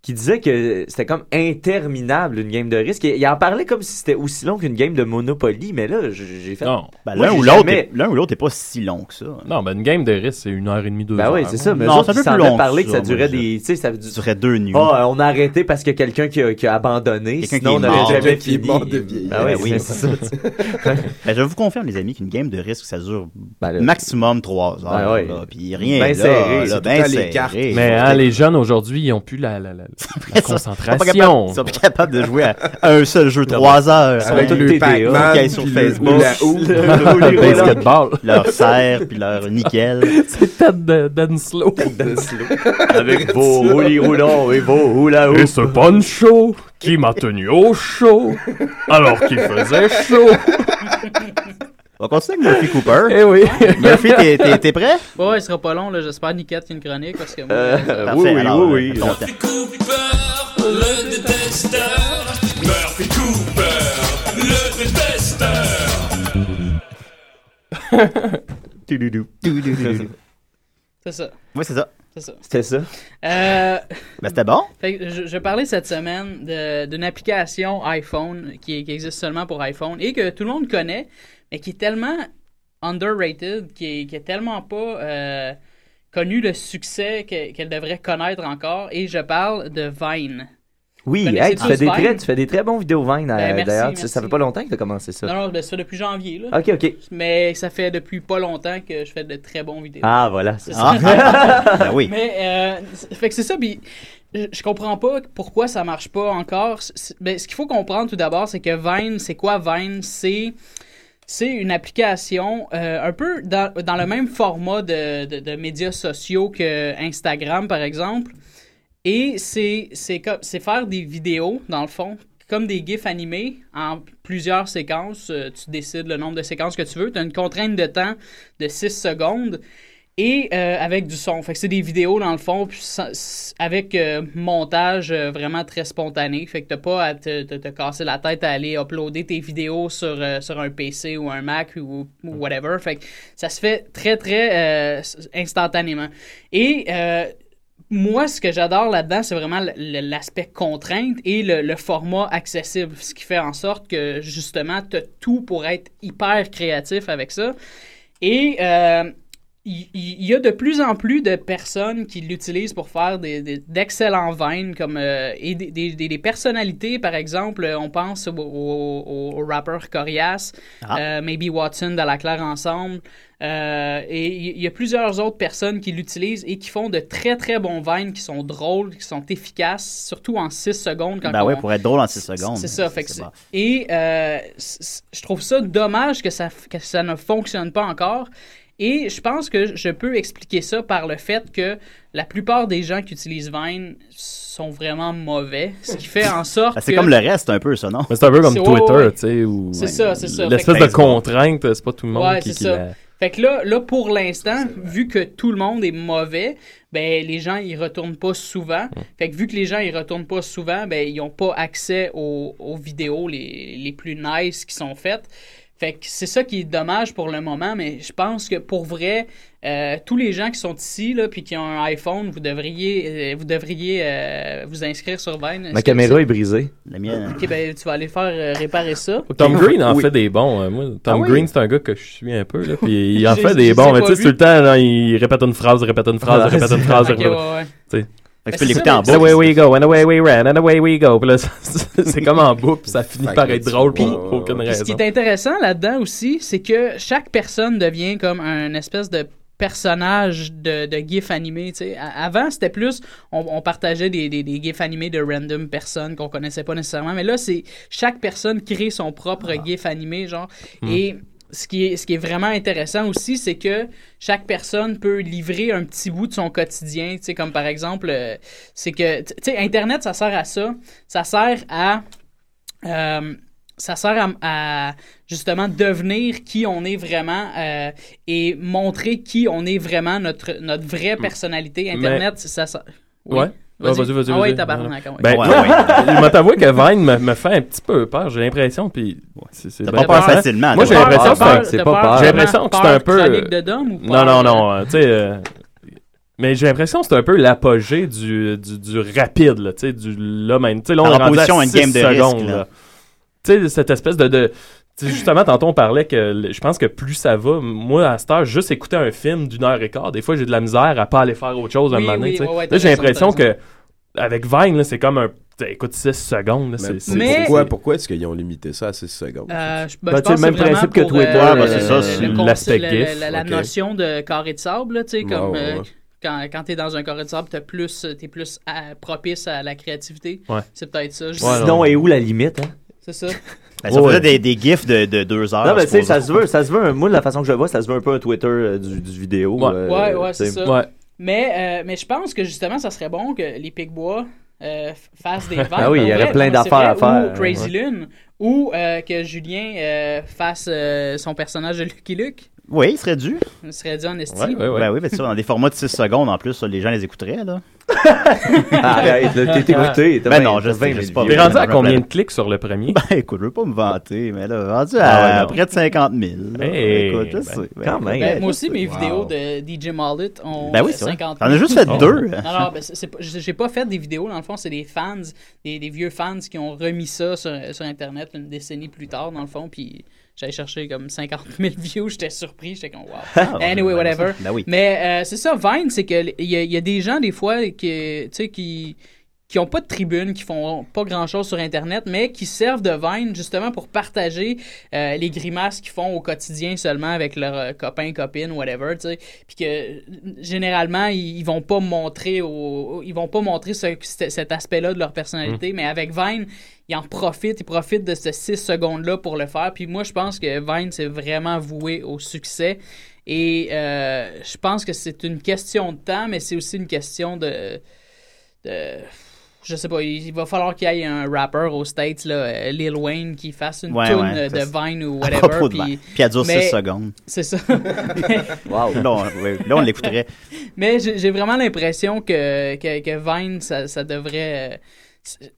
Speaker 7: qui disaient que c'était comme interminable une game de risque. Et, ils en parlaient comme si c'était aussi long qu'une game de Monopoly, mais là, j- j'ai fait.
Speaker 4: Ben,
Speaker 7: Moi,
Speaker 4: l'un
Speaker 7: j'ai
Speaker 4: ou l'autre,
Speaker 7: jamais-
Speaker 4: est- l'un ou l'autre est pas si long que ça. hein.
Speaker 6: Non, ben une game de risque, c'est une heure et demie, deux
Speaker 7: Ben
Speaker 6: heures. hein.
Speaker 7: oui, c'est ça. Mais
Speaker 4: Non,
Speaker 7: eux
Speaker 4: c'est un peu
Speaker 7: autres, ils
Speaker 4: plus
Speaker 7: s'en
Speaker 4: long que
Speaker 7: parlaient que
Speaker 4: ça,
Speaker 7: ça
Speaker 4: moi,
Speaker 7: durait
Speaker 4: je-
Speaker 7: des. Tu sais, ça
Speaker 4: durait deux nuits.
Speaker 7: Ah, on a arrêté parce que quelqu'un qui a, qui a abandonné.
Speaker 4: Quelqu'un
Speaker 7: Sinon,
Speaker 4: qui est
Speaker 7: on
Speaker 4: mort.
Speaker 7: aurait jamais
Speaker 4: Quelqu'un qui est
Speaker 7: fini.
Speaker 4: mort de
Speaker 7: Ben ouais,
Speaker 4: oui,
Speaker 7: c'est
Speaker 4: c'est ça. [laughs] ben, je vous confirme, les amis, qu'une game de risque, ça dure
Speaker 6: Ben
Speaker 4: maximum trois heures.
Speaker 7: Ben ouais.
Speaker 4: là, puis rien
Speaker 7: Ben
Speaker 4: là,
Speaker 7: serré,
Speaker 4: là,
Speaker 7: c'est tout
Speaker 4: ben
Speaker 7: le temps les
Speaker 4: serré.
Speaker 7: cartes.
Speaker 6: Mais hein,
Speaker 4: [laughs]
Speaker 6: les jeunes aujourd'hui, ils ont plus la, la, la- la
Speaker 4: Ils sont- Ils sont pas
Speaker 6: concentration. [laughs]
Speaker 4: capables, ils sont pas capables de [laughs] jouer à, à un seul jeu trois heures.
Speaker 6: Avec
Speaker 4: Ils sont
Speaker 6: le
Speaker 4: tous
Speaker 6: TDA,
Speaker 4: Pac-Man,
Speaker 6: puis
Speaker 4: sur
Speaker 6: le-
Speaker 4: Facebook,
Speaker 6: la hoop,
Speaker 4: [laughs] le-
Speaker 6: le-
Speaker 4: le
Speaker 6: le-
Speaker 4: basketball,
Speaker 6: le-
Speaker 4: leur serre, puis leur nickel.
Speaker 6: C'est Ted de-
Speaker 7: [laughs]
Speaker 6: Denslow.
Speaker 7: Avec vos roulis roulants et vos hula
Speaker 6: Et ce poncho qui m'a tenu au chaud alors qu'il faisait chaud.
Speaker 4: On va continuer avec [laughs] Murphy Cooper.
Speaker 6: Eh oui.
Speaker 4: [laughs] Murphy, t'es- t'es- t'es prêt?
Speaker 10: Ouais, ouais, il sera pas long, là. J'espère Nickette a une chronique parce que moi.
Speaker 4: Euh,
Speaker 10: ça-
Speaker 4: oui, oui, Alors, oui, oui. attends.
Speaker 2: Le détesteur, Murphy Cooper, le détesteur.
Speaker 10: C'est ça.
Speaker 4: Oui, c'est ça.
Speaker 10: C'est ça.
Speaker 7: C'était ça.
Speaker 10: Euh,
Speaker 4: Ben, c'était bon.
Speaker 10: fait que je, je parlais cette semaine de- d'une application iPhone qui, qui existe seulement pour iPhone et que tout le monde connaît, mais qui est tellement underrated, qui est, qui est tellement pas euh, connue le succès que- qu'elle devrait connaître encore. Et je parle de Vine.
Speaker 7: Oui,
Speaker 10: Connaissez
Speaker 7: hey, tu,
Speaker 10: tous
Speaker 7: fais des
Speaker 10: Vine?
Speaker 7: très, tu fais des très bons vidéos Vine,
Speaker 10: Ben,
Speaker 7: euh,
Speaker 10: merci,
Speaker 7: d'ailleurs. Tu-
Speaker 10: merci.
Speaker 7: Ça fait pas longtemps que tu as commencé ça.
Speaker 10: Non, non, ça depuis janvier. Là.
Speaker 7: Ok, ok.
Speaker 10: Mais ça fait depuis pas longtemps que je fais de très bons vidéos.
Speaker 7: Ah, voilà, c'est
Speaker 10: ça.
Speaker 7: ça. [laughs] Ben oui.
Speaker 10: Mais, euh, c'est- fait que c'est ça, puis je je comprends pas pourquoi ça marche pas encore. C'est- ben, ce qu'il faut comprendre tout d'abord, c'est que Vine, c'est quoi Vine? C'est C'est une application euh, un peu dans, dans le même format de, de- de médias sociaux que Instagram, par exemple. Et c'est c'est co- c'est faire des vidéos, dans le fond, comme des GIFs animés en plusieurs séquences. Euh, Tu décides le nombre de séquences que tu veux. Tu as une contrainte de temps de 6 secondes et euh, avec du son. Fait que c'est des vidéos, dans le fond, puis sans- s- avec euh, montage euh, vraiment très spontané. Fait que t'as pas à te, te- te casser la tête à aller uploader tes vidéos sur, euh, sur un PC ou un Mac ou, ou whatever. Fait que ça se fait très, très euh, s- instantanément. Et... euh, moi, ce que j'adore là-dedans, c'est vraiment l- l- l'aspect contrainte et le, le format accessible, ce qui fait en sorte que justement, tu tout pour être hyper créatif avec ça. Et euh, il il y, a de plus en plus de personnes qui l'utilisent pour faire des- des- d'excellents vines comme euh, et des, des- des- des personnalités, par exemple, euh, on pense au, au- au- au rappeur Corias,
Speaker 4: Ah.
Speaker 10: euh, Maybe Watson de la Claire ensemble. euh, et il y- y a plusieurs autres personnes qui l'utilisent et qui font de très très bons vines qui sont drôles, qui sont efficaces, surtout en 6 secondes. Quand
Speaker 4: Ben ouais,
Speaker 10: on-
Speaker 4: pour être drôle en 6 secondes.
Speaker 10: c'est ça. fait que c'est- Et euh, c- c- je trouve ça dommage que ça, f- que ça ne fonctionne pas encore. Et je pense que je peux expliquer ça par le fait que la plupart des gens qui utilisent Vine sont vraiment mauvais, ce qui fait en sorte
Speaker 4: Ben, c'est
Speaker 10: que-
Speaker 4: comme le reste un peu, ça, non?
Speaker 6: Mais c'est un peu comme
Speaker 10: C'est- ouais,
Speaker 6: Twitter,
Speaker 10: ouais.
Speaker 6: tu sais, où
Speaker 10: C'est ça, c'est ça.
Speaker 6: l'espèce
Speaker 10: Fait que-
Speaker 6: de contrainte, c'est pas tout le monde
Speaker 10: ouais,
Speaker 6: qui,
Speaker 10: c'est
Speaker 6: qui
Speaker 10: ça.
Speaker 6: la-
Speaker 10: Fait que là, là pour l'instant, vu que tout le monde est mauvais, ben les gens ils retournent pas souvent. Fait que vu que les gens ils retournent pas souvent, ben ils ont pas accès aux, aux vidéos les, les plus nice qui sont faites. Fait que c'est ça qui est dommage pour le moment, mais je pense que pour vrai, euh, tous les gens qui sont ici là puis qui ont un iPhone, vous devriez euh, vous devriez euh, vous inscrire sur Vine. Est-ce
Speaker 7: Ma
Speaker 10: que
Speaker 7: caméra
Speaker 10: c'est-
Speaker 7: est brisée.
Speaker 4: La mienne.
Speaker 10: Ok, ben tu vas aller faire euh, réparer ça.
Speaker 6: Tom Green en
Speaker 7: [laughs] Oui.
Speaker 6: fait des bons. euh, Moi, Tom
Speaker 7: Ah oui?
Speaker 6: Green, c'est un gars que je suis un peu. Là, puis il en
Speaker 7: J'ai-
Speaker 6: fait
Speaker 7: j'ai
Speaker 6: des bons. Mais
Speaker 7: pas
Speaker 6: tu sais,
Speaker 7: vu.
Speaker 6: tout le temps, là, il répète une phrase, répète une phrase,
Speaker 7: Ah,
Speaker 6: répète une
Speaker 7: c'est-
Speaker 6: phrase.
Speaker 7: Ok,
Speaker 6: répète une-
Speaker 7: ouais, ouais.
Speaker 6: tu sais.
Speaker 7: Fait que
Speaker 6: tu peux
Speaker 7: c'est
Speaker 6: l'écouter
Speaker 7: ça,
Speaker 6: en boucle. And away
Speaker 7: mais-
Speaker 6: we go, and away we ran, and away we go. Puis là, [laughs] c'est c'est comme en boucle, puis ça finit
Speaker 7: Fait
Speaker 6: par
Speaker 7: que
Speaker 6: être
Speaker 7: tu-
Speaker 6: drôle
Speaker 7: Ouais,
Speaker 6: pour aucune
Speaker 10: Puis
Speaker 6: raison.
Speaker 10: ce qui est intéressant là-dedans aussi, c'est que chaque personne devient comme un espèce de personnage de, de gif animé. tu sais. A- Avant, c'était plus, on, on partageait des, des, des gifs animés de random personnes qu'on connaissait pas nécessairement, mais là, c'est chaque personne crée son propre gif animé, genre.
Speaker 16: Hmm.
Speaker 10: Et ce qui, est, ce qui est vraiment intéressant aussi, c'est que chaque personne peut livrer un petit bout de son quotidien. Tu sais, comme par exemple, euh, c'est que, tu sais, Internet, ça sert à ça. Ça sert à euh, ça sert à, à, justement devenir qui on est vraiment euh, et montrer qui on est vraiment, notre, notre vraie personnalité. Internet, ça sert. Oui.
Speaker 6: Hmm. Ouais. Ouais, Vas-y, vas-y,
Speaker 10: Ah ouais,
Speaker 6: vas-y.
Speaker 10: tabarnak. ah ouais.
Speaker 6: Ben,
Speaker 10: Ouais,
Speaker 6: moi,
Speaker 10: ouais.
Speaker 6: je vais t'avouer que Vine me, me fait un petit peu peur, j'ai l'impression, puis... c'est- c'est
Speaker 4: T'as
Speaker 6: bien
Speaker 4: pas peur
Speaker 6: parlant.
Speaker 4: facilement,
Speaker 6: Moi, j'ai
Speaker 4: t'as
Speaker 6: l'impression
Speaker 4: peur.
Speaker 6: que c'est un-
Speaker 4: T'as
Speaker 6: c'est
Speaker 4: peur-
Speaker 6: pas peur.
Speaker 4: peur-
Speaker 6: J'ai l'impression que c'est un
Speaker 4: peur
Speaker 6: peu...
Speaker 4: chronique de Dom ou
Speaker 6: Non,
Speaker 4: peur-
Speaker 6: non, non, euh, tu sais... euh, Mais j'ai l'impression que c'est un peu l'apogée du, du, du rapide, là, tu sais, du... Là, même, tu sais, là, on
Speaker 4: En
Speaker 6: est rendu à
Speaker 4: opposition à une
Speaker 6: six
Speaker 4: game de risque,
Speaker 6: secondes,
Speaker 4: là.
Speaker 6: là. Tu sais, cette espèce de... de- tu sais, justement, tantôt, on parlait que le- je pense que plus ça va, moi, à cette heure, juste écouter un film d'une heure et quart, des fois, j'ai de la misère à pas aller faire autre chose à un
Speaker 7: Oui,
Speaker 6: moment donné.
Speaker 7: oui,
Speaker 6: tu sais.
Speaker 7: ouais, ouais, t'as
Speaker 6: là, j'ai
Speaker 7: raison,
Speaker 6: l'impression
Speaker 7: t'as
Speaker 6: que avec Vine, là, c'est comme un. t'sais, Écoute, 6 secondes. là, c'est- c'est-
Speaker 10: Mais-
Speaker 5: pourquoi, pourquoi est-ce qu'ils ont limité ça à 6 secondes?
Speaker 10: Euh, je-
Speaker 6: Ben,
Speaker 7: Bah,
Speaker 10: ben, je
Speaker 6: tu
Speaker 10: pense
Speaker 6: sais, le même
Speaker 10: c'est vraiment
Speaker 6: principe que
Speaker 10: pour,
Speaker 6: Twitter,
Speaker 10: euh,
Speaker 6: ben, c'est ça,
Speaker 10: le
Speaker 6: c'est
Speaker 10: concept-
Speaker 6: l'aspect
Speaker 10: le-
Speaker 6: GIF.
Speaker 10: le- La
Speaker 6: Ok.
Speaker 10: notion de carré de sable, là, tu sais, comme
Speaker 6: Ouais, ouais,
Speaker 10: euh,
Speaker 6: ouais.
Speaker 10: quand, quand t'es dans un carré de sable, t'es plus, t'es plus à- propice à la créativité.
Speaker 6: Ouais.
Speaker 10: C'est peut-être ça. je-
Speaker 7: Sinon, et où la limite, hein?
Speaker 10: C'est ça.
Speaker 4: Ben, ça
Speaker 7: Ouais.
Speaker 4: faisait des, des gifs de, de deux heures.
Speaker 7: Non, mais tu sais,
Speaker 4: supposons.
Speaker 7: ça se veut, ça se veut, un- moi, de la façon que je le vois, ça se veut un peu un Twitter euh, du, du vidéo. euh,
Speaker 10: Ouais, ouais, c'est
Speaker 7: tu sais.
Speaker 10: ça. Mais, euh, mais je pense que justement, ça serait bon que les Picbois euh, f- fassent des ventes.
Speaker 7: Ah oui, il y aurait plein d'affaires à faire.
Speaker 10: Ou Crazy
Speaker 7: Ouais.
Speaker 10: Lune, ou euh, que Julien euh, fasse euh, son personnage de Lucky Luke.
Speaker 4: Oui, il serait dû.
Speaker 10: Ce serait dit en estime.
Speaker 4: Ouais, ouais, ouais. Ben oui, mais ça, dans des formats de 6 secondes, en plus, ça, les gens les écouteraient, là.
Speaker 7: [laughs]
Speaker 4: [laughs]
Speaker 7: Arrête, là, t'es écouté, t'as
Speaker 4: Ben
Speaker 7: vingt-
Speaker 4: non, je
Speaker 7: t'as
Speaker 4: sais,
Speaker 7: vingt
Speaker 4: je sais pas.
Speaker 6: T'es rendu à combien de clics sur le premier?
Speaker 4: Ben [laughs] écoute, je veux pas me vanter, mais là, rendu à
Speaker 6: Ah ouais, non.
Speaker 4: près de 50 000. là.
Speaker 6: Hey,
Speaker 4: écoute, je
Speaker 6: ben,
Speaker 4: sais.
Speaker 6: quand même.
Speaker 10: Ben,
Speaker 4: écoute,
Speaker 10: moi aussi, mes
Speaker 4: wow.
Speaker 10: vidéos de DJ Mallet ont
Speaker 4: Ben oui, c'est vrai.
Speaker 10: 50
Speaker 4: T'en as juste fait
Speaker 10: Oh.
Speaker 4: deux.
Speaker 10: Non, non, ben, c'est- c'est pas- j'ai j'ai pas fait des vidéos. Dans le fond, c'est des fans, des, des vieux fans qui ont remis ça sur, sur Internet une décennie plus tard, dans le fond. Puis j'allais chercher comme 50 000 views. J'étais surpris. J'étais comme,
Speaker 4: Ah,
Speaker 10: wow.
Speaker 4: bon,
Speaker 10: [laughs] Anyway,
Speaker 4: ben,
Speaker 10: whatever.
Speaker 4: ben oui.
Speaker 10: Mais euh, c'est ça, Vine, c'est qu'il y, a- il y a des gens, des fois, qui, tu sais, qui qui n'ont pas de tribune, qui font pas grand-chose sur Internet, mais qui servent de Vine justement pour partager euh, les grimaces qu'ils font au quotidien seulement avec leurs euh, copains, copines, whatever, tu sais. Puis que euh, généralement, ils, ils vont pas montrer au, ils vont pas montrer ce- ce- cet aspect-là de leur
Speaker 4: Mm.
Speaker 10: personnalité, mais avec Vine, ils en profitent, ils profitent de ces 6 secondes-là pour le faire. Puis moi, je pense que Vine, c'est vraiment voué au succès. Et euh, je pense que c'est une question de temps, mais c'est aussi une question de... de- je sais pas, il il va falloir qu'il y ait un rappeur aux States, là, euh, Lil Wayne, qui fasse une
Speaker 4: Ouais,
Speaker 10: tune
Speaker 4: ouais,
Speaker 10: euh, de
Speaker 4: ça, c'est-
Speaker 10: Vine ou
Speaker 4: à
Speaker 10: whatever.
Speaker 4: propos de
Speaker 10: puis,
Speaker 4: Vine. Puis elle dure six
Speaker 10: mais-
Speaker 4: secondes.
Speaker 10: C'est ça.
Speaker 4: [laughs] Wow. Là, on- ouais, là, on l'écouterait.
Speaker 10: Mais j'ai j'ai vraiment l'impression que, que, que Vine, ça, ça devrait. euh, c'est- c'est-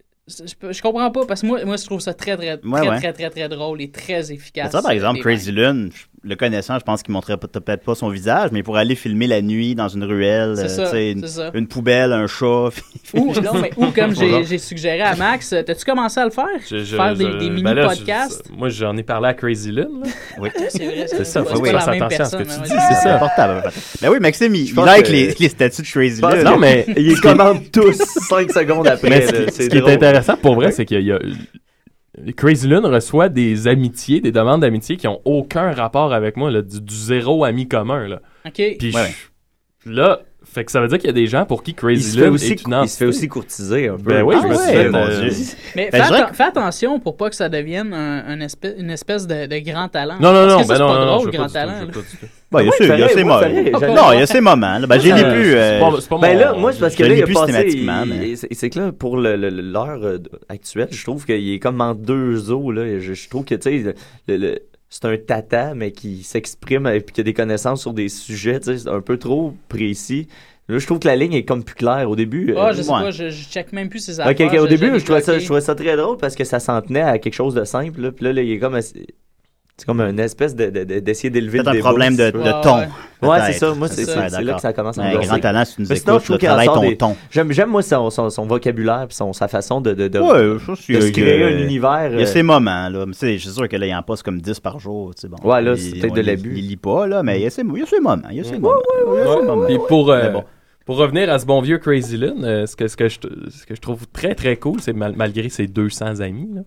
Speaker 10: Je, peux- je comprends pas, parce que moi, moi, je trouve ça très, très, très,
Speaker 4: Ouais,
Speaker 10: très,
Speaker 4: ouais.
Speaker 10: très, très, très drôle et très efficace.
Speaker 4: Mais Ça, par
Speaker 10: euh,
Speaker 4: exemple,
Speaker 10: les
Speaker 4: Crazy Lune, je- le connaissant, je pense qu'il montrait peut- peut-être pas son visage, mais pour aller filmer la nuit dans une ruelle,
Speaker 10: C'est
Speaker 4: euh,
Speaker 10: ça,
Speaker 4: tu sais, une,
Speaker 10: c'est ça.
Speaker 4: une poubelle, un chat. [laughs] puis-
Speaker 10: Ou, non, mais- ou comme j'ai j'ai suggéré à Max, euh, t'as-tu commencé à le faire?
Speaker 6: Je- je-
Speaker 10: faire des,
Speaker 6: je- ben là,
Speaker 10: mini-podcasts?
Speaker 6: je- moi, j'en ai parlé à Crazy Lynn. là.
Speaker 4: Oui.
Speaker 10: C'est vrai,
Speaker 6: C'est ça,
Speaker 10: pas
Speaker 6: faut que tu
Speaker 10: la
Speaker 6: fasses
Speaker 10: même
Speaker 6: attention à ce que
Speaker 10: personne,
Speaker 6: tu
Speaker 10: ouais,
Speaker 6: dis,
Speaker 10: ouais.
Speaker 6: c'est ça.
Speaker 4: Portable. Ben oui, Maxime, il,
Speaker 7: Je
Speaker 4: il
Speaker 7: pense
Speaker 4: like
Speaker 7: que-
Speaker 4: les, les statues de Crazy
Speaker 7: Je pense
Speaker 4: Lune.
Speaker 7: que-
Speaker 6: Non,
Speaker 7: [laughs]
Speaker 6: mais-
Speaker 7: Ils commandent tous 5 secondes après.
Speaker 6: Mais ce
Speaker 7: là,
Speaker 6: qui,
Speaker 7: c'est
Speaker 6: ce qui
Speaker 7: drôle.
Speaker 6: est intéressant pour vrai, c'est qu'il y a. Crazy Lune reçoit des amitiés, des demandes d'amitié qui ont aucun rapport avec moi, là, du, du zéro ami commun. Là.
Speaker 10: OK.
Speaker 6: Puis
Speaker 7: Ouais.
Speaker 6: je- là, fait que ça veut dire qu'il y a des gens pour qui
Speaker 7: Il
Speaker 6: Crazy
Speaker 7: se fait
Speaker 6: Lune
Speaker 7: aussi
Speaker 6: est une
Speaker 7: cou- il se fait
Speaker 6: entité.
Speaker 7: aussi courtiser un peu.
Speaker 6: Ben oui,
Speaker 7: Ah
Speaker 6: je me
Speaker 7: ouais,
Speaker 6: souviens,
Speaker 7: mon
Speaker 6: euh,
Speaker 7: Dieu.
Speaker 10: Mais
Speaker 6: Ben,
Speaker 10: fais,
Speaker 6: je-
Speaker 10: atten- fais attention pour pas que ça devienne un, un espèce, une espèce de, de grand talent.
Speaker 6: Non, non,
Speaker 10: Parce
Speaker 6: non,
Speaker 10: que ça,
Speaker 6: ben
Speaker 10: c'est
Speaker 6: non,
Speaker 10: pas
Speaker 6: non, non,
Speaker 10: drôle,
Speaker 6: je veux
Speaker 10: grand
Speaker 6: pas-
Speaker 10: talent.
Speaker 6: je veux
Speaker 10: là.
Speaker 6: pas-
Speaker 4: Ben, il y a
Speaker 7: Oui,
Speaker 4: sûr- il y a
Speaker 7: pareil,
Speaker 4: ces
Speaker 7: moi,
Speaker 4: moments.
Speaker 7: pareil, j'avais-
Speaker 4: Non, il y a ces moments. là. Ben, j'ai
Speaker 7: Ouais,
Speaker 4: l'ai plus.
Speaker 7: c'est
Speaker 4: euh,
Speaker 7: pas- c'est pas Ben là, moi, c'est parce que
Speaker 4: je
Speaker 7: là,
Speaker 4: l'ai
Speaker 7: il a
Speaker 4: plus
Speaker 7: passé-
Speaker 4: systématiquement,
Speaker 7: il-
Speaker 4: mais-
Speaker 7: il- c'est- C'est que là, pour le- le- le- l'heure euh, actuelle, je trouve qu'il est comme en deux eaux. Là. Je, je trouve que, tu sais, le- le- c'est un tata, mais qui s'exprime et puis qui a des connaissances sur des sujets, tu sais, un peu trop précis. Là, je trouve que la ligne est comme plus claire. Au début,
Speaker 10: Ah,
Speaker 7: euh,
Speaker 10: je sais
Speaker 7: ouais.
Speaker 10: pas, je, je check même plus ses
Speaker 7: Ok,
Speaker 10: affaires.
Speaker 7: ok, au
Speaker 10: je- je
Speaker 7: début,
Speaker 10: l'ai
Speaker 7: je trouvais, ça,
Speaker 10: bloqué.
Speaker 7: je trouvais ça très drôle parce que ça s'en tenait à quelque chose de simple. Là, puis là, là, il est comme. assez- C'est comme une espèce de- de- de- d'essayer d'élever le
Speaker 4: Peut-être un
Speaker 7: débat,
Speaker 4: problème
Speaker 7: si
Speaker 4: de-
Speaker 7: tu veux.
Speaker 4: de ton,
Speaker 7: Ouais,
Speaker 4: peut-être.
Speaker 7: c'est ça. Moi, c'est
Speaker 4: C'est ça,
Speaker 7: c'est- c'est là
Speaker 4: d'accord.
Speaker 7: que ça commence à
Speaker 4: Un
Speaker 7: me brasser.
Speaker 4: grand talent, si tu nous
Speaker 7: Mais sinon,
Speaker 4: écoutes,
Speaker 7: je trouve
Speaker 4: là,
Speaker 7: qu'il en
Speaker 4: travaille
Speaker 7: sort
Speaker 4: ton
Speaker 7: des-
Speaker 4: ton.
Speaker 7: J'aime, j'aime, moi, son, son, son vocabulaire puis son, sa façon de, de, de,
Speaker 4: Ouais, ça, c'est-
Speaker 7: de
Speaker 4: il
Speaker 7: se
Speaker 4: y a-
Speaker 7: créer un univers.
Speaker 4: Il y a
Speaker 7: euh,
Speaker 4: ces moments, là. Mais c'est- je suis sûr que là, il en passe comme 10 par jour. tu sais, Bon,
Speaker 7: Ouais, là,
Speaker 4: Il-
Speaker 7: c'est peut-être
Speaker 4: on-
Speaker 7: de
Speaker 4: il-
Speaker 7: l'abus.
Speaker 4: Il, lit pas, là, mais il y a ces, il y a ces moments. Il y a ces moments. Il y a ces moments.
Speaker 6: Puis pour, euh,
Speaker 4: Mais bon.
Speaker 6: pour revenir à ce bon vieux Crazy Lynn, euh, ce, que, ce, que je, ce que je trouve très très cool, c'est mal- malgré ses 200 amis, là,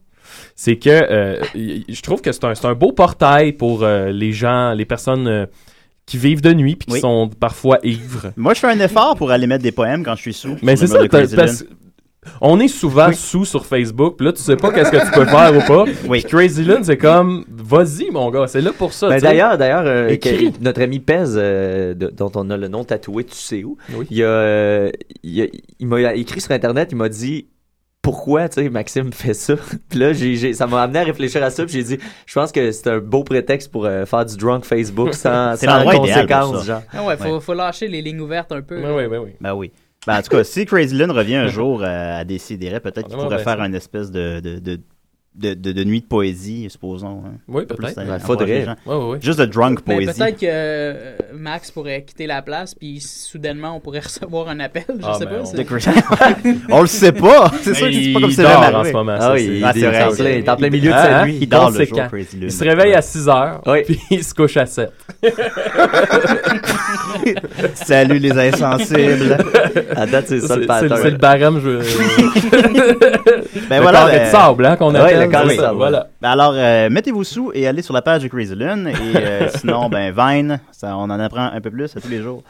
Speaker 6: c'est que euh, y- je trouve que c'est un, c'est un beau portail pour euh, les gens, les personnes euh, qui vivent de nuit puis qui
Speaker 4: Oui.
Speaker 6: sont parfois ivres.
Speaker 4: Moi, je fais un effort pour aller mettre des poèmes quand je suis sous.
Speaker 6: Mais
Speaker 4: sur
Speaker 6: c'est ça,
Speaker 4: le mur de
Speaker 6: t'as-
Speaker 4: Crazy
Speaker 6: parce-
Speaker 4: Lune.
Speaker 6: on est souvent sous sur Facebook, puis là, tu sais
Speaker 4: Ah.
Speaker 6: pas qu'est-ce que tu peux faire ou pas. Puis Crazy Lune, c'est comme, vas-y, mon gars, c'est là pour ça.
Speaker 7: Ben,
Speaker 6: tu sais.
Speaker 7: d'ailleurs, d'ailleurs, euh,
Speaker 6: Écris.
Speaker 7: que- notre ami Pez, euh, de- dont on a le nom tatoué, tu sais où, il, a, euh, il, a- il m'a écrit sur Internet, il m'a dit pourquoi, tu sais, Maxime fait ça. [laughs] puis là, j'ai, j'ai- ça m'a amené à réfléchir à ça, puis j'ai dit, je pense que c'est un beau prétexte pour euh, faire du
Speaker 4: [laughs]
Speaker 7: drunk Facebook sans,
Speaker 4: C'est
Speaker 7: sans
Speaker 4: l'endroit idéal pour ça.
Speaker 7: conséquence, genre.
Speaker 10: Ah ouais, faut, faut lâcher les lignes ouvertes un peu. là.
Speaker 4: Ben oui. Ben, en tout cas, si Crazy Lune revient un jour euh, à, à décider, peut-être qu'il
Speaker 6: aimerait
Speaker 4: pourrait
Speaker 6: bien
Speaker 4: faire
Speaker 6: ça.
Speaker 4: une espèce de, de, de, de, de- de nuit de poésie, supposons. hein.
Speaker 6: Oui,
Speaker 4: Plus
Speaker 6: peut-être.
Speaker 4: à-
Speaker 6: Ben,
Speaker 4: à
Speaker 6: faudrait.
Speaker 4: voir les gens.
Speaker 6: Ouais, ouais, ouais.
Speaker 4: Juste de drunk
Speaker 10: Mais
Speaker 4: poésie.
Speaker 10: peut-être que euh, Max pourrait quitter la place, puis soudainement, on pourrait [laughs] recevoir un appel. Je
Speaker 6: Ah,
Speaker 10: sais
Speaker 6: ben,
Speaker 10: pas.
Speaker 6: on-
Speaker 10: c'est-
Speaker 6: De
Speaker 4: Crazy- [laughs] On le
Speaker 6: [laughs]
Speaker 4: sait pas. C'est sûr que c'est pas comme
Speaker 6: il
Speaker 4: ça
Speaker 6: dort
Speaker 4: jamais
Speaker 6: en
Speaker 4: arrivé.
Speaker 6: ce moment.
Speaker 4: Ah
Speaker 6: ça,
Speaker 4: oui,
Speaker 6: c'est-
Speaker 4: il- Ah, c'est il- vrai, il- c'est vrai.
Speaker 7: il est en plein milieu de
Speaker 6: Ah,
Speaker 7: sa
Speaker 6: hein,
Speaker 7: nuit.
Speaker 6: Il dort le
Speaker 7: Conséquent.
Speaker 6: jour,
Speaker 7: Crazy Lune.
Speaker 6: Il se réveille à 6 heures, [laughs] puis il se couche à
Speaker 7: [laughs]
Speaker 6: 7.
Speaker 4: Salut
Speaker 6: [laughs]
Speaker 4: les insensibles.
Speaker 7: À date, c'est ça le pattern.
Speaker 6: C'est le barème. Je...
Speaker 4: [laughs] Ben
Speaker 6: le
Speaker 4: voilà,
Speaker 6: carré de
Speaker 4: euh,
Speaker 6: sable hein, qu'on appelle.
Speaker 4: ouais, le carré de
Speaker 6: c'est ça,
Speaker 4: sable.
Speaker 6: Voilà.
Speaker 4: Ben alors, euh, mettez-vous sous et allez sur la page de Crazy Lune.
Speaker 6: [laughs]
Speaker 4: Et euh, sinon, ben Vine, ça, on en apprend un peu plus à tous les jours.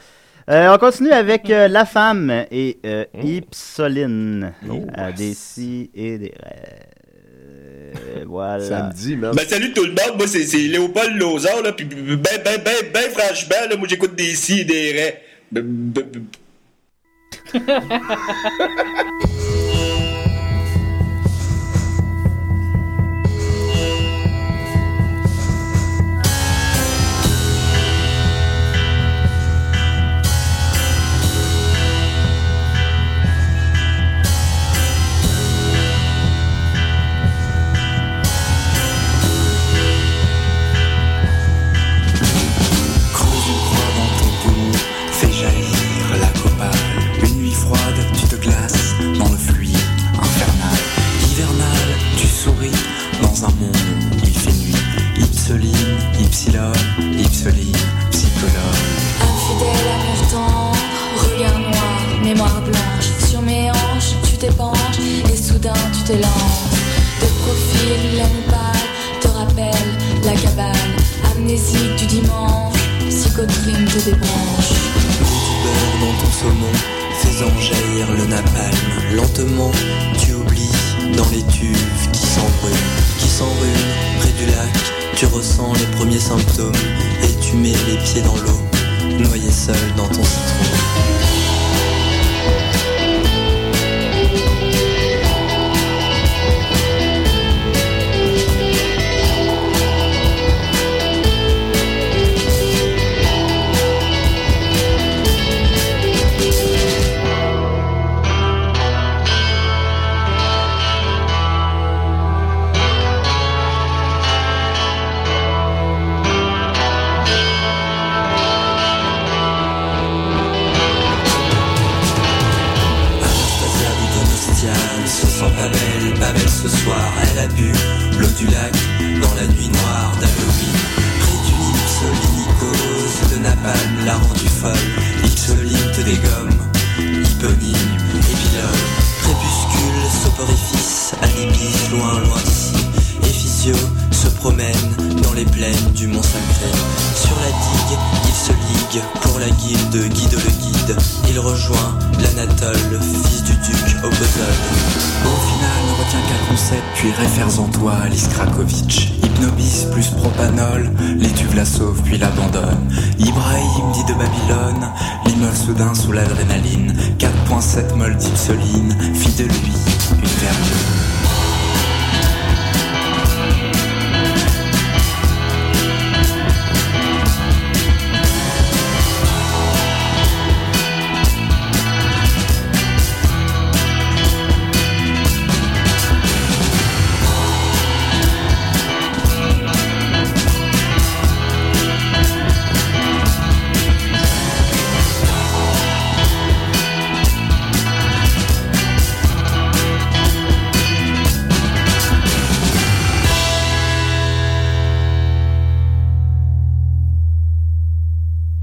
Speaker 4: Euh, on continue avec euh, La Femme et euh,
Speaker 6: Oh.
Speaker 4: Ipsoline. à des si et des rêves. Euh, Voilà.
Speaker 5: Samedi, man.
Speaker 12: Euh, Ben salut tout le monde, moi c'est c'est Léopold Lozard là, puis ben ben ben ben franchement là, moi j'écoute des si et des raies. Ben, ben, ben,
Speaker 11: dans ton cou, fais jaillir la copale. Une nuit froide, tu te glaces dans le fluide infernal. Hivernal, tu souris dans un monde, il fait nuit. Ipsoline, ipsilone, ipsoline, psychologue.
Speaker 16: Infidèle à mon tendre, regard noir, mémoire blanche. Sur mes hanches, tu t'épanches excellent. De profil, l'animal te rappelle la cabane. Amnésique du dimanche, psychotrine te débranche.
Speaker 17: Du beurre dans ton saumon, faisant jaillir le napalm. Lentement, tu oublies dans les tuves qui s'embrument, qui s'enrhument près du lac. Tu ressens les premiers symptômes et tu mets les pieds dans l'eau, noyé seul dans ton citron. Anastasia dit Donostiane se sent pas belle, pas belle ce soir. Elle a bu l'eau du lac dans la nuit noire d'Halloween. Près d'une ipsolynicose de napalm l'a rendue folle. Ipsoline te dégomme, hyponyme, épilogue. Crépuscule, soporifice, alibis, loin, loin d'ici. Éphysio se promène dans les plaines du Mont Sacré. Sur la digue, il se ligue pour la guilde, guide le guide. Il rejoint l'Anatole, fils du duc au puzzle. Au final, ne retient qu'un concept, puis réfères en toi à Alice Krakowicz. Hypnobis plus propanol, l'étuve la sauve puis l'abandonne. Ibrahim dit de Babylone, l'immeuble soudain sous l'adrénaline. 4.7 mol d'Ipsoline, fit de lui une vertu.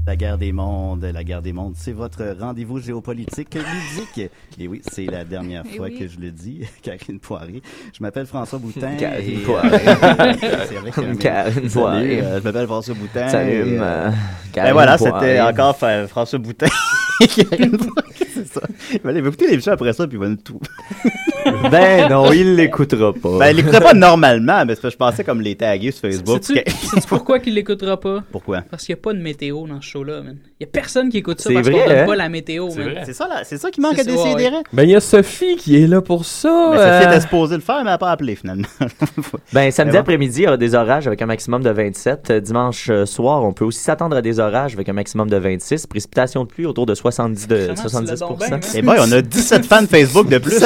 Speaker 8: La guerre des mondes, la guerre des mondes, c'est votre rendez-vous géopolitique ludique. Et oui, c'est la dernière
Speaker 11: Eh
Speaker 8: fois
Speaker 11: oui.
Speaker 8: que je le dis, [laughs] Karine Poiré. Je m'appelle François Boutin.
Speaker 7: Karine
Speaker 8: et-
Speaker 4: euh,
Speaker 7: [laughs]
Speaker 8: euh,
Speaker 7: Poiré.
Speaker 8: C'est vrai que-
Speaker 7: Karine
Speaker 8: Salut,
Speaker 7: Poiré.
Speaker 8: euh, Je m'appelle François Boutin.
Speaker 7: Salut,
Speaker 8: et,
Speaker 7: euh,
Speaker 8: ben
Speaker 7: Karine
Speaker 8: voilà,
Speaker 7: Poiré.
Speaker 8: c'était encore [laughs] Fra- François
Speaker 7: [laughs]
Speaker 8: Boutin. et Karine Poiré, c'est ça. Il va aller écouter l'émission après ça, puis il va nous tout. [laughs]
Speaker 7: Ben non, il l'écoutera pas.
Speaker 8: Ben, il l'écouterait pas normalement, mais c'est parce que je pensais comme les taguer sur Facebook. [laughs]
Speaker 10: Sais-tu sais-tu pourquoi qu'il l'écoutera pas?
Speaker 8: Pourquoi?
Speaker 10: Parce qu'il n'y a pas de météo dans ce show-là, man. Il n'y a personne qui écoute ça
Speaker 6: C'est
Speaker 10: parce qu'on
Speaker 6: vrai,
Speaker 10: donne
Speaker 6: hein?
Speaker 10: pas la météo,
Speaker 6: C'est
Speaker 10: man.
Speaker 6: vrai.
Speaker 8: C'est ça, là, c'est ça qui manque à
Speaker 10: C'est ça, ouais,
Speaker 8: décider.
Speaker 10: ouais.
Speaker 6: Ben, il y a Sophie qui est là pour ça.
Speaker 8: Mais Sophie
Speaker 6: euh.
Speaker 8: était supposée le faire, mais elle n'a pas appelé finalement. [laughs]
Speaker 7: Ben, samedi
Speaker 8: Mais bon.
Speaker 7: après-midi, il y aura des orages avec un maximum de 27. Euh, Dimanche euh, soir, on peut aussi s'attendre à des orages avec un maximum de 26. Précipitation de pluie autour de 70 de, 70
Speaker 8: Et Eh boy, on a 17 fans Facebook de plus.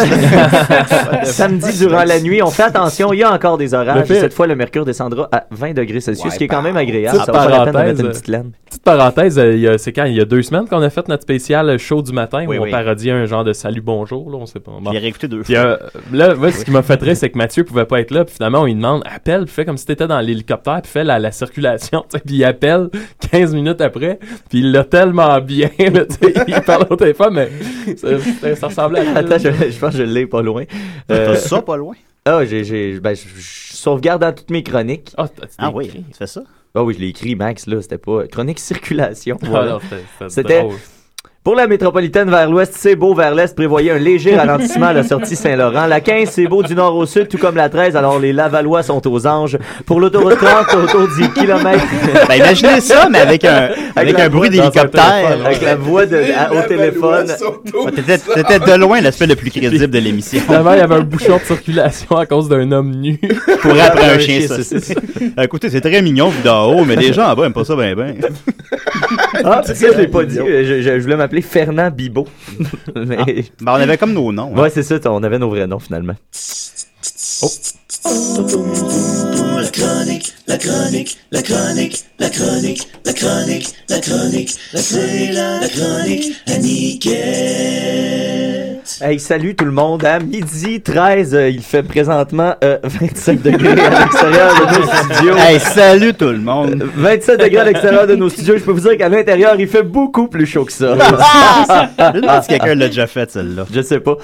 Speaker 8: [laughs]
Speaker 7: Samedi durant la nuit, on fait attention, il y a encore des
Speaker 6: Le
Speaker 7: orages.
Speaker 6: pire-
Speaker 7: Et cette fois, le mercure descendra à 20 degrés Celsius,
Speaker 6: Ouais,
Speaker 7: ce qui est quand
Speaker 6: bah,
Speaker 7: même agréable. Ça
Speaker 6: petite
Speaker 7: va pas la peine de
Speaker 6: parenthèse,
Speaker 7: mettre une
Speaker 6: euh,
Speaker 7: petite laine.
Speaker 6: Petite parenthèse, euh, il y a- c'est quand il y a deux semaines qu'on a fait notre spécial show du matin
Speaker 7: Oui,
Speaker 6: où
Speaker 7: oui.
Speaker 6: on parodiait un genre de salut bonjour, là, on sait pas. Bon.
Speaker 8: l'ai réécouté deux
Speaker 6: Puis,
Speaker 8: fois.
Speaker 6: euh, là, moi, ce qui m'a fait rire, c'est que Mathieu pouvait pas être là, puis finalement, on lui demande appelle, puis fais comme si t'étais dans l'hélicoptère, puis fais la, la circulation, [laughs] tu sais, puis il appelle 15 minutes après, puis il l'a tellement bien, [laughs] là, tu sais, il parle au téléphone, mais ça, ça- ça ressemblait à.
Speaker 7: [laughs] Attends, je, je pense que je l'ai pas loin. Euh,
Speaker 6: T'as ça pas
Speaker 8: loin?
Speaker 7: [laughs] Ah, j'ai, j'ai, ben, je, je sauvegarde dans toutes mes chroniques.
Speaker 8: Ah oui, écrit? tu fais ça?
Speaker 7: Ah oui, je l'ai écrit, Max, là, c'était pas... Chronique circulation,
Speaker 6: Ah
Speaker 7: voilà.
Speaker 6: non, c'était- c'était drôle.
Speaker 7: Pour la métropolitaine vers l'ouest, c'est beau vers l'est, prévoyait
Speaker 8: [laughs]
Speaker 7: un léger ralentissement à la sortie Saint-Laurent. La 15, c'est beau du nord au sud, tout comme la 13, alors les Lavallois sont aux anges. Pour l'autoroute 30, autour du kilomètre...
Speaker 8: [laughs] Ben, imaginez ça, mais avec un- avec
Speaker 7: la
Speaker 8: un bruit
Speaker 7: voix dans un
Speaker 8: d'hélicoptère.
Speaker 7: téléphone, Avec la voix de, à- au téléphone.
Speaker 8: Ouais, T'étais t'étais de loin l'aspect le plus crédible de l'émission.
Speaker 6: [laughs] Finalement, il y
Speaker 8: [laughs]
Speaker 6: avait un bouchon de circulation à cause d'un homme nu.
Speaker 8: Courait après un chien [laughs] saucisse. Écoutez, c'est très mignon vu d'en haut, mais les gens en bas aiment pas ça ben ben.
Speaker 7: Ah, ça, je l'ai pas dit. euh, Je, je- je voulais m'appeler
Speaker 6: [laughs]
Speaker 7: Fernand Bibot. Mais...
Speaker 8: Ah. Ben, on avait comme nos noms.
Speaker 7: Ouais, c'est ça, t- on avait nos vrais noms finalement. Oh.
Speaker 11: La chronique, la chronique, la chronique, la chronique, la chronique, la chronique, la chronique, la chronique, la chronique, la
Speaker 7: Hey, salut tout le monde. À midi 13, euh, il fait présentement euh, [laughs] 27 degrés à l'extérieur
Speaker 4: [laughs]
Speaker 7: de nos studios.
Speaker 4: Hey, salut tout le monde.
Speaker 7: 27 degrés à l'extérieur
Speaker 4: [laughs]
Speaker 7: de nos studios. Je peux vous dire qu'à l'intérieur, il fait beaucoup plus chaud que ça.
Speaker 4: Ah, Je pense que quelqu'un l'a déjà fait, celle-là.
Speaker 7: Je sais pas.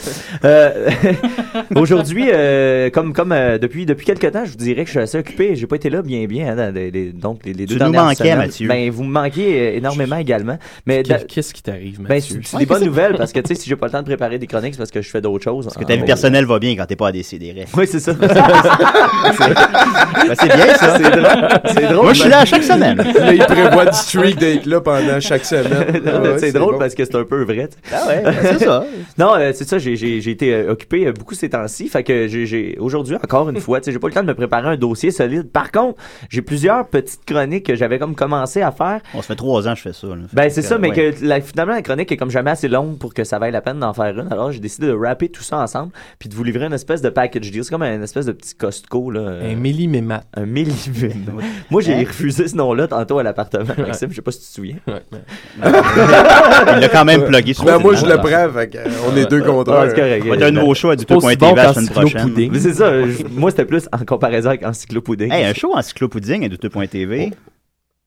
Speaker 7: Euh, [laughs] Aujourd'hui, euh, comme, comme euh, depuis, depuis quelques temps, je vous dirais que je suis assez occupé. J'ai pas été là bien, bien. hein, dans les- les- donc, les, les deux
Speaker 4: nous
Speaker 7: dernières
Speaker 4: manquais,
Speaker 7: semaines.
Speaker 4: Mathieu.
Speaker 7: Ben, vous me manquiez euh, énormément également. Mais
Speaker 6: Qu'est-
Speaker 7: da-
Speaker 6: Qu'est-ce qui t'arrive,
Speaker 7: ben,
Speaker 6: Mathieu?
Speaker 7: c'est c'est des bonnes nouvelles parce que tu sais, si j'ai pas le temps de préparer des chroniques, c'est parce que je fais d'autres choses. hein. Parce
Speaker 4: Que ta vie personnelle va bien quand t'es pas à décider.
Speaker 7: Oui, c'est ça. [laughs]
Speaker 4: Ben, c'est bien, ça.
Speaker 7: C'est drôle. C'est drôle.
Speaker 4: Moi, je suis là à chaque semaine.
Speaker 5: Là, il prévoit du streak d'être là pendant chaque semaine. Ah
Speaker 7: [laughs]
Speaker 4: Ah
Speaker 7: Non, mais c'est drôle
Speaker 5: [laughs]
Speaker 7: parce que c'est un peu vrai. Ah
Speaker 4: ouais, ben, c'est ça.
Speaker 7: [laughs] non, euh, c'est ça, j'ai, j'ai, j'ai été euh, occupé euh, beaucoup ces temps-ci. Fait que j'ai, j'ai- aujourd'hui, encore une fois, tu sais, j'ai pas eu le temps de me préparer un dossier solide. Par contre, j'ai plusieurs petites chroniques que j'avais comme commencé à faire.
Speaker 4: On se fait trois ans, je fais ça. là.
Speaker 7: Ben,
Speaker 4: Fait
Speaker 7: c'est
Speaker 4: que,
Speaker 7: ça, mais
Speaker 4: ouais.
Speaker 7: que la- finalement, la chronique est comme jamais assez longue pour que ça vaille la peine d'en faire une. Alors, j'ai décidé de rapper tout ça ensemble, puis de vous livrer une espèce de package deal. C'est comme un espèce de petit Costco, là.
Speaker 6: Un millimémat.
Speaker 4: [laughs]
Speaker 7: Un millimémat. Moi, j'ai
Speaker 6: Hein?
Speaker 7: refusé ce nom-là tantôt à l'appartement,
Speaker 6: Ouais.
Speaker 7: Maxime. Je sais pas si tu te souviens.
Speaker 4: Il l'a quand même plugué.
Speaker 7: Mais
Speaker 4: Ben, moi, je le
Speaker 5: prends, fait
Speaker 4: euh, on est deux contre un.
Speaker 7: c'est correct.
Speaker 4: On va être un nouveau show à du
Speaker 7: Pas aussi
Speaker 4: 2.tv la
Speaker 7: qu'en
Speaker 4: semaine prochaine.
Speaker 7: Cyclopouding. Mais c'est ça. je- moi, c'était plus en comparaison avec Encyclopouding.
Speaker 4: Hey, un show hein, encyclopouding à 2.tv.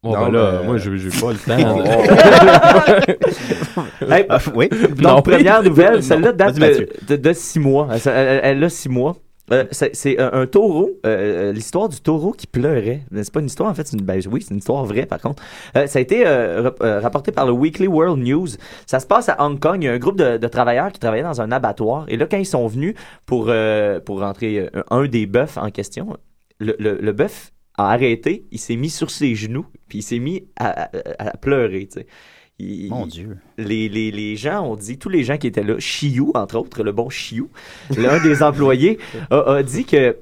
Speaker 6: Oh, ben là, moi, j'ai- j'ai pas le [laughs]
Speaker 4: temps.
Speaker 7: [laughs] Hey,
Speaker 4: Ah, [laughs] oui.
Speaker 7: Donc,
Speaker 4: Non.
Speaker 7: première nouvelle,
Speaker 4: [laughs]
Speaker 7: celle-là
Speaker 4: Non.
Speaker 7: date
Speaker 4: Vas-y, Mathieu.
Speaker 7: de, de, de six mois. Elle, elle- elle a six mois. Euh, c'est c'est un, un taureau, euh, euh, l'histoire du taureau qui pleurait. Mais C'est pas une histoire, en fait, c'est une, ben, oui, c'est une histoire vraie, par contre. Euh, ça a été euh, rap- euh, rapporté par le Weekly World News. Ça se passe à Hong Kong. Il y a un groupe de, de travailleurs qui travaillaient dans un abattoir. Et là, quand ils sont venus pour, euh, pour rentrer euh, un des bœufs en question, le, le, le bœuf a arrêté, il s'est mis sur ses genoux, puis il s'est mis à, à- à pleurer, tu sais. Il-
Speaker 4: Mon
Speaker 7: il-
Speaker 4: Dieu.
Speaker 7: les, les, les gens ont dit, tous les gens qui étaient là, Chiou, entre autres, le bon Chiou, l'un des employés, a, a dit que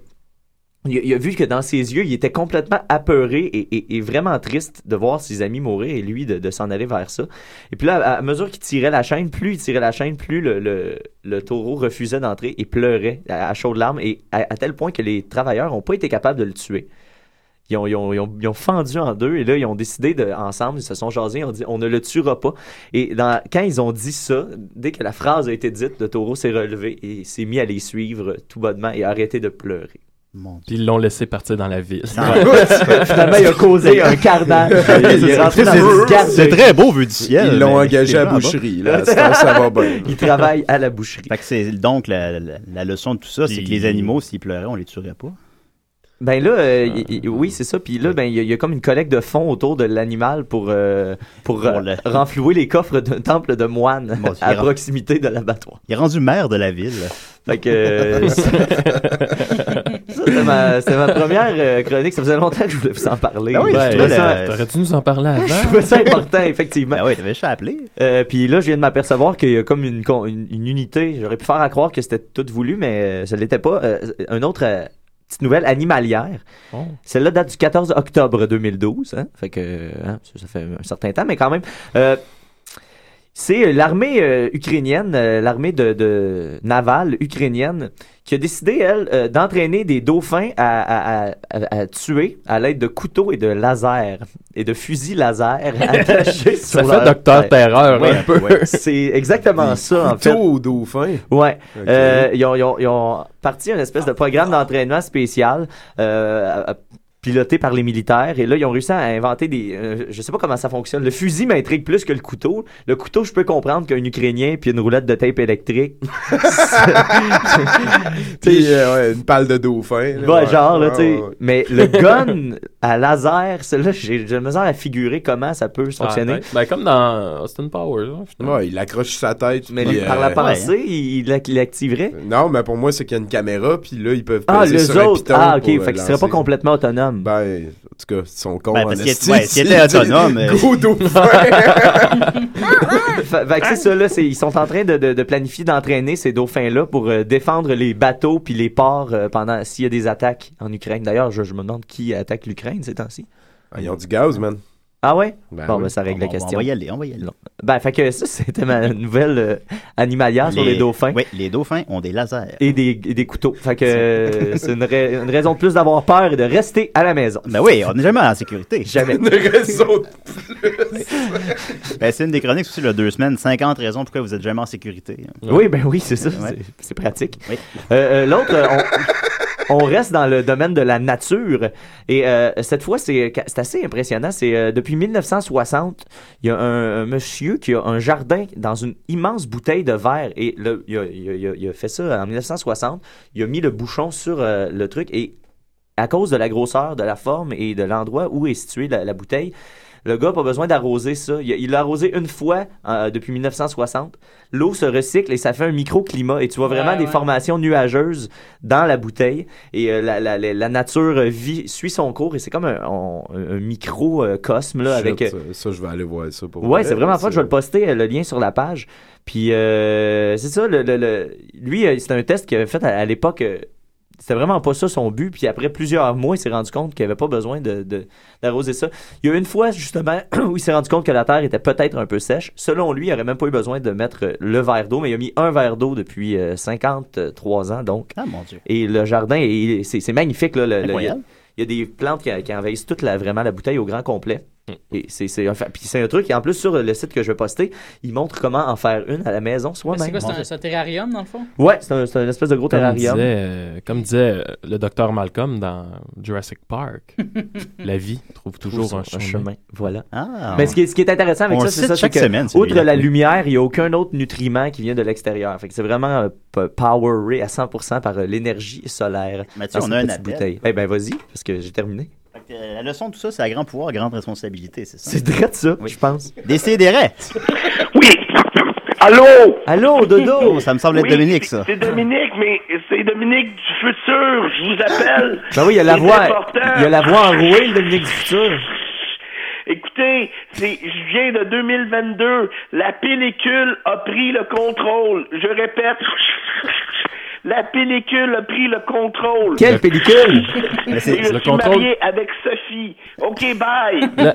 Speaker 7: il, a- il a vu que dans ses yeux, il était complètement apeuré et, et- et vraiment triste de voir ses amis mourir et lui de, de s'en aller vers ça. Et puis là, à, à mesure qu'il tirait la chaîne, plus il tirait la chaîne, plus le, le- le taureau refusait d'entrer et pleurait à, à chaudes larmes et à, à tel point que les travailleurs n'ont pas été capables de le tuer. Ils ont, ils ont- ils ont- ils ont fendu en deux et là, ils ont décidé de, ensemble, ils se sont jasés, ils ont dit on ne le tuera pas. Et dans- quand ils ont dit ça, dès que la phrase a été dite, le taureau s'est relevé et s'est mis à les suivre euh, tout bonnement et a arrêté de pleurer.
Speaker 6: Puis ils l'ont laissé partir dans la ville. [laughs]
Speaker 7: Finalement, il a causé un carnage. Il est rentré dans une garde.
Speaker 4: vu du ciel.
Speaker 5: Ils l'ont
Speaker 4: mais
Speaker 5: engagé
Speaker 4: c'est
Speaker 5: à
Speaker 4: vraiment
Speaker 5: boucherie,
Speaker 4: bon.
Speaker 5: là. C'est un- ça va bien.
Speaker 7: [laughs] Il travaille à la boucherie.
Speaker 4: Fait que c'est donc la, la- la leçon de tout ça, c'est que les animaux, s'ils pleuraient, on les tuerait pas.
Speaker 7: Ben là, euh, il- il- oui, c'est ça. Puis là, ben, il y, a- il y a comme une collecte de fonds autour de l'animal pour, euh, pour euh,
Speaker 4: le-
Speaker 7: renflouer les coffres d'un temple de moines
Speaker 4: Mon Dieu,
Speaker 7: à
Speaker 4: il [laughs] rend-
Speaker 7: proximité de l'abattoir.
Speaker 4: Il est rendu maire de la ville.
Speaker 7: Fait
Speaker 4: [laughs]
Speaker 7: que. euh, ça, c'était ma, c'était ma première euh, chronique. Ça faisait longtemps que je voulais vous en parler.
Speaker 6: Ah oui,
Speaker 7: Je
Speaker 6: c'est
Speaker 7: trouvais
Speaker 6: vrai,
Speaker 7: Ben ça-
Speaker 6: la- t'aurais dû nous en parler avant.
Speaker 7: Je trouvais ça important, effectivement.
Speaker 4: Ah Hein? oui, t'avais juste à appeler.
Speaker 7: Euh, puis là, je viens de m'apercevoir qu'il y a comme une, con- une, une unité. J'aurais pu faire à croire que c'était tout voulu, mais euh, ça ne l'était pas. Euh, un autre euh, petite nouvelle animalière.
Speaker 6: Oh.
Speaker 7: Celle-là date du 14 octobre 2012. hein. Fait que euh, hein, ça, ça fait un certain temps, mais quand même. Euh, c'est euh, l'armée euh, ukrainienne, euh, l'armée de, de navale ukrainienne, qui a décidé, elle, euh, d'entraîner des dauphins à, à- à- à- à tuer à l'aide de couteaux et de lasers, et de fusils laser [laughs] attachés
Speaker 6: Ça
Speaker 7: sur
Speaker 6: fait
Speaker 7: leur
Speaker 6: Docteur
Speaker 7: tête.
Speaker 6: Terreur,
Speaker 7: Ouais,
Speaker 6: un peu.
Speaker 7: ouais. [laughs] C'est exactement ça, en fait.
Speaker 5: Couteaux aux dauphins.
Speaker 7: [laughs] Ouais.
Speaker 5: Ok.
Speaker 7: Euh, ils, ont, ils ont- ils ont parti un espèce de programme d'entraînement spécial euh, à- à- piloté par les militaires. Et là, ils ont réussi à inventer des... euh, je sais pas comment ça fonctionne. Le fusil m'intrigue plus que le couteau. Le couteau, je peux comprendre qu'un Ukrainien puis une roulette de
Speaker 5: [laughs]
Speaker 7: tape électrique. [laughs]
Speaker 5: Puis, euh, ouais, une palle de dauphin. là,
Speaker 7: Ouais, genre, là,
Speaker 5: ouais,
Speaker 7: tu sais.
Speaker 5: ouais.
Speaker 7: Mais le gun à laser, celle-là, j'ai j'ai de la misère à figurer comment ça peut
Speaker 6: Ah,
Speaker 7: fonctionner.
Speaker 6: ouais. Ben, comme dans Austin Powers. hein, finalement.
Speaker 5: Ouais, il accroche sa tête.
Speaker 7: Mais
Speaker 5: puis,
Speaker 7: par
Speaker 5: euh,
Speaker 7: la pensée, il, il l'activerait.
Speaker 5: Non, mais pour moi, c'est qu'il y a une caméra, puis là, ils peuvent
Speaker 7: Ah,
Speaker 5: peser
Speaker 7: les
Speaker 5: sur un
Speaker 7: autres.
Speaker 5: piton
Speaker 7: Ah, ok.
Speaker 5: pour, euh,
Speaker 7: Fait qu'ils seraient pas
Speaker 5: lancer.
Speaker 7: complètement autonomes.
Speaker 5: Ben, en tout cas, ils sont cons en
Speaker 4: Ben, parce qu'il-
Speaker 5: esti,
Speaker 4: ouais, s'il
Speaker 5: c'est- [laughs]
Speaker 4: était autonome, euh,
Speaker 5: Gros
Speaker 4: [laughs]
Speaker 5: dauphin.
Speaker 7: [laughs] Fait fait que c'est ça, là, c'est- ils sont en train de, de- de planifier d'entraîner ces dauphins-là pour euh, défendre les bateaux puis les ports euh, pendant s'il y a des attaques en Ukraine. D'ailleurs, je, je me demande qui attaque l'Ukraine ces temps-ci.
Speaker 5: Ah, ils ont du gaz, man.
Speaker 7: Ah ouais?
Speaker 5: Ben
Speaker 7: bon,
Speaker 5: oui.
Speaker 7: ben, ça
Speaker 5: On
Speaker 7: règle la
Speaker 5: va- on
Speaker 7: question.
Speaker 5: va
Speaker 4: y aller, on va y aller.
Speaker 7: Non. Ben, fait que ça, c'était ma nouvelle euh, animalière sur les dauphins.
Speaker 4: Oui, les dauphins ont des lasers.
Speaker 7: Et des, et des couteaux. Fait que euh, c'est une, ra- une raison de plus d'avoir peur et de rester à la maison.
Speaker 4: Ben oui, on n'est jamais en sécurité.
Speaker 7: Jamais.
Speaker 4: Ben, c'est une des chroniques aussi, le deux semaines, 50 raisons pourquoi vous êtes jamais en sécurité.
Speaker 7: Oui, ben oui, c'est ça.
Speaker 4: Ouais.
Speaker 7: C'est- C'est pratique. Euh, euh, L'autre, euh, on, on reste dans le domaine de la nature. Et euh, cette fois, c'est ca- c'est assez impressionnant. C'est euh, depuis 1960, il y a un, un monsieur qui a un jardin dans une immense bouteille de verre. Et là, il, a, il a- il a- il a fait ça en 1960. Il a mis le bouchon sur euh, le truc et à cause de la grosseur, de la forme et de l'endroit où est située la, la bouteille, le gars n'a pas besoin d'arroser ça. Il a- il l'a arrosé une fois euh, depuis 1960. L'eau se recycle et ça fait un microclimat. Et tu vois vraiment
Speaker 10: Ouais,
Speaker 7: des
Speaker 10: ouais.
Speaker 7: formations nuageuses dans la bouteille. Et euh, la, la- la- la nature euh, vit, suit son cours. Et c'est comme un, on- un microcosme là,
Speaker 5: Shit,
Speaker 7: avec... euh,
Speaker 5: ça, ça, je vais aller voir ça pour
Speaker 7: Ouais,
Speaker 5: vrai, hein,
Speaker 7: c'est vraiment
Speaker 5: là,
Speaker 7: fun. Je vais le poster euh, le lien sur la page. Puis euh, c'est ça, le, le- le- lui, euh, c'était un test qu'il avait fait à, à l'époque. euh, C'était vraiment pas ça son but. Puis après plusieurs mois, il s'est rendu compte qu'il avait pas besoin de- de- d'arroser ça. Il y a une fois, justement, [clears throat] où il s'est rendu compte que la terre était peut-être un peu sèche. Selon lui, il aurait même pas eu besoin de mettre euh, le verre d'eau, mais il a mis un verre d'eau depuis euh, 53 ans, donc.
Speaker 4: Ah, mon Dieu.
Speaker 7: Et le jardin, est- c'est c'est magnifique. Là, le- le- il, y a,
Speaker 4: Incroyable.
Speaker 7: il y a des plantes qui, qui envahissent toute la, vraiment la bouteille au grand complet.
Speaker 10: Mm.
Speaker 7: Et c'est c'est un, fa- puis c'est un truc, et en plus sur le site que je vais poster, il montre comment en faire une à la maison
Speaker 10: Mais
Speaker 8: ben,
Speaker 7: soi-même.
Speaker 10: C'est quoi, c'est un, c'est un terrarium dans le fond?
Speaker 7: Ouais, c'est un, c'est un espèce de gros
Speaker 6: Comme disait,
Speaker 7: terrarium.
Speaker 6: euh, comme disait euh, le docteur Malcolm dans Jurassic
Speaker 7: [laughs]
Speaker 6: Park, la vie trouve toujours
Speaker 7: Trouve
Speaker 6: un,
Speaker 7: son- un
Speaker 6: chemin.
Speaker 7: chemin. Voilà.
Speaker 4: Ah.
Speaker 7: Mais ce qui, est, ce qui est intéressant avec
Speaker 6: On
Speaker 7: ça,
Speaker 6: le
Speaker 7: c'est
Speaker 6: cite
Speaker 7: ça, c'est
Speaker 6: chaque
Speaker 7: que,
Speaker 6: semaine,
Speaker 7: outre
Speaker 6: celui-là.
Speaker 7: la lumière, il n'y a aucun autre nutriment qui vient de l'extérieur. Fait que c'est vraiment euh, p- poweré à 100% par euh, l'énergie solaire.
Speaker 4: Mathieu,
Speaker 7: dans
Speaker 4: on
Speaker 7: cette
Speaker 4: a un
Speaker 7: petite
Speaker 4: appel.
Speaker 7: bouteille. Eh ben vas-y, parce que
Speaker 18: [laughs]
Speaker 7: j'ai terminé.
Speaker 4: Fait que, euh, la leçon de tout ça, c'est à grand pouvoir, grande responsabilité, c'est ça?
Speaker 7: C'est vrai de ça, je pense.
Speaker 4: Décidérez!
Speaker 18: Allô?
Speaker 7: Allô, Dodo?
Speaker 4: ça me semble être
Speaker 18: Oui,
Speaker 4: Dominique, ça.
Speaker 18: C'est Dominique, mais c'est Dominique du futur. Je vous appelle.
Speaker 7: [laughs] Ben oui, il y a la
Speaker 18: C'est
Speaker 7: voix,
Speaker 18: important.
Speaker 7: il y a la voix enrouée, le Dominique du futur.
Speaker 18: Écoutez, c'est, je viens de 2022. La pellicule a pris le contrôle. Je répète. La pellicule a pris le contrôle. [laughs]
Speaker 7: Quelle pellicule?
Speaker 18: Et
Speaker 7: Mais
Speaker 18: je
Speaker 7: c'est-
Speaker 18: suis
Speaker 7: le contrôle-
Speaker 18: marié avec Sophie. OK, bye. [laughs]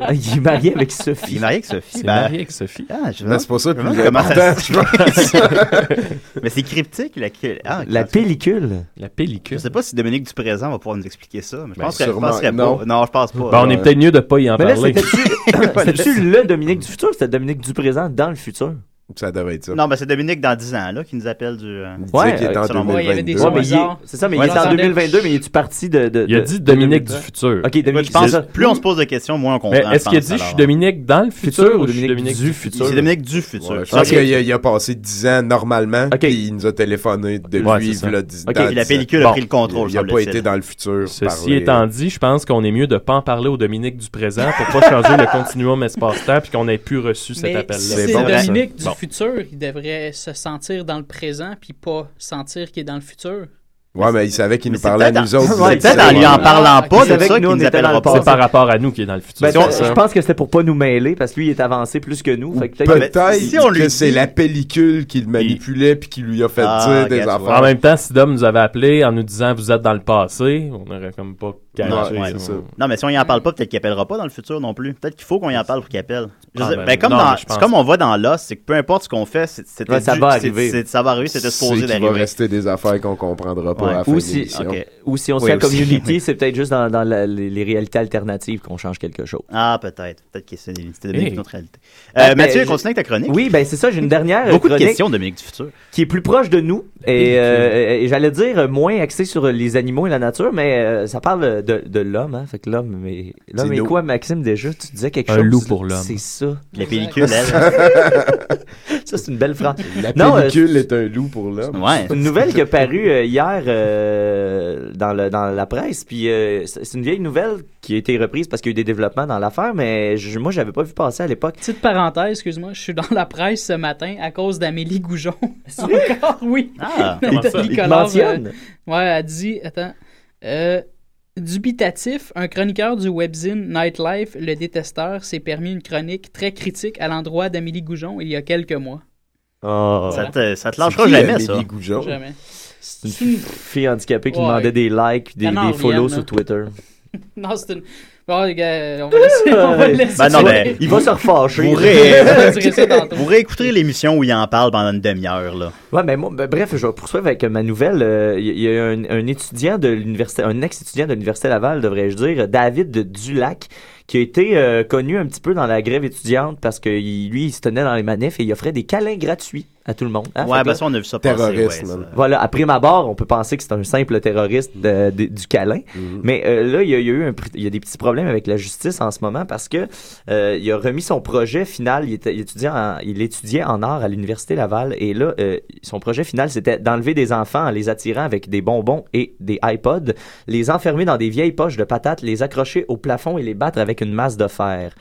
Speaker 7: Ah, Il est marié avec Sophie. Il est
Speaker 4: marié avec Sophie.
Speaker 6: C'est
Speaker 4: ben-
Speaker 6: marié avec Sophie.
Speaker 4: Ah, je
Speaker 6: Ben, c'est pour ça
Speaker 4: je
Speaker 6: que
Speaker 4: me
Speaker 6: vous
Speaker 4: demande
Speaker 6: êtes
Speaker 4: comment
Speaker 6: partant,
Speaker 4: se-
Speaker 6: je pense.
Speaker 4: [laughs] Mais c'est cryptique, la, ah,
Speaker 7: La pellicule.
Speaker 6: La pellicule.
Speaker 4: Je sais pas si Dominique du présent va pouvoir nous expliquer ça, mais je
Speaker 6: Ben,
Speaker 4: pense que je
Speaker 6: sûrement,
Speaker 4: penserais
Speaker 6: non.
Speaker 4: pas. Non, je pense pas.
Speaker 6: Ben, on est
Speaker 4: Ouais.
Speaker 6: peut-être mieux de pas y en
Speaker 7: Mais là,
Speaker 6: parler.
Speaker 7: c'était-tu
Speaker 4: [coughs]
Speaker 6: [laughs]
Speaker 7: [coughs] c'était-tu le Dominique du futur ou c'était Dominique du présent dans le futur?
Speaker 5: Ça devait être ça.
Speaker 4: Non, mais c'est Dominique dans 10 ans, là, qui nous appelle du. euh,
Speaker 7: Ouais,
Speaker 5: qu'il est
Speaker 7: euh,
Speaker 5: en
Speaker 7: selon moi,
Speaker 5: 2022.
Speaker 7: il y avait des Ouais, mais il est-
Speaker 4: bizarres.
Speaker 7: c'est ça, mais
Speaker 4: Ouais,
Speaker 7: il est en
Speaker 4: j'entendais.
Speaker 7: 2022, mais es-tu parti de, de-
Speaker 6: Il a
Speaker 7: de-
Speaker 6: dit
Speaker 7: de
Speaker 6: Dominique
Speaker 7: 2020?
Speaker 6: du futur.
Speaker 7: Ok, Dominique
Speaker 4: Je pense
Speaker 7: du
Speaker 4: que plus on se pose de questions, moins on comprend.
Speaker 6: Mais est-ce qu'il a dit je suis Dominique dans le futur ou je suis Dominique
Speaker 5: du
Speaker 6: du
Speaker 5: futur?
Speaker 6: futur?
Speaker 4: C'est Dominique du futur.
Speaker 5: Ouais, je pense qu'il a, il a passé 10 ans normalement, puis il nous a téléphoné
Speaker 6: Ouais,
Speaker 5: depuis
Speaker 6: c'est ça.
Speaker 5: là, 10
Speaker 6: Ok,
Speaker 5: dans
Speaker 6: puis la
Speaker 5: 10 ans.
Speaker 6: pellicule a pris le contrôle,
Speaker 5: Il n'a pas
Speaker 6: semble-t-il.
Speaker 5: été dans le futur. euh,
Speaker 6: Ceci
Speaker 5: parler.
Speaker 6: étant dit, je pense qu'on est mieux de pas en parler au Dominique du présent pour pas changer le continuum espace-temps puis qu'on ait plus reçu cet
Speaker 10: Mais
Speaker 6: appel-là.
Speaker 10: si c'est Dominique du futur, il devrait se sentir dans le présent puis pas sentir qu'il est dans le futur.
Speaker 5: Ouais, mais il savait qu'il nous parlait à
Speaker 4: peut-être
Speaker 5: nous
Speaker 4: en-
Speaker 5: autres.
Speaker 4: Ouais,
Speaker 5: il
Speaker 4: peut-être
Speaker 5: disait,
Speaker 4: en lui en
Speaker 5: ouais.
Speaker 4: parlant pas,
Speaker 7: c'est ça qu'il nous appellera pas.
Speaker 6: C'est par rapport à nous qui est dans le futur.
Speaker 7: Ben, je pense que c'était pour pas nous mêler parce que lui il est avancé plus que nous. Fait que
Speaker 5: Peut-être que
Speaker 7: dit-
Speaker 5: c'est la pellicule qu'il manipulait puis qui lui a fait
Speaker 7: Ah,
Speaker 5: dire des
Speaker 7: regarde, tu
Speaker 5: affaires.
Speaker 6: En même temps, si Dom nous avait appelé en nous disant vous êtes dans le passé, on aurait comme pas
Speaker 4: Non,
Speaker 6: caché.
Speaker 4: ouais.
Speaker 6: on-
Speaker 4: Non, mais si on y en parle pas, peut-être qu'il appellera pas dans le futur non plus. Peut-être qu'il faut qu'on y en parle pour qu'il appelle. Je
Speaker 6: Ah,
Speaker 4: sais-
Speaker 6: ben,
Speaker 4: ben, comme,
Speaker 6: non,
Speaker 4: dans-
Speaker 6: mais je pense-
Speaker 4: c'est comme on voit dans l'os, c'est que peu importe ce qu'on fait, c'est- c'était
Speaker 7: Ouais, ça
Speaker 4: dû-
Speaker 7: va
Speaker 4: c'est-
Speaker 7: arriver.
Speaker 4: c'est- ça va arriver, c'était supposé
Speaker 5: C'est qu'il va
Speaker 4: d'arriver.
Speaker 5: rester des affaires qu'on comprendra pas
Speaker 7: Ouais.
Speaker 5: à la fin
Speaker 7: ou,
Speaker 5: de
Speaker 7: si,
Speaker 5: l'émission.
Speaker 7: ok. Ou si on se
Speaker 5: Oui,
Speaker 7: fait la
Speaker 5: aussi. [laughs]
Speaker 7: community, c'est peut-être juste dans, dans la- les, les réalités alternatives qu'on change quelque chose.
Speaker 4: Ah, peut-être. Peut-être que c'est c'était
Speaker 7: Hey.
Speaker 4: une autre réalité. Euh,
Speaker 7: Ben,
Speaker 4: Mathieu,
Speaker 7: j'ai-
Speaker 4: continue avec ta chronique.
Speaker 7: Oui, ben c'est ça,
Speaker 4: [laughs]
Speaker 7: j'ai une dernière euh,
Speaker 4: Beaucoup de
Speaker 7: chronique
Speaker 4: questions, Dominique du futur.
Speaker 7: qui est plus proche de nous et, euh, et- et j'allais dire euh, moins axé sur les animaux et la nature, mais euh, ça parle de, de l'homme. Hein. Fait que l'homme, mais l'homme
Speaker 6: C'est
Speaker 7: est
Speaker 6: nous.
Speaker 7: quoi, Maxime déjà Tu disais quelque
Speaker 6: Un
Speaker 7: chose.
Speaker 6: loup pour l'homme.
Speaker 7: C'est ça.
Speaker 6: La pellicule, elle.
Speaker 7: [laughs] ça c'est une belle phrase.
Speaker 5: La
Speaker 7: Non, euh,
Speaker 5: pellicule est un loup pour l'homme.
Speaker 7: C'est une nouvelle qui est parue euh, hier euh, dans, le, dans la presse. Puis euh, c'est c'est une vieille nouvelle qui a été reprise parce qu'il y a eu des développements dans l'affaire, mais je, moi, j'avais pas vu passer à l'époque.
Speaker 10: Petite parenthèse, excuse-moi, je suis dans la presse ce matin à cause d'Amélie Goujon. [laughs] Encore, oui. [laughs]
Speaker 7: Ah,
Speaker 10: Nathalie
Speaker 7: comment ça? Il te
Speaker 10: Collard,
Speaker 7: mentionne?
Speaker 10: euh, ouais, elle dit, attends, euh, dubitatif, un chroniqueur du webzine Nightlife, le détesteur, s'est permis une chronique très critique à l'endroit d'Amélie Goujon il y a quelques mois.
Speaker 4: Ça te, ça te lâchera
Speaker 7: Ah, C'est qui,
Speaker 4: jamais,
Speaker 7: Amélie
Speaker 4: ça.
Speaker 5: Goujon?
Speaker 10: Jamais.
Speaker 7: C'est une fille handicapée qui
Speaker 10: Ouais.
Speaker 7: demandait des likes, puis des,
Speaker 10: Elle en
Speaker 7: des follows
Speaker 10: revient, là.
Speaker 7: sur Twitter.
Speaker 10: Non, c'est une... Bon, les gars,
Speaker 7: [laughs]
Speaker 10: on va laisser. on va laisser
Speaker 4: Ben non,
Speaker 10: ça.
Speaker 4: ben,
Speaker 7: Il va se refâcher.
Speaker 4: Vous,
Speaker 7: On va
Speaker 4: ré...
Speaker 7: tirer ça tantôt.
Speaker 4: vous réécouterez l'émission où il en parle pendant une demi-heure. là.
Speaker 7: Ouais, mais moi, ben, bref, je vais poursuivre avec ma nouvelle. Euh, Il y a un, un étudiant de l'université, un ex-étudiant de l'université Laval, devrais-je dire, David Dulac, qui a été euh, connu un petit peu dans la grève étudiante parce que il- lui, il se tenait dans les manifs et il offrait des câlins gratuits à tout le monde. hein.
Speaker 4: Ouais,
Speaker 7: Fait que
Speaker 4: ben
Speaker 7: là-
Speaker 4: ça, on a vu ça passer,
Speaker 7: Terroriste,
Speaker 4: ouais,
Speaker 7: là.
Speaker 4: ça.
Speaker 7: Voilà, à prime abord, on peut penser que c'est un simple terroriste de- de- du câlin. Mais euh, là, il y, a, il y a eu un pr- il y a des petits problèmes avec la justice en ce moment parce que euh, il a remis son projet final. Il, était, il étudiait en, il étudiait en art à l'Université Laval. Et là, euh, son projet final, c'était d'enlever des enfants en les attirant avec des bonbons et des iPods, les enfermer dans des vieilles poches de patates, les accrocher au plafond et les battre avec une masse de fer.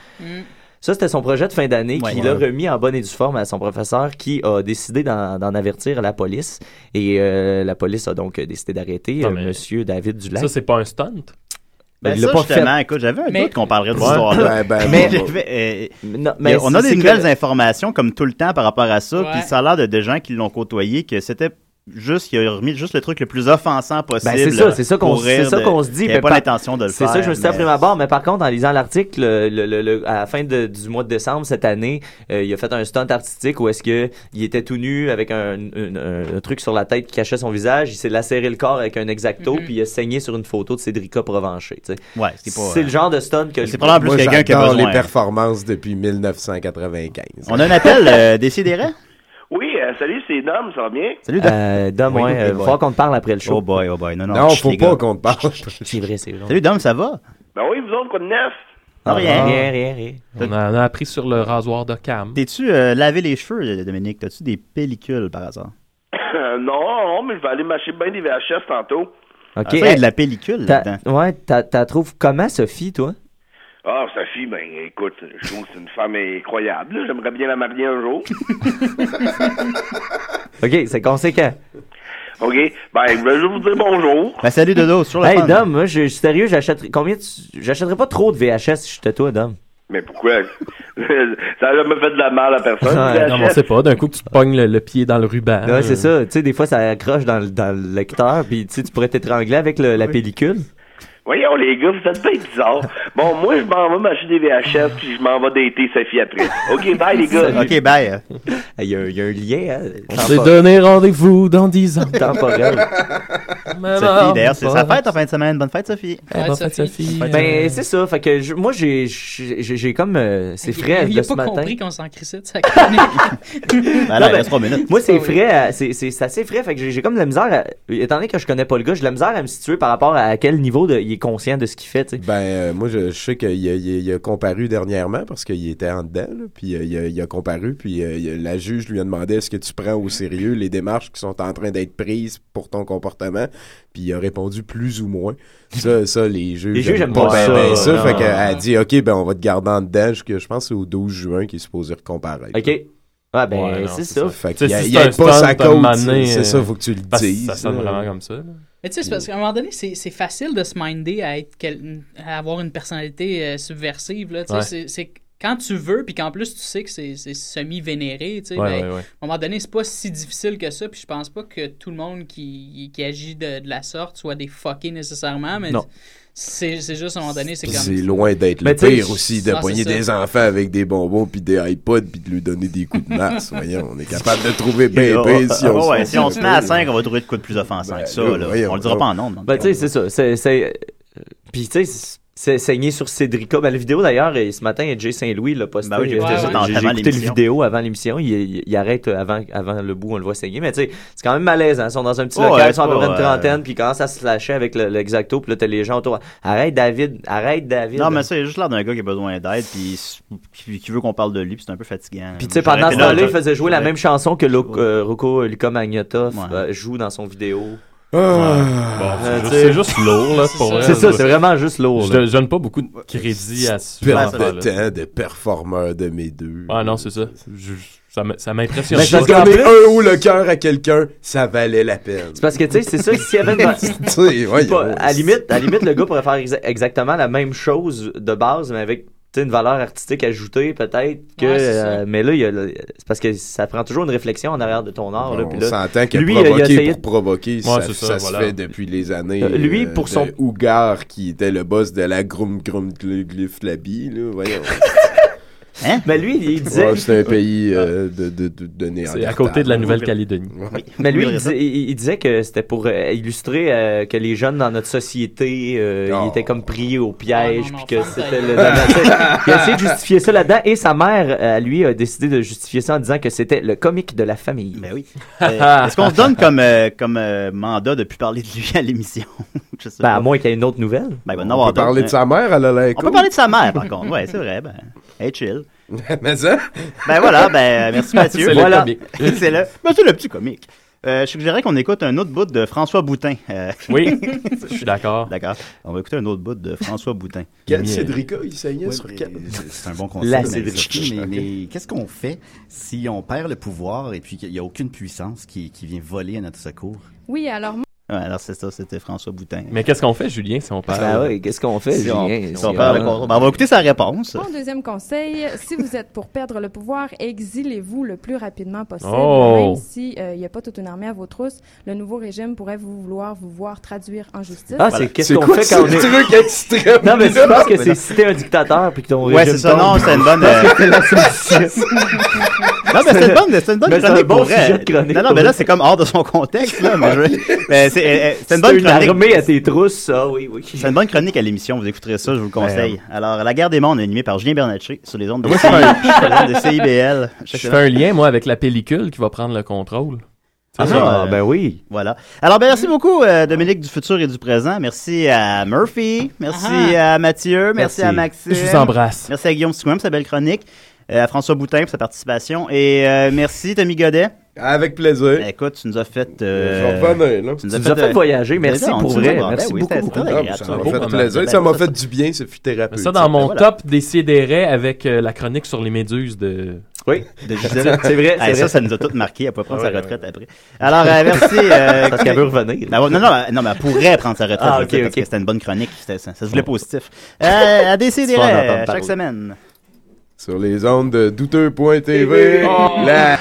Speaker 7: Ça, c'était son projet de fin d'année
Speaker 4: Ouais.
Speaker 7: qu'il a
Speaker 4: Ouais.
Speaker 7: remis en bonne et due forme à son professeur qui a décidé d'en d'en avertir la police. Et euh, la police a donc décidé d'arrêter
Speaker 6: Non,
Speaker 7: euh,
Speaker 6: mais-
Speaker 7: Monsieur David Dulac.
Speaker 6: Ça, c'est pas un stunt.
Speaker 7: Ben,
Speaker 4: Ben
Speaker 7: il l'a
Speaker 4: ça,
Speaker 7: pas
Speaker 4: justement,
Speaker 7: fait.
Speaker 4: écoute, j'avais un
Speaker 7: Mais-
Speaker 4: doute qu'on parlerait de
Speaker 7: Ouais.
Speaker 4: cette histoire-là.
Speaker 7: Ben, ben,
Speaker 4: mais,
Speaker 7: bon, bon.
Speaker 4: mais, euh,
Speaker 7: Non, mais
Speaker 4: on a des
Speaker 7: c'est- c'est
Speaker 4: nouvelles
Speaker 7: que-
Speaker 4: informations, comme tout le temps, par rapport à ça,
Speaker 7: Ouais.
Speaker 4: puis ça a l'air de, de gens qui l'ont côtoyé, que c'était juste, il a remis juste le truc le plus offensant possible.
Speaker 7: Ben, c'est ça, c'est ça qu'on
Speaker 4: pour rire
Speaker 7: c'est ça
Speaker 4: de-
Speaker 7: qu'on se dit.
Speaker 4: Il
Speaker 7: mais
Speaker 4: avait pas
Speaker 7: par-
Speaker 4: l'intention de le faire.
Speaker 7: C'est ça que je me suis dit à
Speaker 4: mais-
Speaker 7: prime abord, mais par contre, en lisant l'article, le- le- le- le- à la fin de- du mois de décembre cette année, euh, il a fait un stunt artistique où est-ce que il était tout nu avec un, un- un truc sur la tête qui cachait son visage, il s'est lacéré le corps avec un exacto,
Speaker 4: Mhm.
Speaker 7: puis il a saigné sur une photo de Cédrica Provencher. tu sais.
Speaker 4: Ouais, c'est pas-
Speaker 7: le genre de stunt que...
Speaker 4: C'est probablement plus quelqu'un qui a
Speaker 5: j'adore
Speaker 4: besoin.
Speaker 5: les performances depuis 1995.
Speaker 4: On a un appel euh, Décidérez?
Speaker 18: Oui, euh, salut, c'est Dom, ça va bien?
Speaker 4: Salut,
Speaker 7: Dom. Euh, Dom,
Speaker 4: Oui,
Speaker 7: ouais,
Speaker 4: oui,
Speaker 7: euh,
Speaker 4: oui.
Speaker 7: faut qu'on te parle après le show.
Speaker 4: Oh boy, oh boy. Non, non,
Speaker 7: Non,
Speaker 4: chut,
Speaker 7: faut
Speaker 4: les
Speaker 7: pas
Speaker 4: gars.
Speaker 7: qu'on
Speaker 5: te parle.
Speaker 7: C'est vrai, c'est vrai.
Speaker 4: Salut Dom, ça va?
Speaker 18: Ben oui, vous autres, quoi de neuf?
Speaker 4: Ah, rien.
Speaker 7: Rien, rien, rien.
Speaker 6: On en a appris sur le rasoir de cam.
Speaker 4: T'es-tu euh, lavé les cheveux, Dominique? T'as-tu des pellicules par hasard?
Speaker 18: non, [laughs] non, mais je vais aller mâcher bien des VHS tantôt.
Speaker 7: Ok.
Speaker 4: Ah, ça, il y a de la pellicule
Speaker 7: T'as-
Speaker 4: là-dedans.
Speaker 7: Ouais, t'as t'as trouves comment, Sophie, toi?
Speaker 18: Ah, sa fille, ben écoute, je trouve que c'est une femme incroyable. là. J'aimerais bien la marier un jour.
Speaker 7: Ok, c'est conséquent.
Speaker 18: OK? Ben, je veux juste vous dire bonjour.
Speaker 4: Ben, salut Dodo, sur la
Speaker 7: Hey,
Speaker 4: fun.
Speaker 7: Dom, moi, je, je suis sérieux, j'achèterais... Combien tu- J'achèterais pas trop de VHS si j'étais toi, Dom.
Speaker 18: Mais pourquoi? [laughs] ça a jamais fait de la mal à personne.
Speaker 7: Ouais,
Speaker 6: Non, mais on sait pas. D'un coup, que tu te pognes le, le pied dans le ruban.
Speaker 7: Ouais, c'est ça. Tu sais, des fois, ça accroche dans, le- dans le lecteur, puis tu sais, tu pourrais t'étrangler avec le- la pellicule.
Speaker 18: Voyons, les gars, vous êtes bien bizarres. Bon, moi, je m'en vais mâcher des VHS, puis je m'en vais dater Sophie après. OK, bye, les gars.
Speaker 4: Ok, bye.
Speaker 7: Il y, a- il y a un lien, hein?
Speaker 6: On s'est donné rendez-vous dans [laughs] 10 ans.
Speaker 7: Temporel.
Speaker 4: Sophie, d'ailleurs, c'est sa fête en fin de semaine. Bonne fête, Sophie.
Speaker 7: Eh, bonne fête,
Speaker 6: Sophie.
Speaker 7: Ben, c'est ça. Fait que je- moi, j'ai, j'ai, j'ai- j'ai comme. euh, c'est frais
Speaker 10: Il
Speaker 7: de
Speaker 10: a
Speaker 7: ce
Speaker 10: pas
Speaker 7: matin.
Speaker 10: compris qu'on s'en crissait de sa [laughs] chronique.
Speaker 7: Non,
Speaker 4: il
Speaker 7: ben,
Speaker 4: reste trois minutes.
Speaker 7: Moi,
Speaker 10: Ah
Speaker 7: c'est frais. à- C'est, c'est, c'est assez frais. Fait que j'ai, j'ai comme de la misère. à- étant donné que je connais pas le gars, j'ai de la misère à me situer par rapport à quel niveau de- il est conscient de ce qu'il fait. tu sais.
Speaker 5: Ben, euh, moi, je, je sais qu'il a, il a- il a comparu dernièrement parce qu'il était en dedans, là, puis euh, il, a, il a comparu, puis euh, il a- la juge lui a demandé est-ce que tu prends au sérieux les démarches qui sont en train d'être prises pour ton comportement, puis il a répondu plus ou moins. Ça,
Speaker 6: [laughs]
Speaker 5: ça les juges.
Speaker 7: Les juges
Speaker 5: aiment
Speaker 7: aiment pas
Speaker 5: ben,
Speaker 7: ça.
Speaker 5: ben ça,
Speaker 7: Non.
Speaker 5: fait qu'elle a dit ok, ben on va te garder en dedans jusqu'à, je pense, que c'est au 12 juin qu'il est supposé recomparaître.
Speaker 7: OK. Ah, ben,
Speaker 6: Ouais, non,
Speaker 7: c'est,
Speaker 6: c'est ça.
Speaker 7: ça.
Speaker 5: Fait
Speaker 6: Tu sais,
Speaker 5: qu'il y a-
Speaker 6: si
Speaker 5: il
Speaker 6: c'est
Speaker 5: y a
Speaker 6: un
Speaker 5: pas
Speaker 6: stunt,
Speaker 5: sa
Speaker 6: à un
Speaker 5: cause,
Speaker 6: moment donné,
Speaker 5: c'est ça,
Speaker 6: euh,
Speaker 5: faut que tu le
Speaker 6: parce que
Speaker 5: dises,
Speaker 6: Ça
Speaker 5: là.
Speaker 6: sonne vraiment comme ça. là.
Speaker 10: Mais tu sais, c'est
Speaker 6: Mm.
Speaker 10: parce qu'à un moment donné, c'est c'est facile de se minder à, être quel- à avoir une personnalité euh, subversive. Là, tu sais,
Speaker 6: Ouais.
Speaker 10: c'est- c'est quand tu veux, puis qu'en plus tu sais que c'est c'est semi-vénéré. tu sais,
Speaker 6: Ouais,
Speaker 10: ben,
Speaker 6: ouais, ouais.
Speaker 10: À un moment donné, c'est pas si difficile que ça. Puis je pense pas que tout le monde qui, qui agit de, de la sorte soit des fuckés nécessairement. Mais
Speaker 5: Non.
Speaker 10: c'est c'est juste à un moment donné, c'est
Speaker 5: Puis
Speaker 10: comme.
Speaker 5: C'est loin d'être le
Speaker 10: Mais tu sais,
Speaker 5: pire aussi de
Speaker 10: non, c'est
Speaker 5: poigner
Speaker 10: ça.
Speaker 5: des enfants avec des bonbons puis des iPods puis de lui donner des coups de
Speaker 10: [laughs]
Speaker 5: masse. Voyons,
Speaker 7: [laughs]
Speaker 5: on est capable de trouver
Speaker 7: Oh,
Speaker 5: bien pire si on,
Speaker 4: Ah ouais, si on se met à
Speaker 5: fait.
Speaker 4: 5, on va trouver de quoi de plus offensant que ça.
Speaker 5: Ben, là,
Speaker 4: là.
Speaker 5: voyons,
Speaker 4: on le dira
Speaker 5: là.
Speaker 4: pas en nombre.
Speaker 7: Ben, tu sais, c'est ça. C'est, c'est... euh, Puis, tu sais, c'est- c'est saigné sur Cédrica. Ben, la vidéo, d'ailleurs, et ce matin, Jay Saint-Louis l'a posté.
Speaker 4: Ben oui, j'ai écouté
Speaker 7: Euh,
Speaker 4: ça dans-
Speaker 7: j'ai-
Speaker 4: avant
Speaker 7: j'ai écouté le
Speaker 4: l'émission.
Speaker 7: vidéo avant l'émission. Il, il- il arrête avant, avant le bout, on le voit saigner. Mais, tu sais, c'est quand même malaisant. Ils sont dans un petit
Speaker 4: Oh,
Speaker 7: local,
Speaker 4: ouais,
Speaker 7: ils sont à peu
Speaker 4: oh,
Speaker 7: près une
Speaker 4: ouais.
Speaker 7: trentaine, puis ils commencent à se lâcher avec le- l'exacto. Puis là, t'as les gens autour. Arrête, David. Arrête, David.
Speaker 4: Non, mais ça, il y a juste l'air d'un gars qui a besoin d'aide, puis s- qui, qui veut qu'on parle de lui, puis c'est un peu fatigant.
Speaker 7: Puis tu sais,
Speaker 4: J'aurais
Speaker 7: pendant
Speaker 4: été
Speaker 7: ce temps-là,
Speaker 4: là,
Speaker 7: il faisait jouer la
Speaker 4: j'aurais-
Speaker 7: même chanson que Lo- euh, Rocco Luca Magnotta euh, joue dans son vidéo.
Speaker 5: Ah.
Speaker 6: Bon, c'est
Speaker 7: Euh,
Speaker 6: juste-
Speaker 7: tu sais.
Speaker 6: c'est juste lourd, là, pour elle.
Speaker 7: C'est ça, c'est vraiment juste lourd.
Speaker 6: Je
Speaker 7: là.
Speaker 6: te- je donne pas beaucoup de crédit à ce
Speaker 5: Perte
Speaker 6: enfant-là.
Speaker 5: de temps de performeur de mes deux.
Speaker 6: Ah non, c'est ça. Je- ça m- ça m'impressionne.
Speaker 5: Mais
Speaker 6: pas.
Speaker 5: si donner un haut le cœur à quelqu'un, ça valait la peine.
Speaker 7: C'est parce que, tu sais, c'est ça, s'il
Speaker 5: [laughs]
Speaker 7: y avait une-
Speaker 5: Tu sais, voyons.
Speaker 7: Pas- à limite, à limite, le gars pourrait faire exa- exactement la même chose de base, mais avec tu sais, une valeur artistique ajoutée peut-être que
Speaker 11: Ouais, c'est ça.
Speaker 7: euh, mais là il y a le- c'est parce que ça prend toujours une réflexion en arrière de ton art là,
Speaker 5: On
Speaker 7: puis là,
Speaker 5: s'entend que
Speaker 7: lui, il a- il a
Speaker 5: provoquer
Speaker 7: essayé
Speaker 5: pour provoquer,
Speaker 7: Ouais,
Speaker 5: ça,
Speaker 7: c'est
Speaker 5: ça,
Speaker 7: ça,
Speaker 5: se
Speaker 7: voilà.
Speaker 5: fait depuis les années.
Speaker 7: Euh, lui, pour
Speaker 5: de
Speaker 7: son-
Speaker 5: Hougar, qui était le boss de la Groom Groom Glu- Gluflabi, là,
Speaker 7: [laughs]
Speaker 5: voyons.
Speaker 7: Hein? Mais lui, il disait.
Speaker 5: Ouais,
Speaker 7: [laughs]
Speaker 5: c'est un pays euh, de, de, de, de Néandertal.
Speaker 6: à côté de la Nouvelle-Calédonie.
Speaker 5: Ouais.
Speaker 7: Mais lui, il, disait- il- il disait que c'était pour euh, illustrer euh, que les jeunes dans notre société, euh, ils étaient comme pris au piège, puis que c'était le. il a
Speaker 4: [laughs]
Speaker 7: essayé de justifier ça là-dedans, et sa mère, euh, lui, a décidé de justifier ça en disant que c'était le comique de la famille.
Speaker 4: Ben oui. Euh, Est-ce qu'on se donne comme, euh, comme euh, mandat de plus parler de lui [laughs] à l'émission? Je sais
Speaker 7: Ben,
Speaker 4: pas.
Speaker 7: à moins qu'il y ait une autre nouvelle.
Speaker 4: Ben, il va en
Speaker 5: On
Speaker 4: avoir
Speaker 5: peut
Speaker 4: d'autres,
Speaker 5: parler
Speaker 4: hein.
Speaker 5: de sa mère, elle a l'air
Speaker 4: On
Speaker 5: cool.
Speaker 4: peut parler de sa
Speaker 6: [laughs]
Speaker 4: mère, par contre. Ouais, c'est vrai. Ben, hey, chill.
Speaker 5: [laughs] Mais ça?
Speaker 4: Ben voilà,
Speaker 5: [laughs]
Speaker 4: ben merci Mathieu.
Speaker 5: C'est le
Speaker 4: voilà.
Speaker 5: comique.
Speaker 4: [laughs] c'est le, ben, c'est le petit comique. Euh, je suggérais qu'on écoute un autre bout de François Boutin. Euh, [laughs]
Speaker 6: Oui, je suis d'accord.
Speaker 4: D'accord. On va écouter un autre bout de François Boutin.
Speaker 5: Quel Cédrica, il saignait
Speaker 4: Ouais,
Speaker 5: sur
Speaker 4: mais-
Speaker 5: quel...
Speaker 4: C'est un bon
Speaker 8: conseil,
Speaker 4: La
Speaker 8: mais-
Speaker 4: Cédric.
Speaker 8: mais, mais qu'est-ce qu'on fait si on perd le pouvoir et puis qu'il n'y a aucune puissance qui, qui vient voler à notre secours?
Speaker 9: Oui, alors
Speaker 19: Ah,
Speaker 9: moi,
Speaker 4: Ouais, alors c'est ça, c'était François Boutin.
Speaker 6: Mais qu'est-ce qu'on fait, Julien, si on parle?
Speaker 7: Ben oui, qu'est-ce qu'on fait,
Speaker 4: Si on,
Speaker 7: Julien,
Speaker 4: si
Speaker 7: si
Speaker 4: on
Speaker 7: on-
Speaker 4: perd le contrôle. Ben, on va écouter sa réponse.
Speaker 19: Mon deuxième conseil, si vous êtes pour perdre le pouvoir, exilez-vous le plus rapidement possible.
Speaker 4: Oh.
Speaker 19: Même s'il n'y a pas toute une armée à vos trousses, le nouveau régime pourrait vous vouloir vous voir traduire en justice.
Speaker 7: Ah, c'est qu'est-ce qu'on fait quand on est. Non, mais je pense que c'est si t'es un dictateur puis que ton
Speaker 4: Ouais,
Speaker 7: régime
Speaker 4: c'est ça,
Speaker 7: tombe.
Speaker 4: non, c'est une bonne,
Speaker 7: Je pense
Speaker 4: euh,
Speaker 7: que c'est la solution.
Speaker 4: [laughs] Non, mais c'est une bonne, c'est une bonne
Speaker 7: Mais c'est un
Speaker 4: chronique
Speaker 7: bon
Speaker 4: pour vrai.
Speaker 7: sujet de chronique
Speaker 4: Non, non,
Speaker 7: pour
Speaker 4: mais
Speaker 7: vrai.
Speaker 4: là, c'est comme hors de son contexte, là. Ah, mais je- mais c'est, euh, c'est une
Speaker 7: C'est
Speaker 4: bonne
Speaker 7: une
Speaker 4: chronique.
Speaker 7: armée à tes trousses, ça, oui, oui.
Speaker 4: C'est une bonne chronique à l'émission, vous écouterez ça, je vous le conseille. Alors, La guerre des mondes, animée par Julien Bernatchez, sur les ondes de,
Speaker 6: Moi, je fais un-
Speaker 4: sur les ondes de CIBL.
Speaker 6: Je fais un lien, moi, avec la pellicule qui va prendre le contrôle.
Speaker 4: Ah, euh,
Speaker 7: ben oui.
Speaker 4: Voilà. Alors, ben, merci beaucoup, euh, Dominique du futur et du présent. Merci à Murphy. Merci à Mathieu.
Speaker 6: Merci.
Speaker 4: Merci, à Maxime.
Speaker 6: Je vous embrasse.
Speaker 4: Merci à Guillaume Sicouin pour sa belle chronique. euh, à François Boutin pour sa participation. Et euh, merci, Tommy Godet.
Speaker 5: Avec plaisir.
Speaker 4: Ben, écoute, tu nous as fait. euh,
Speaker 5: Je vais revenir, là.
Speaker 4: Tu nous as fait, euh, déjà, on nous a- ben oui, c'était- c'était agréable.
Speaker 5: Ah, Ça m'a fait plaisir, ça m'a fait du bien, c'est fut thérapeutique.
Speaker 6: Ça, dans mon
Speaker 5: Voilà.
Speaker 6: top des sidérés avec euh, la chronique sur les méduses de. Ah
Speaker 7: Oui, [laughs]
Speaker 4: de [laughs] Gisèle. Eh, Ça, ça nous a tous marqué. Elle peut prendre sa retraite après. Alors, euh, merci. euh,
Speaker 7: [laughs] Parce qu'elle veut revenir.
Speaker 4: Ah, ouais, non, non, euh, non, mais elle pourrait prendre sa retraite. je
Speaker 7: Ah,
Speaker 4: veux
Speaker 7: ok,
Speaker 4: dire, Parce
Speaker 7: ok.
Speaker 4: que c'était une bonne chronique. c'était- Ça, ça se voulait positif. Euh, à décider
Speaker 5: Tu vas en entendre
Speaker 4: chaque
Speaker 5: parler.
Speaker 4: semaine.
Speaker 5: Sur les ondes de douteux.tv.
Speaker 4: Oh.
Speaker 5: La...